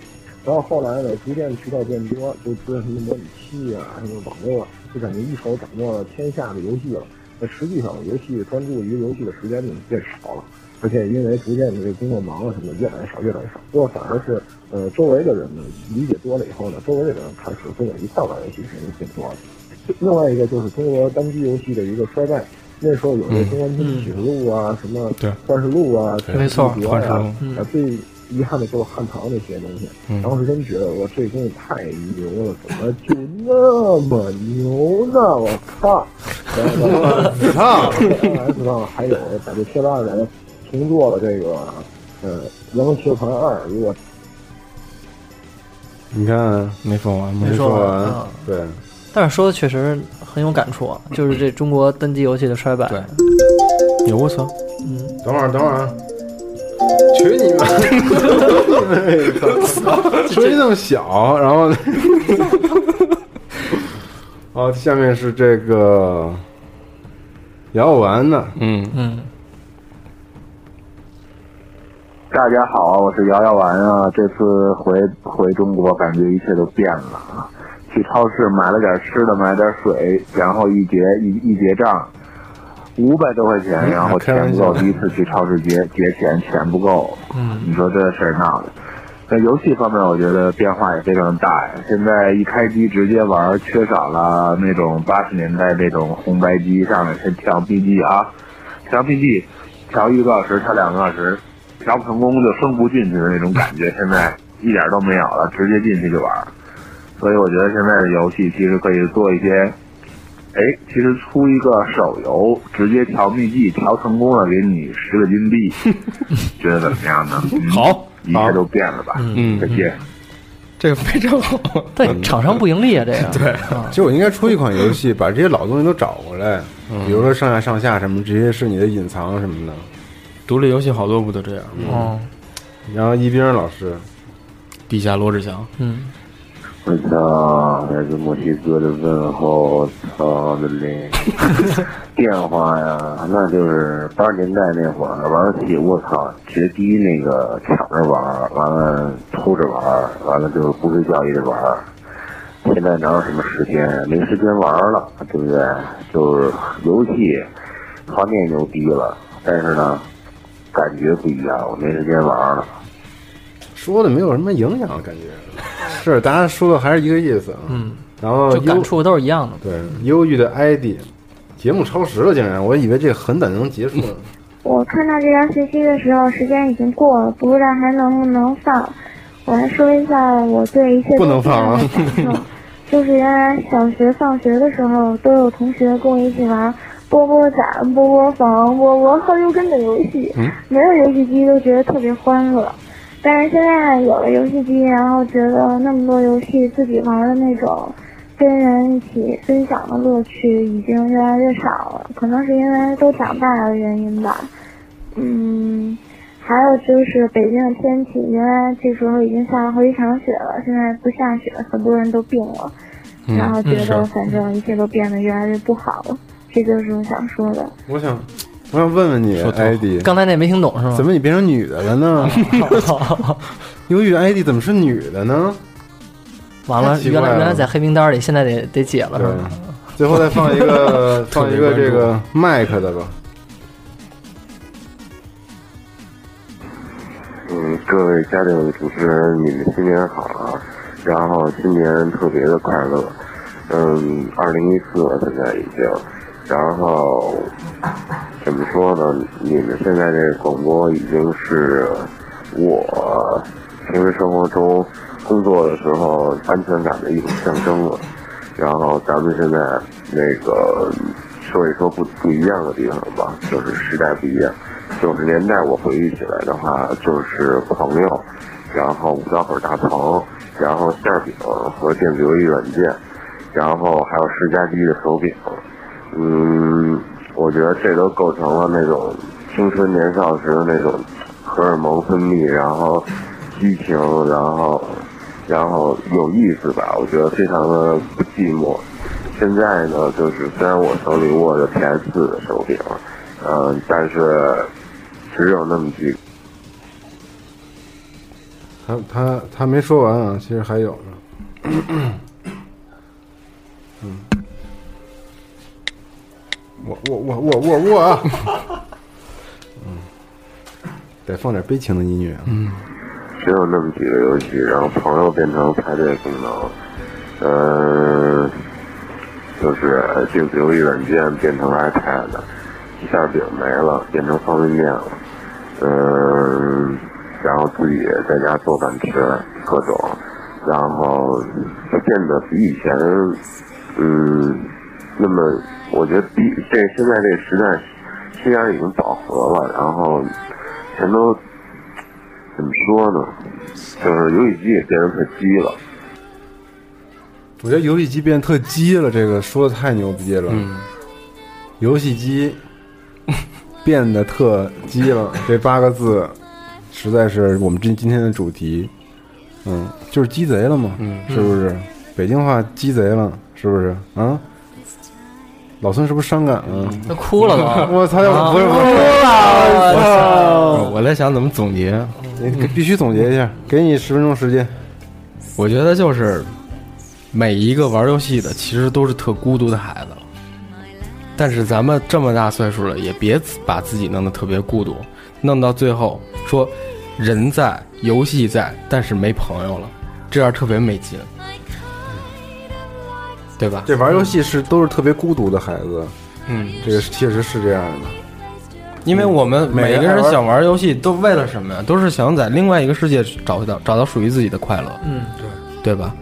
J: 然后后来呢，逐渐渠道变多，就出现什么模拟器啊，什么网络啊，就感觉一手掌握了天下的游戏了。那实际上，游戏专注于游戏的时间就变少了，而且因为逐渐你这工作忙了什么的，越来越少，越来越少。最后反而是，呃，周围的人呢理解多了以后呢，周围的人开始跟我一块玩游戏的人变多了。另外一个就是中国单机游戏的一个衰败。那时候有这中关村启示录啊，什么
F: 嗯对
J: 幻视录啊，
F: 对没错
J: 幻
F: 幻
J: 视
F: 视
J: 录
F: 录
J: 啊
F: 嗯，
J: 啊最遗憾的就是汉唐那些东西。
F: 嗯
J: 然后是真觉得我这东西太牛了，怎么就那么牛呢？我操！然后呢
D: 我操
J: ，S 上还有在这贴吧人重做了这个呃《狼血团二》，如果
D: 你看
F: 没说完
E: 没说
D: 说
E: 完
D: 完
E: 啊，
D: 对，
E: 但是说的确实很有感触啊，就是这中国单机游戏的衰败。对，
F: 有我操，
D: 等会儿，等会儿啊。去你妈！ 吹那么小，然后，好，下面是这个姚小丸的，
F: 嗯
E: 嗯，
M: 大家好，我是瑶瑶丸啊。这次回回中国，感觉一切都变了啊。去超市买了点吃的，买点水，然后一结一一结账，五百多块钱，
D: 嗯
M: 然后钱不
D: 开玩笑
M: 够。第一次去超市结结钱，钱不够。
E: 嗯，
M: 你说这事儿闹的。在游戏方面，我觉得变化也非常大呀。现在一开机直接玩，缺少了那种八十年代那种红白机上来先调 BG 啊，调 BG，调一个多小时，调两个多小时，调不成功就升不进去的那种感觉，现在一点都没有了，直接进去就玩。所以我觉得现在的游戏其实可以做一些，哎，其实出一个手游，直接调秘籍，调成功了给你十个 金币，觉得怎么样呢？嗯、
F: 好，
M: 一切都变了吧？
F: 嗯
M: 再见。
F: 这个非常好。
E: 对，厂商不盈利啊， 这个。对，
D: 其实我应该出一款游戏，把这些老东西都找过来，
F: 嗯
D: 比如说上下上下什么，这些是你的隐藏什么的。嗯
F: 独立游戏好多不都这样？
E: 哦，
D: 然后一冰老师，
F: 地下罗志祥，
E: 嗯，
M: 我操！来自墨西哥的问候，操的嘞！变化呀，那就是八十年代那会儿玩游戏，我操，直逼那个抢着玩儿，完了偷着玩儿，完了就是不睡觉也得玩儿。现在哪有什么时间？没时间玩儿了，对不对？就是游戏画面牛逼了，但是呢，感觉不一样，我没时间玩儿了。
D: 说的没有什么营养，感觉是大家说的还是一个意思啊。
K: Hmm.
E: 嗯，
D: 然后
E: 就感
D: 忧
E: 触都是一样的。
D: 对忧郁的 ID，节目超时了，竟然我以为这个很短就能结束了。
O: 我看到这条信息的时候，时间已经过了，不知道还能不能放。我来说一下我对一切
D: 不能放啊
O: 的感受，就是原来小学放学的时候，都有同学跟我一起玩波波攒、
D: 嗯
O: 波波房、波波后溜根的游戏，没有游戏机都觉得特别欢乐。但是现在有了游戏机，然后觉得那么多游戏自己玩的那种跟人一起分享的乐趣已经越来越少了，可能是因为都长大的原因吧。嗯，还有就是北京的天气，原来这时候已经下了好几场雪了，现在不下雪，很多人都病了，
P: 嗯
O: 然后觉
P: 嗯
O: 得
P: 是
O: 反正一切都变得越来越不好了，这就是我想说的。
D: 我想，我想问问你，艾迪，
E: 刚才那没听懂是吗？
D: 怎么你变成女的 了呢？ 由于艾迪怎么是女的呢？
E: 完了
D: 太，奇怪
E: 原来
D: 了
E: 原来在黑名单里，现在得得解了是吧？
D: 最后再放一 个
E: 特别
D: 放一个
E: 关注
D: 这个麦克的吧。
M: 嗯，各位家里的主持人，你们新年好啊！然后新年特别的快乐。嗯，二零一四了，现在已经。然后怎么说呢？你们现在这个广播已经是我平时生活中工作的时候安全感的一种象征了。然后咱们现在那个说一说不不一样的地方吧，就是时代不一样。九十年代我回忆起来的话，就是朋友，然后五道口大棚，然后馅儿饼和电子游戏软件，然后还有世嘉机的手柄。嗯，我觉得这都构成了那种青春年少时的那种荷尔蒙分泌，然后激情，然后然后有意思吧，我觉得非常的不寂寞。现在呢，就是虽然我手里握着 PS 4的手柄，嗯、但是只有那么几
D: 他他他没说完啊，其实还有呢。 嗯，我我我我我我啊，嗯，得放点悲情的音乐啊。嗯，
M: 只有那么几个游戏，然后朋友变成排队功能，嗯、就是电子游戏软件变成 iPad，馅饼没了，变成方便面了，嗯、然后自己在家做饭吃各种，然后就变得比以前，嗯，那么我觉得比这现在这时代，虽然已经饱和了，然后全都怎么说呢？就是游戏机也变成特鸡了。
D: 我觉得游戏机变特鸡了，这个说的太牛逼了。嗯，游戏机变得特鸡 了，这八个字实在是我们今今天的主题。嗯，就是鸡贼了嘛，嗯是不是？北京话鸡贼了，是不是？啊，老孙是不是伤感了？
E: 他哭了都，
D: 我操！要不是
E: 啊
D: 我
E: 哭了，我
F: 哦
E: 操！
D: 我在想怎么总结，你必须总结一下，给你十分钟时间。
F: 我觉得就是每一个玩游戏的，其实都是特孤独的孩子。但是咱们这么大岁数了，也别自把自己弄得特别孤独，弄到最后说人在游戏在，但是没朋友了，这样特别没劲，对吧？
D: 这玩游戏是都是特别孤独的孩子，
F: 嗯，
D: 这个确实是这样的。
F: 因为我们
D: 每
F: 每
D: 个
F: 个人
D: 人玩
F: 想玩游戏都为了什么呀？都是想在另外一个世界找到找到属于自己的快乐。
E: 嗯，
F: 对吧？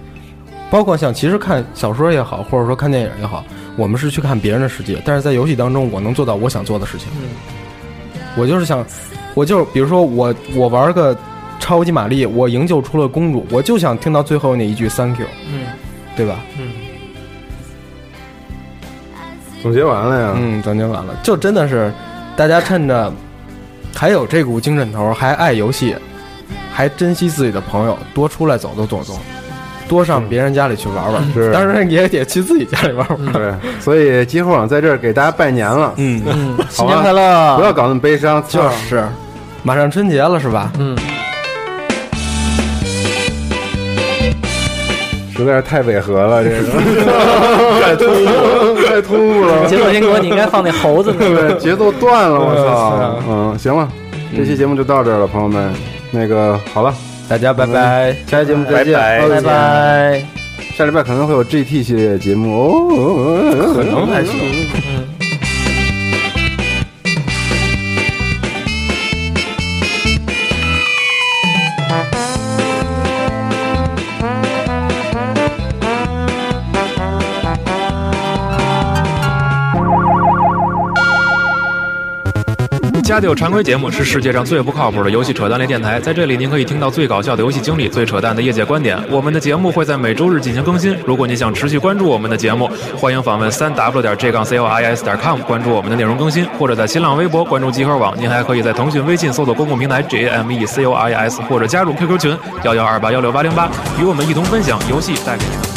F: 包括像其实看小说也好，或者说看电影也好，我们是去看别人的世界，但是在游戏当中，我能做到我想做的事情。我就是想，我就是比如说我我玩个超级玛丽，我营救出了公主，我就想听到最后那一句 “thank you”，
E: 嗯
F: 对吧？
E: 嗯，
D: 总结完了呀，
F: 嗯，总结完了，就真的是大家趁着还有这股精神头儿，还爱游戏，还珍惜自己的朋友，多出来走走走走，多上别人家里去玩玩，
D: 嗯是
F: 当然也得去自己家里玩玩。
D: 对，所以集合网在这儿给大家拜年了，
F: 嗯嗯
D: 好吧
F: 新年快乐
D: 不要搞那么悲伤，
F: 就是，马上春节了是吧？
E: 嗯，
D: 实在是太违和了，这个太突兀， 太突兀了。
E: 节奏英国你应该放那猴子呢
D: 对，节奏断了，我操
E: 嗯！
D: 嗯，行了，这期节目就到这儿了，朋友们，那个好了，
F: 大家拜拜，
D: 下期节目再见，
E: 拜拜拜拜。
D: 下礼拜可能会有 GT 系列节目
E: 嗯
D: 哦，
F: 可能还行。
A: 家底常规节目是世界上最不靠谱的游戏扯淡类电台，在这里您可以听到最搞笑的游戏经历、最扯淡的业界观点。我们的节目会在每周日进行更新。如果您想持续关注我们的节目，欢迎访问三 w 点 j 杠 c o i s 点 com 关注我们的内容更新，或者在新浪微博关注集合网。您还可以在腾讯微信搜索公共平台 j m e c o i s，或者加入 QQ 群幺幺二八幺六八零八，与我们一同分享游戏带给您的。